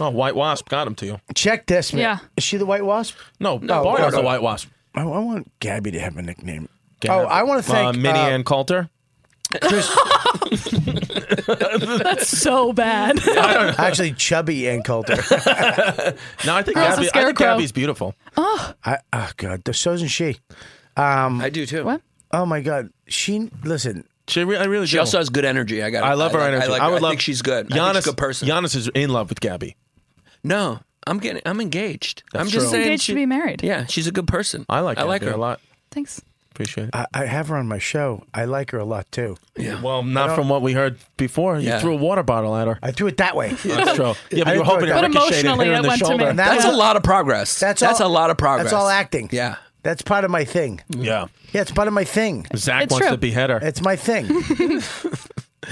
Speaker 8: Oh, White Wasp got him to you.
Speaker 4: check this. Man.
Speaker 9: Yeah.
Speaker 4: is she the White Wasp?
Speaker 8: No,
Speaker 4: No,
Speaker 8: no Barnard's
Speaker 4: no.
Speaker 8: a White Wasp.
Speaker 4: I, I want Gabby to have a nickname.
Speaker 8: Gab-
Speaker 4: Oh, I want to thank
Speaker 8: uh, Minnie
Speaker 4: uh,
Speaker 8: Ann Coulter.
Speaker 9: That's so bad.
Speaker 4: actually Chubby Ann Coulter.
Speaker 8: No, I think,
Speaker 9: Girl's a
Speaker 8: Gabby, I think
Speaker 9: scarecrow.
Speaker 8: Gabby's beautiful.
Speaker 9: oh,
Speaker 4: I, oh God, so isn't she? Um,
Speaker 10: I do too.
Speaker 9: What?
Speaker 4: Oh my God, she listen.
Speaker 8: She re- I really
Speaker 10: She
Speaker 8: do.
Speaker 10: also has good energy. I got.
Speaker 8: I love her
Speaker 10: like-
Speaker 8: energy.
Speaker 10: I, like,
Speaker 8: I would
Speaker 10: I
Speaker 8: love.
Speaker 10: Think she's good. I
Speaker 8: Giannis,
Speaker 10: think she's a good person.
Speaker 8: Giannis is in love with Gabby.
Speaker 10: No, I'm getting. I'm engaged. I'm
Speaker 8: That's
Speaker 10: just
Speaker 8: true.
Speaker 10: saying.
Speaker 9: engaged
Speaker 10: she-
Speaker 9: to be married.
Speaker 10: Yeah, she's a good person.
Speaker 8: I like.
Speaker 10: I
Speaker 8: Gabby
Speaker 10: like her
Speaker 8: a lot.
Speaker 9: Thanks.
Speaker 8: Appreciate it.
Speaker 4: I, I have her on my show. I like her a lot too.
Speaker 8: Well, not from what we heard before. You
Speaker 10: Yeah.
Speaker 8: threw a water bottle at her.
Speaker 4: I threw it that way.
Speaker 8: That's true.
Speaker 4: I
Speaker 8: Yeah, but you
Speaker 4: thought
Speaker 8: were hoping it
Speaker 4: that- But
Speaker 8: ricocheted
Speaker 9: emotionally
Speaker 8: here
Speaker 9: it
Speaker 8: in the
Speaker 9: went to me.
Speaker 8: shoulder.
Speaker 4: That-
Speaker 10: That's a
Speaker 4: Yeah.
Speaker 10: lot of progress.
Speaker 4: That's
Speaker 10: that's a
Speaker 4: all-
Speaker 10: lot of progress.
Speaker 4: That's all acting.
Speaker 10: Yeah.
Speaker 4: That's part of my thing.
Speaker 8: Yeah.
Speaker 4: Yeah, it's part of my thing.
Speaker 8: Zach
Speaker 9: It's
Speaker 8: wants
Speaker 9: true.
Speaker 8: to behead her.
Speaker 4: It's my thing.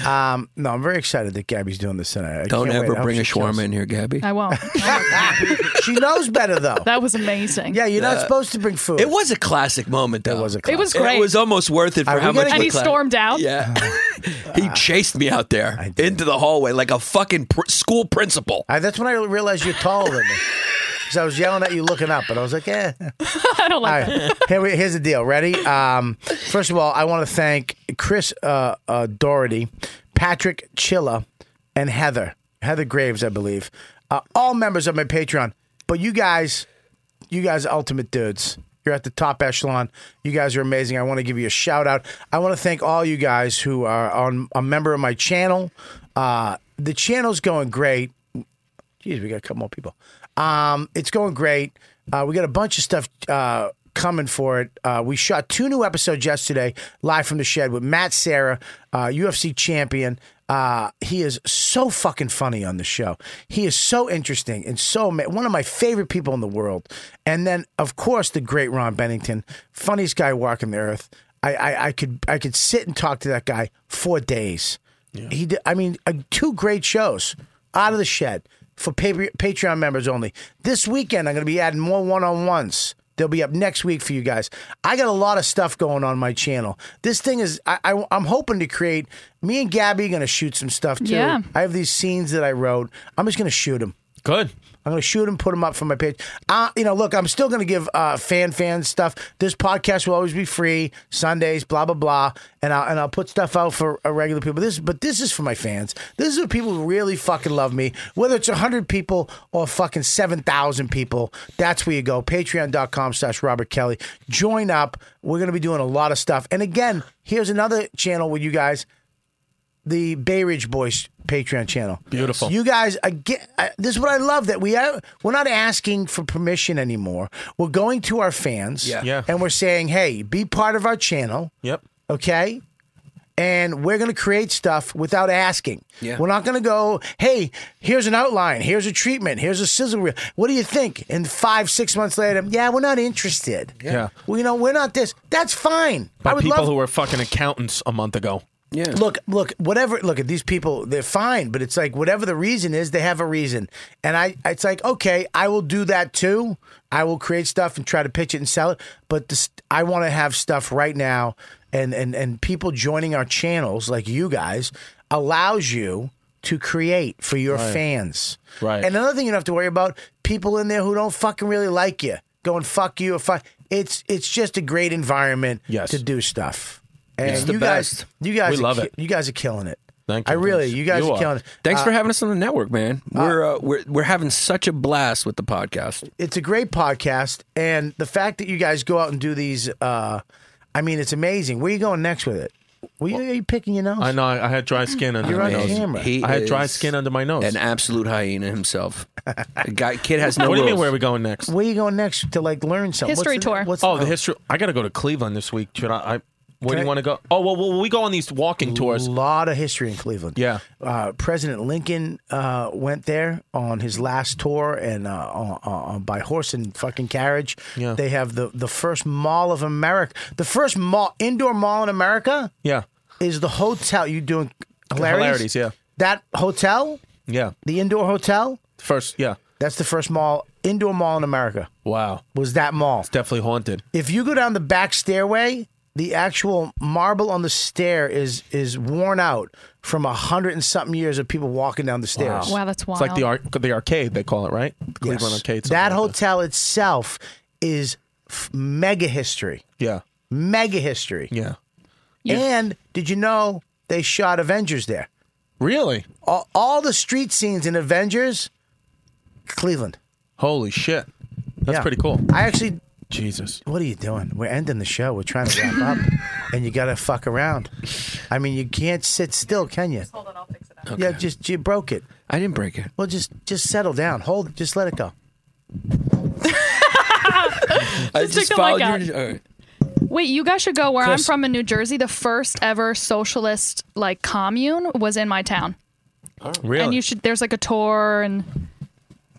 Speaker 4: um, no, I'm very excited that Gabby's doing this tonight. I
Speaker 10: Don't
Speaker 4: can't wait.
Speaker 10: ever
Speaker 4: I hope
Speaker 10: bring a
Speaker 4: she kills
Speaker 10: shawarma in here, Gabby.
Speaker 9: I won't.
Speaker 4: it. She knows better though.
Speaker 9: That was amazing.
Speaker 4: yeah, you're not supposed to bring food.
Speaker 10: It was a classic moment, though. It
Speaker 4: was a
Speaker 9: It was
Speaker 4: classic.
Speaker 9: great.
Speaker 10: It was almost worth it
Speaker 4: Are
Speaker 10: for
Speaker 4: we
Speaker 10: how much.
Speaker 4: gonna-
Speaker 9: and
Speaker 10: we
Speaker 9: he
Speaker 10: cla-
Speaker 9: stormed out.
Speaker 10: Yeah. he chased me out there into the hallway like a fucking pr- school principal.
Speaker 4: I, that's when I realized you're taller than me. Because I was yelling at you looking up, and I was like, eh.
Speaker 9: I don't
Speaker 4: All
Speaker 9: like that.
Speaker 4: right. Here we, here's the deal. Ready? Um, first of all, I want to thank Chris uh, uh, Doherty, Patrick Chilla, and Heather. Heather Graves, I believe. Uh, all members of my Patreon. But you guys, you guys are ultimate dudes. You're at the top echelon. You guys are amazing. I want to give you a shout out. I want to thank all you guys who are on a member of my channel. Uh, the channel's going great. Jeez, we got a couple more people. Um, it's going great. Uh, we got a bunch of stuff uh, coming for it. Uh, we shot two new episodes yesterday, live from the shed with Matt Sarah, uh, UFC champion. Uh, he is so fucking funny on the show. He is so interesting and so ama- one of my favorite people in the world. And then, of course, the great Ron Bennington, funniest guy walking the earth. I, I, I could I could sit and talk to that guy for days. He did, I mean, uh, two great shows out of the shed for pa- Patreon members only. This weekend, I'm going to be adding more one on ones. They'll be up next week for you guys. I got a lot of stuff going on my channel. This thing is, I, I, I'm hoping to create. Me and Gabby are going to shoot some stuff too.
Speaker 9: Yeah.
Speaker 4: I have these scenes that I wrote. I'm just going to shoot them.
Speaker 8: Good.
Speaker 4: I'm going to shoot them, put them up for my page. Uh, you know, look, I'm still going to give uh, fan fan stuff. This podcast will always be free Sundays, blah blah blah, and I'll and I'll put stuff out for uh, regular people. This, but this is for my fans. This is for people who really fucking love me. Whether it's hundred people or fucking seven thousand people, that's where you go. Patreon.com/slash Robert Kelly. Join up. We're going to be doing a lot of stuff. And again, here's another channel with you guys the Bay Ridge Boys Patreon channel.
Speaker 8: Beautiful.
Speaker 4: You guys, again, I, this is what I love that we are. We're not asking for permission anymore. We're going to our fans,
Speaker 10: Yeah.
Speaker 8: Yeah.
Speaker 4: and we're saying, "Hey, be part of our channel."
Speaker 8: Yep.
Speaker 4: okay? And we're going to create stuff without asking.
Speaker 10: Yeah.
Speaker 4: We're not going to go, hey, here's an outline, here's a treatment, here's a sizzle reel. What do you think? And five, six months later, yeah, we're not interested.
Speaker 8: Yeah.
Speaker 4: Well, you know, we're not this. That's fine. I
Speaker 8: By
Speaker 4: would
Speaker 8: people
Speaker 4: love
Speaker 8: who were fucking accountants a month ago.
Speaker 10: Yeah.
Speaker 4: Look, look, whatever. Look at these people; they're fine, but it's like whatever the reason is, they have a reason, and I, it's like, okay, I will do that too. I will create stuff and try to pitch it and sell it, but this, I want to have stuff right now, and and and people joining our channels like you guys allows you to create for your fans.
Speaker 8: Right.
Speaker 4: And another thing you don't have to worry about people in there who don't fucking really like you going fuck you or fuck. It's it's just a great environment
Speaker 8: Yes.
Speaker 4: to do stuff. And
Speaker 10: It's the
Speaker 4: you
Speaker 10: best.
Speaker 4: guys, you guys,
Speaker 8: We
Speaker 4: are
Speaker 8: love
Speaker 4: ki-
Speaker 8: it.
Speaker 4: You guys are killing it.
Speaker 10: Thank
Speaker 4: I really, you guys are killing it.
Speaker 10: Thanks
Speaker 4: Uh,
Speaker 10: for having us on the network, man. We're uh, we're we're having such a blast with the podcast.
Speaker 4: it's a great podcast, and the fact that you guys go out and do these, uh, I mean, it's amazing. Where are you going next with it? Were you, are you picking your nose?
Speaker 8: I know. I I had dry skin under
Speaker 4: You're
Speaker 8: my
Speaker 4: on
Speaker 8: nose.
Speaker 4: camera. He
Speaker 8: I had dry
Speaker 4: is
Speaker 8: skin under my nose.
Speaker 10: An absolute hyena himself. The guy kid has no.
Speaker 8: What do you mean?
Speaker 10: rules.
Speaker 8: Where are we going next?
Speaker 4: Where are you going next to like learn something?
Speaker 9: History
Speaker 4: what's the,
Speaker 9: tour.
Speaker 4: What's
Speaker 8: oh, the history. I got to go to Cleveland this week. Should I? I
Speaker 4: Can
Speaker 8: where do
Speaker 4: I-
Speaker 8: you want to go? Oh well, well, we go on these walking tours.
Speaker 4: A lot of history in Cleveland.
Speaker 8: Yeah.
Speaker 4: Uh, President Lincoln uh, went there on his last tour and uh, on, on, by horse and fucking carriage.
Speaker 8: Yeah.
Speaker 4: They have the, the first mall of America. The first mall, indoor mall in America
Speaker 8: Yeah.
Speaker 4: is the hotel. You doing hilarities?
Speaker 8: Hilarities, yeah.
Speaker 4: That hotel,
Speaker 8: Yeah.
Speaker 4: the indoor hotel,
Speaker 8: First. Yeah.
Speaker 4: that's the first mall, indoor mall in America.
Speaker 8: Wow.
Speaker 4: Was that mall?
Speaker 8: It's definitely haunted.
Speaker 4: If you go down the back stairway, the actual marble on the stair is is worn out from a hundred and something years of people walking down the stairs.
Speaker 9: Wow, that's wild.
Speaker 8: It's like the arc, the arcade they call it, right? Cleveland
Speaker 4: Yes.
Speaker 8: arcade. something
Speaker 4: That
Speaker 8: like
Speaker 4: hotel itself is f- mega history.
Speaker 8: Yeah.
Speaker 4: Mega history.
Speaker 8: Yeah.
Speaker 4: And did you know they shot Avengers there?
Speaker 8: Really?
Speaker 4: All, all the street scenes in Avengers, Cleveland.
Speaker 8: Holy shit. That's
Speaker 4: Yeah.
Speaker 8: pretty cool.
Speaker 4: I actually.
Speaker 8: Jesus.
Speaker 4: What are you doing? We're ending the show. We're trying to wrap up, and you got to fuck around. I mean, you can't sit still, can you? hold on, I'll fix it. Yeah, just you broke it.
Speaker 10: I didn't break it.
Speaker 4: Well, just just settle down. Hold. it. Just let it go.
Speaker 10: I
Speaker 9: Just took the mic out.
Speaker 10: your- all right.
Speaker 9: Wait, you guys should go where I'm
Speaker 10: Chris.
Speaker 9: from in New Jersey. The first ever socialist like commune was in my town.
Speaker 8: Really?
Speaker 9: And you should there's like a tour and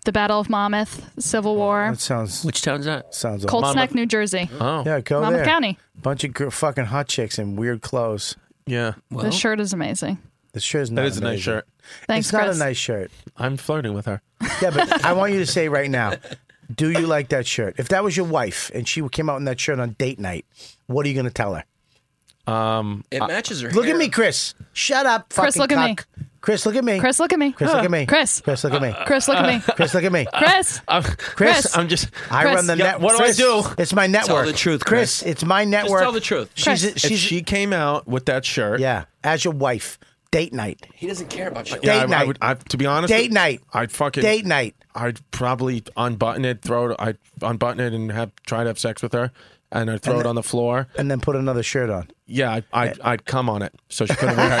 Speaker 9: the Battle of Monmouth, Civil War.
Speaker 4: That sounds.
Speaker 10: Which town's that?
Speaker 4: Sounds.
Speaker 9: Cold
Speaker 4: awful.
Speaker 9: Snack, New Jersey.
Speaker 8: Oh.
Speaker 4: Yeah, go
Speaker 9: Monmouth
Speaker 4: there.
Speaker 9: County.
Speaker 4: Bunch of gr- fucking hot chicks in weird clothes.
Speaker 8: Yeah.
Speaker 9: the shirt is amazing.
Speaker 4: The shirt is not.
Speaker 8: That is a nice
Speaker 4: amazing.
Speaker 8: shirt.
Speaker 9: Thanks,
Speaker 4: it's not
Speaker 9: Chris.
Speaker 4: a nice shirt.
Speaker 8: I'm flirting with her.
Speaker 4: Yeah, but I want you to say right now, do you like that shirt? If that was your wife and she came out in that shirt on date night, what are you going to tell her?
Speaker 8: Um,
Speaker 10: It matches her.
Speaker 4: Look
Speaker 10: hair.
Speaker 4: at me, Chris. Shut up,
Speaker 9: Chris,
Speaker 4: fucking
Speaker 9: look at me.
Speaker 4: cuck. Chris, look at me.
Speaker 9: Chris, look at me.
Speaker 4: Chris, look at me.
Speaker 9: Chris.
Speaker 4: Chris, Uh, look at me.
Speaker 9: Chris, look at me.
Speaker 4: Chris, look at me.
Speaker 9: Chris.
Speaker 8: I'm,
Speaker 4: Chris,
Speaker 8: I'm just.
Speaker 4: I
Speaker 9: Chris.
Speaker 4: run the
Speaker 8: Yeah,
Speaker 4: net.
Speaker 8: what do I
Speaker 4: Chris,
Speaker 8: do?
Speaker 4: It's my network.
Speaker 10: the truth,
Speaker 4: Chris.
Speaker 10: Chris.
Speaker 4: It's my network.
Speaker 10: tell the truth.
Speaker 4: She's
Speaker 9: Chris.
Speaker 4: a,
Speaker 8: If
Speaker 4: she's
Speaker 8: she came out with that shirt,
Speaker 4: yeah. As your wife, date night,
Speaker 10: He doesn't care about you.
Speaker 4: Yeah.
Speaker 8: I-
Speaker 4: Date
Speaker 8: I,
Speaker 4: night.
Speaker 8: would, I, to be honest,
Speaker 4: Date night.
Speaker 8: I'd fucking
Speaker 4: date night.
Speaker 8: I'd probably unbutton it, throw it. I'd unbutton it and have try to have sex with her, and I'd throw it on the floor.
Speaker 4: and then put another shirt on.
Speaker 8: Yeah, I'd, I'd, I'd come on it, so she couldn't wear it.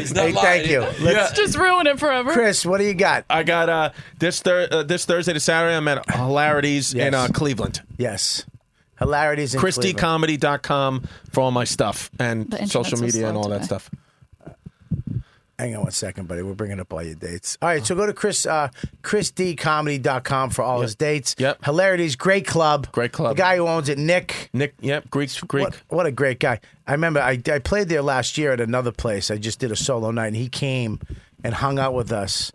Speaker 10: He's not
Speaker 4: Hey,
Speaker 10: lying.
Speaker 4: thank you. Let's-
Speaker 9: Just ruin it forever.
Speaker 4: Chris, what do you got?
Speaker 8: I got uh, this thir- uh, this Thursday to Saturday. I'm at Hilarities in uh, Cleveland.
Speaker 4: Yes. Hilarities in Cleveland.
Speaker 8: ChristyComedy.com for all my stuff and
Speaker 9: The internet's
Speaker 8: social
Speaker 9: so
Speaker 8: media and
Speaker 9: slow
Speaker 8: all
Speaker 9: today.
Speaker 8: that stuff.
Speaker 4: Hang on one second, buddy. We're bringing up all your dates. All right, so go to Chris uh, ChrisDComedy.com for all his dates.
Speaker 8: Yep.
Speaker 4: Hilarities, great club.
Speaker 8: Great club.
Speaker 4: The guy who owns it, Nick.
Speaker 8: Nick, yep, Greek, Greek.
Speaker 4: What, what a great guy. I remember I, I played there last year at another place. I just did a solo night, and he came and hung out with us.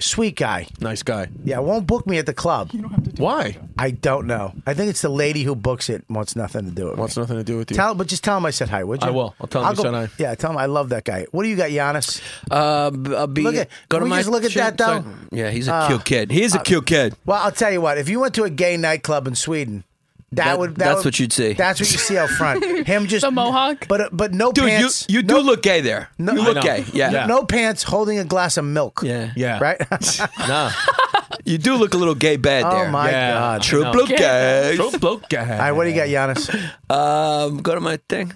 Speaker 4: Sweet guy.
Speaker 8: Nice guy.
Speaker 4: Yeah, won't book me at the club.
Speaker 8: Why?
Speaker 4: I don't know. I think it's the lady who books it wants nothing to do with
Speaker 8: Wants
Speaker 4: me.
Speaker 8: nothing to do with you.
Speaker 4: Tell, but just tell him I said hi, would you?
Speaker 8: I will. I'll tell him you said hi.
Speaker 4: Yeah, tell him I love that guy. What do you got, Giannis?
Speaker 10: Uh, b- uh, be,
Speaker 4: Look at-
Speaker 10: go
Speaker 4: can
Speaker 10: to
Speaker 4: we
Speaker 10: my
Speaker 4: just look at
Speaker 10: shit?
Speaker 4: that, though?
Speaker 10: Sorry. Yeah, he's a cute kid. He is a cute kid.
Speaker 4: Well, I'll tell you what. If you went to a gay nightclub in Sweden, that,
Speaker 10: That-
Speaker 4: would that
Speaker 10: that's
Speaker 4: would-
Speaker 10: what you'd see.
Speaker 4: That's what you see out front. Him just
Speaker 9: The mohawk?
Speaker 4: but but no
Speaker 10: Dude,
Speaker 4: pants.
Speaker 10: you, you do look gay there. you
Speaker 8: I
Speaker 10: look
Speaker 8: know.
Speaker 10: gay. Yeah.
Speaker 8: Yeah.
Speaker 4: no pants, holding a glass of milk.
Speaker 10: Yeah.
Speaker 8: Yeah.
Speaker 4: right.
Speaker 8: Nah.
Speaker 10: You do look a little gay bad there.
Speaker 4: oh my
Speaker 8: Yeah.
Speaker 4: god!
Speaker 10: True
Speaker 8: I know.
Speaker 10: blue gay.
Speaker 8: True bloke guy.
Speaker 4: All right, what do you got, Giannis?
Speaker 10: Um, go to my thing.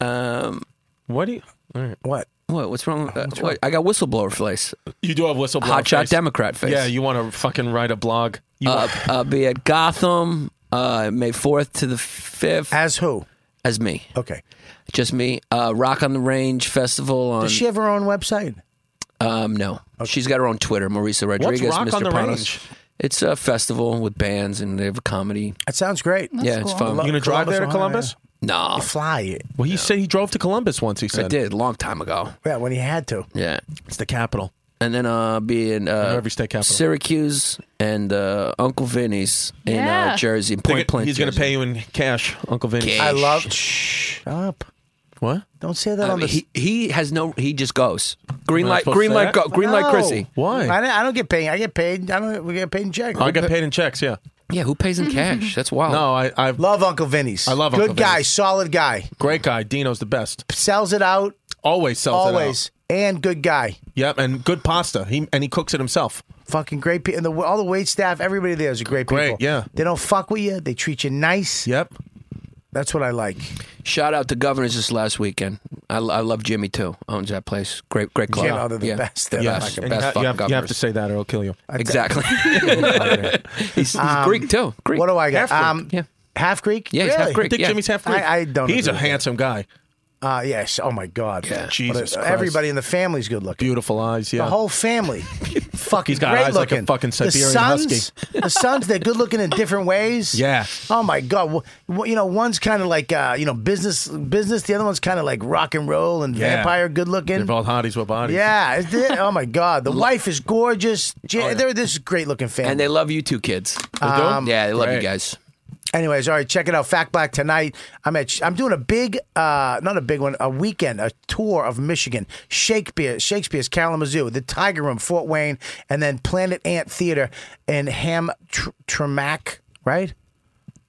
Speaker 10: Um,
Speaker 8: What do you? All right.
Speaker 4: What?
Speaker 10: what? What's wrong? with- Uh, what? I got whistleblower face.
Speaker 8: You do have whistleblower.
Speaker 10: Hotshot
Speaker 8: face.
Speaker 10: Democrat face.
Speaker 8: Yeah, you want to fucking write a blog. You
Speaker 10: Uh,
Speaker 8: want-
Speaker 10: I'll be at Gotham uh, May 4th to the 5th
Speaker 4: As who?
Speaker 10: as me.
Speaker 4: Okay.
Speaker 10: Just me. Uh, Rock on the Range Festival on.
Speaker 4: Does she have her own website?
Speaker 10: Um, no, she's got her own Twitter, Marisa Rodriguez,
Speaker 8: Rock
Speaker 10: Mr.
Speaker 8: on the
Speaker 10: Panos.
Speaker 8: Range?
Speaker 10: It's a festival with bands and they have a comedy.
Speaker 4: That sounds great.
Speaker 10: yeah, it's
Speaker 9: cool.
Speaker 10: fun.
Speaker 8: you gonna drive there Oh. to Columbus?
Speaker 10: no,
Speaker 4: Fly.
Speaker 8: Well, he said he drove to Columbus once. He
Speaker 10: I
Speaker 8: said
Speaker 10: did long time ago.
Speaker 4: Yeah, when he had to.
Speaker 10: Yeah,
Speaker 8: It's the capital.
Speaker 10: and then uh, be in uh,
Speaker 8: every state capital.
Speaker 10: Syracuse and uh, Uncle Vinny's in
Speaker 9: Yeah.
Speaker 10: uh, Jersey, in
Speaker 8: They're
Speaker 10: Point
Speaker 8: gonna-
Speaker 10: Pleasant.
Speaker 8: He's going to
Speaker 10: Jersey.
Speaker 8: pay you in cash, Uncle Vinny.
Speaker 10: Cash.
Speaker 4: I love. Shh up.
Speaker 8: What?
Speaker 4: Don't say that
Speaker 8: Uh,
Speaker 10: I
Speaker 4: on the.
Speaker 10: mean, he he has no. He just goes. Green
Speaker 8: Am I
Speaker 10: light.
Speaker 8: supposed to
Speaker 10: Green
Speaker 8: say
Speaker 10: light.
Speaker 8: that?
Speaker 10: Go, green light.
Speaker 4: No.
Speaker 10: Chrissy.
Speaker 8: Why?
Speaker 4: I don't, I don't get paid. I get paid. I don't. We get paid in check.
Speaker 8: I got paid in checks. Yeah.
Speaker 10: Yeah, who pays in cash? That's wild.
Speaker 8: No, I, I
Speaker 4: Love Uncle Vinny's.
Speaker 8: I love
Speaker 4: Good
Speaker 8: Uncle
Speaker 4: guy,
Speaker 8: Vinny's.
Speaker 4: solid guy.
Speaker 8: great guy. Dino's the best.
Speaker 4: Sells it out.
Speaker 8: Always sells it out.
Speaker 4: Always. And good guy.
Speaker 8: Yep, and good pasta. He and he cooks it himself.
Speaker 4: Fucking great people. And the, all the wait staff, everybody there is great people.
Speaker 8: Great, yeah.
Speaker 4: They don't fuck with you. They treat you nice.
Speaker 8: Yep.
Speaker 4: That's what I like.
Speaker 10: Shout out to Governors this last weekend. I, I love Jimmy too. Owns that place. Great, great club.
Speaker 4: Jim, oh, they're the best. They're
Speaker 10: yeah,
Speaker 4: fucking
Speaker 10: best,
Speaker 8: you,
Speaker 10: best
Speaker 8: ha- you
Speaker 10: fucking
Speaker 8: have, you have to
Speaker 10: governors.
Speaker 8: say that or it'll kill you.
Speaker 10: Exactly. he's he's Greek too. Greek.
Speaker 4: Um, What do I got?
Speaker 10: Half Greek.
Speaker 4: Um, Half Greek?
Speaker 10: Yeah, he's
Speaker 4: really?
Speaker 10: half Greek.
Speaker 8: Dick
Speaker 10: yeah.
Speaker 8: Jimmy's half Greek.
Speaker 4: I- I don't
Speaker 8: He's a
Speaker 4: agree with that.
Speaker 8: handsome guy.
Speaker 4: Uh, yes. Oh, my God. What a-
Speaker 8: Jesus Christ.
Speaker 4: Everybody in the family's good looking.
Speaker 8: Beautiful eyes. Yeah.
Speaker 4: The whole family. fucking
Speaker 8: He's got
Speaker 4: great
Speaker 8: eyes like a
Speaker 4: looking.
Speaker 8: fucking Siberian
Speaker 4: the sons,
Speaker 8: husky.
Speaker 4: the sons, they're good looking in different ways.
Speaker 8: Yeah.
Speaker 4: Oh my God. Wh- wh- you know, one's kind of like uh, you know business, business. The other one's kind of like rock and roll and
Speaker 8: Yeah.
Speaker 4: vampire good looking.
Speaker 8: They're both hotties with bodies.
Speaker 4: Yeah. it's- it- oh my God. The wife is gorgeous.
Speaker 8: Oh,
Speaker 4: J- They're this great looking family.
Speaker 10: And they love you two kids.
Speaker 4: Um,
Speaker 10: yeah, they love you
Speaker 8: Great.
Speaker 10: guys.
Speaker 4: Anyways, all right, check it out. Fact Black tonight. I'm at. I'm doing a big, uh, not a big one, a weekend, a tour of Michigan, Shakespeare, Shakespeare's Kalamazoo, the Tiger Room, Fort Wayne, and then Planet Ant Theater in Hamtramck, right?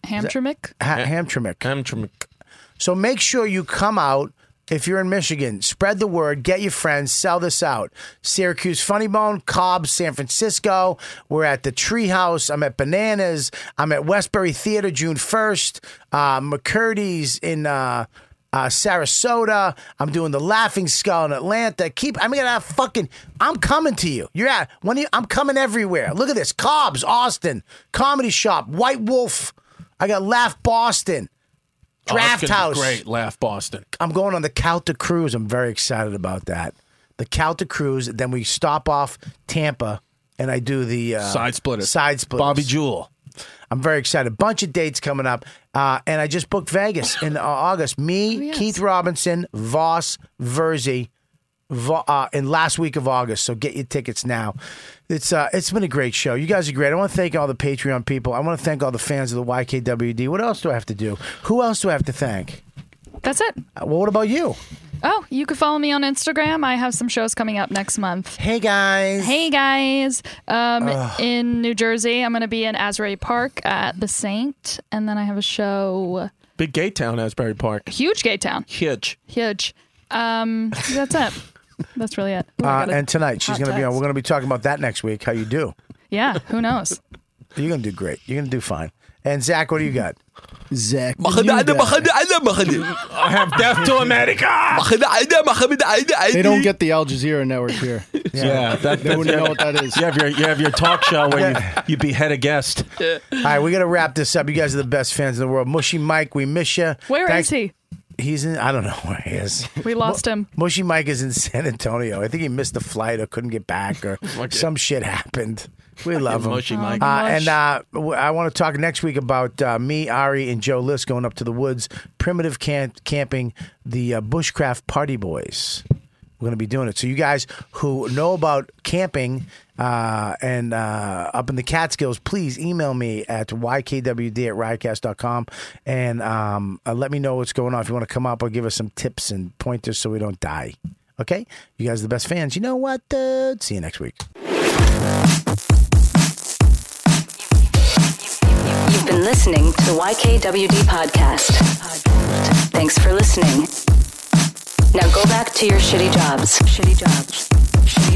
Speaker 9: Hamtramck?
Speaker 4: Ha- Hamtramck.
Speaker 8: Hamtramck.
Speaker 4: So make sure you come out if you're in Michigan. Spread the word, get your friends, sell this out. Syracuse Funny Bone, Cobb, San Francisco. We're at the Treehouse. I'm at Bananas. I'm at Westbury Theater June 1st. Uh, McCurdy's in. Uh, uh, Sarasota. I'm doing the Laughing Skull in Atlanta. Keep. I'm gonna have fucking. I'm coming to you. You're at when you, I'm coming everywhere. Look at this. Cobb's, Austin, Comedy Shop, White Wolf. I got Laugh Boston.
Speaker 8: Oh, it's
Speaker 4: Draft
Speaker 8: gonna be
Speaker 4: House.
Speaker 8: Great. Laugh Boston.
Speaker 4: I'm going on the Calta cruise. I'm very excited about that. The Calta cruise. Then we stop off Tampa, and I do the uh,
Speaker 8: Side splitters.
Speaker 4: Side splitters.
Speaker 8: Bobby Jewell.
Speaker 4: I'm very excited. Bunch of dates coming up, uh, and I just booked Vegas in uh, August. Me, Keith Robinson, Voss, Verzi, Vo- uh, in last week of August. So get your tickets now. It's uh, it's been a great show. You guys are great. I want to thank all the Patreon people. I want to thank all the fans of the YKWd. What else do I have to do? Who else do I have to thank?
Speaker 9: That's it.
Speaker 4: Uh, well, what about you?
Speaker 9: Oh, you can follow me on Instagram. I have some shows coming up next month.
Speaker 4: Hey guys.
Speaker 9: Hey guys. Um, in New Jersey, I'm going to be in Asbury Park at The Saint, and then I have a show.
Speaker 8: Big gay town, Asbury Park.
Speaker 9: Huge gay town.
Speaker 8: Huge.
Speaker 9: Huge. Um, that's it. That's really it. Ooh, I
Speaker 4: Uh,
Speaker 9: gotta-
Speaker 4: and tonight she's
Speaker 9: hot
Speaker 4: going to be on.
Speaker 9: text.
Speaker 4: We're going to be talking about that next week. How you do?
Speaker 9: Yeah. Who knows?
Speaker 4: You're going to do great. You're going to do fine. And Zach, what do you got?
Speaker 6: Zach.
Speaker 8: I have death to America.
Speaker 11: They don't get the Al Jazeera network here.
Speaker 8: Yeah, that,
Speaker 11: They wouldn't know what that is.
Speaker 8: You have your you have your talk show where you, you behead a guest.
Speaker 4: All right, we got to wrap this up. You guys are the best fans in the world. Mushy Mike, we miss you.
Speaker 9: Where is
Speaker 4: Thanks-
Speaker 9: he?
Speaker 4: He's in. I don't know where he is.
Speaker 9: We lost him.
Speaker 4: Mushy Mike is in San Antonio. I think he missed a flight or couldn't get back or some shit happened. We love him.
Speaker 8: Mushy Mike.
Speaker 4: Uh, and uh, w- I want to talk next week about uh, me, Ari, and Joe List going up to the woods, primitive camp- camping, the uh, bushcraft party boys. We're going to be doing it. So you guys who know about camping uh, and uh, up in the Catskills, please email me at ykwd at riotcast.com and um, uh, let me know what's going on. If you want to come up or give us some tips and pointers so we don't die. Okay? You guys are the best fans. You know what, dude? See you next week.
Speaker 17: You've been listening to the YKWD podcast. Thanks for listening. Now go back to your shitty jobs. Shitty jobs. Shitty,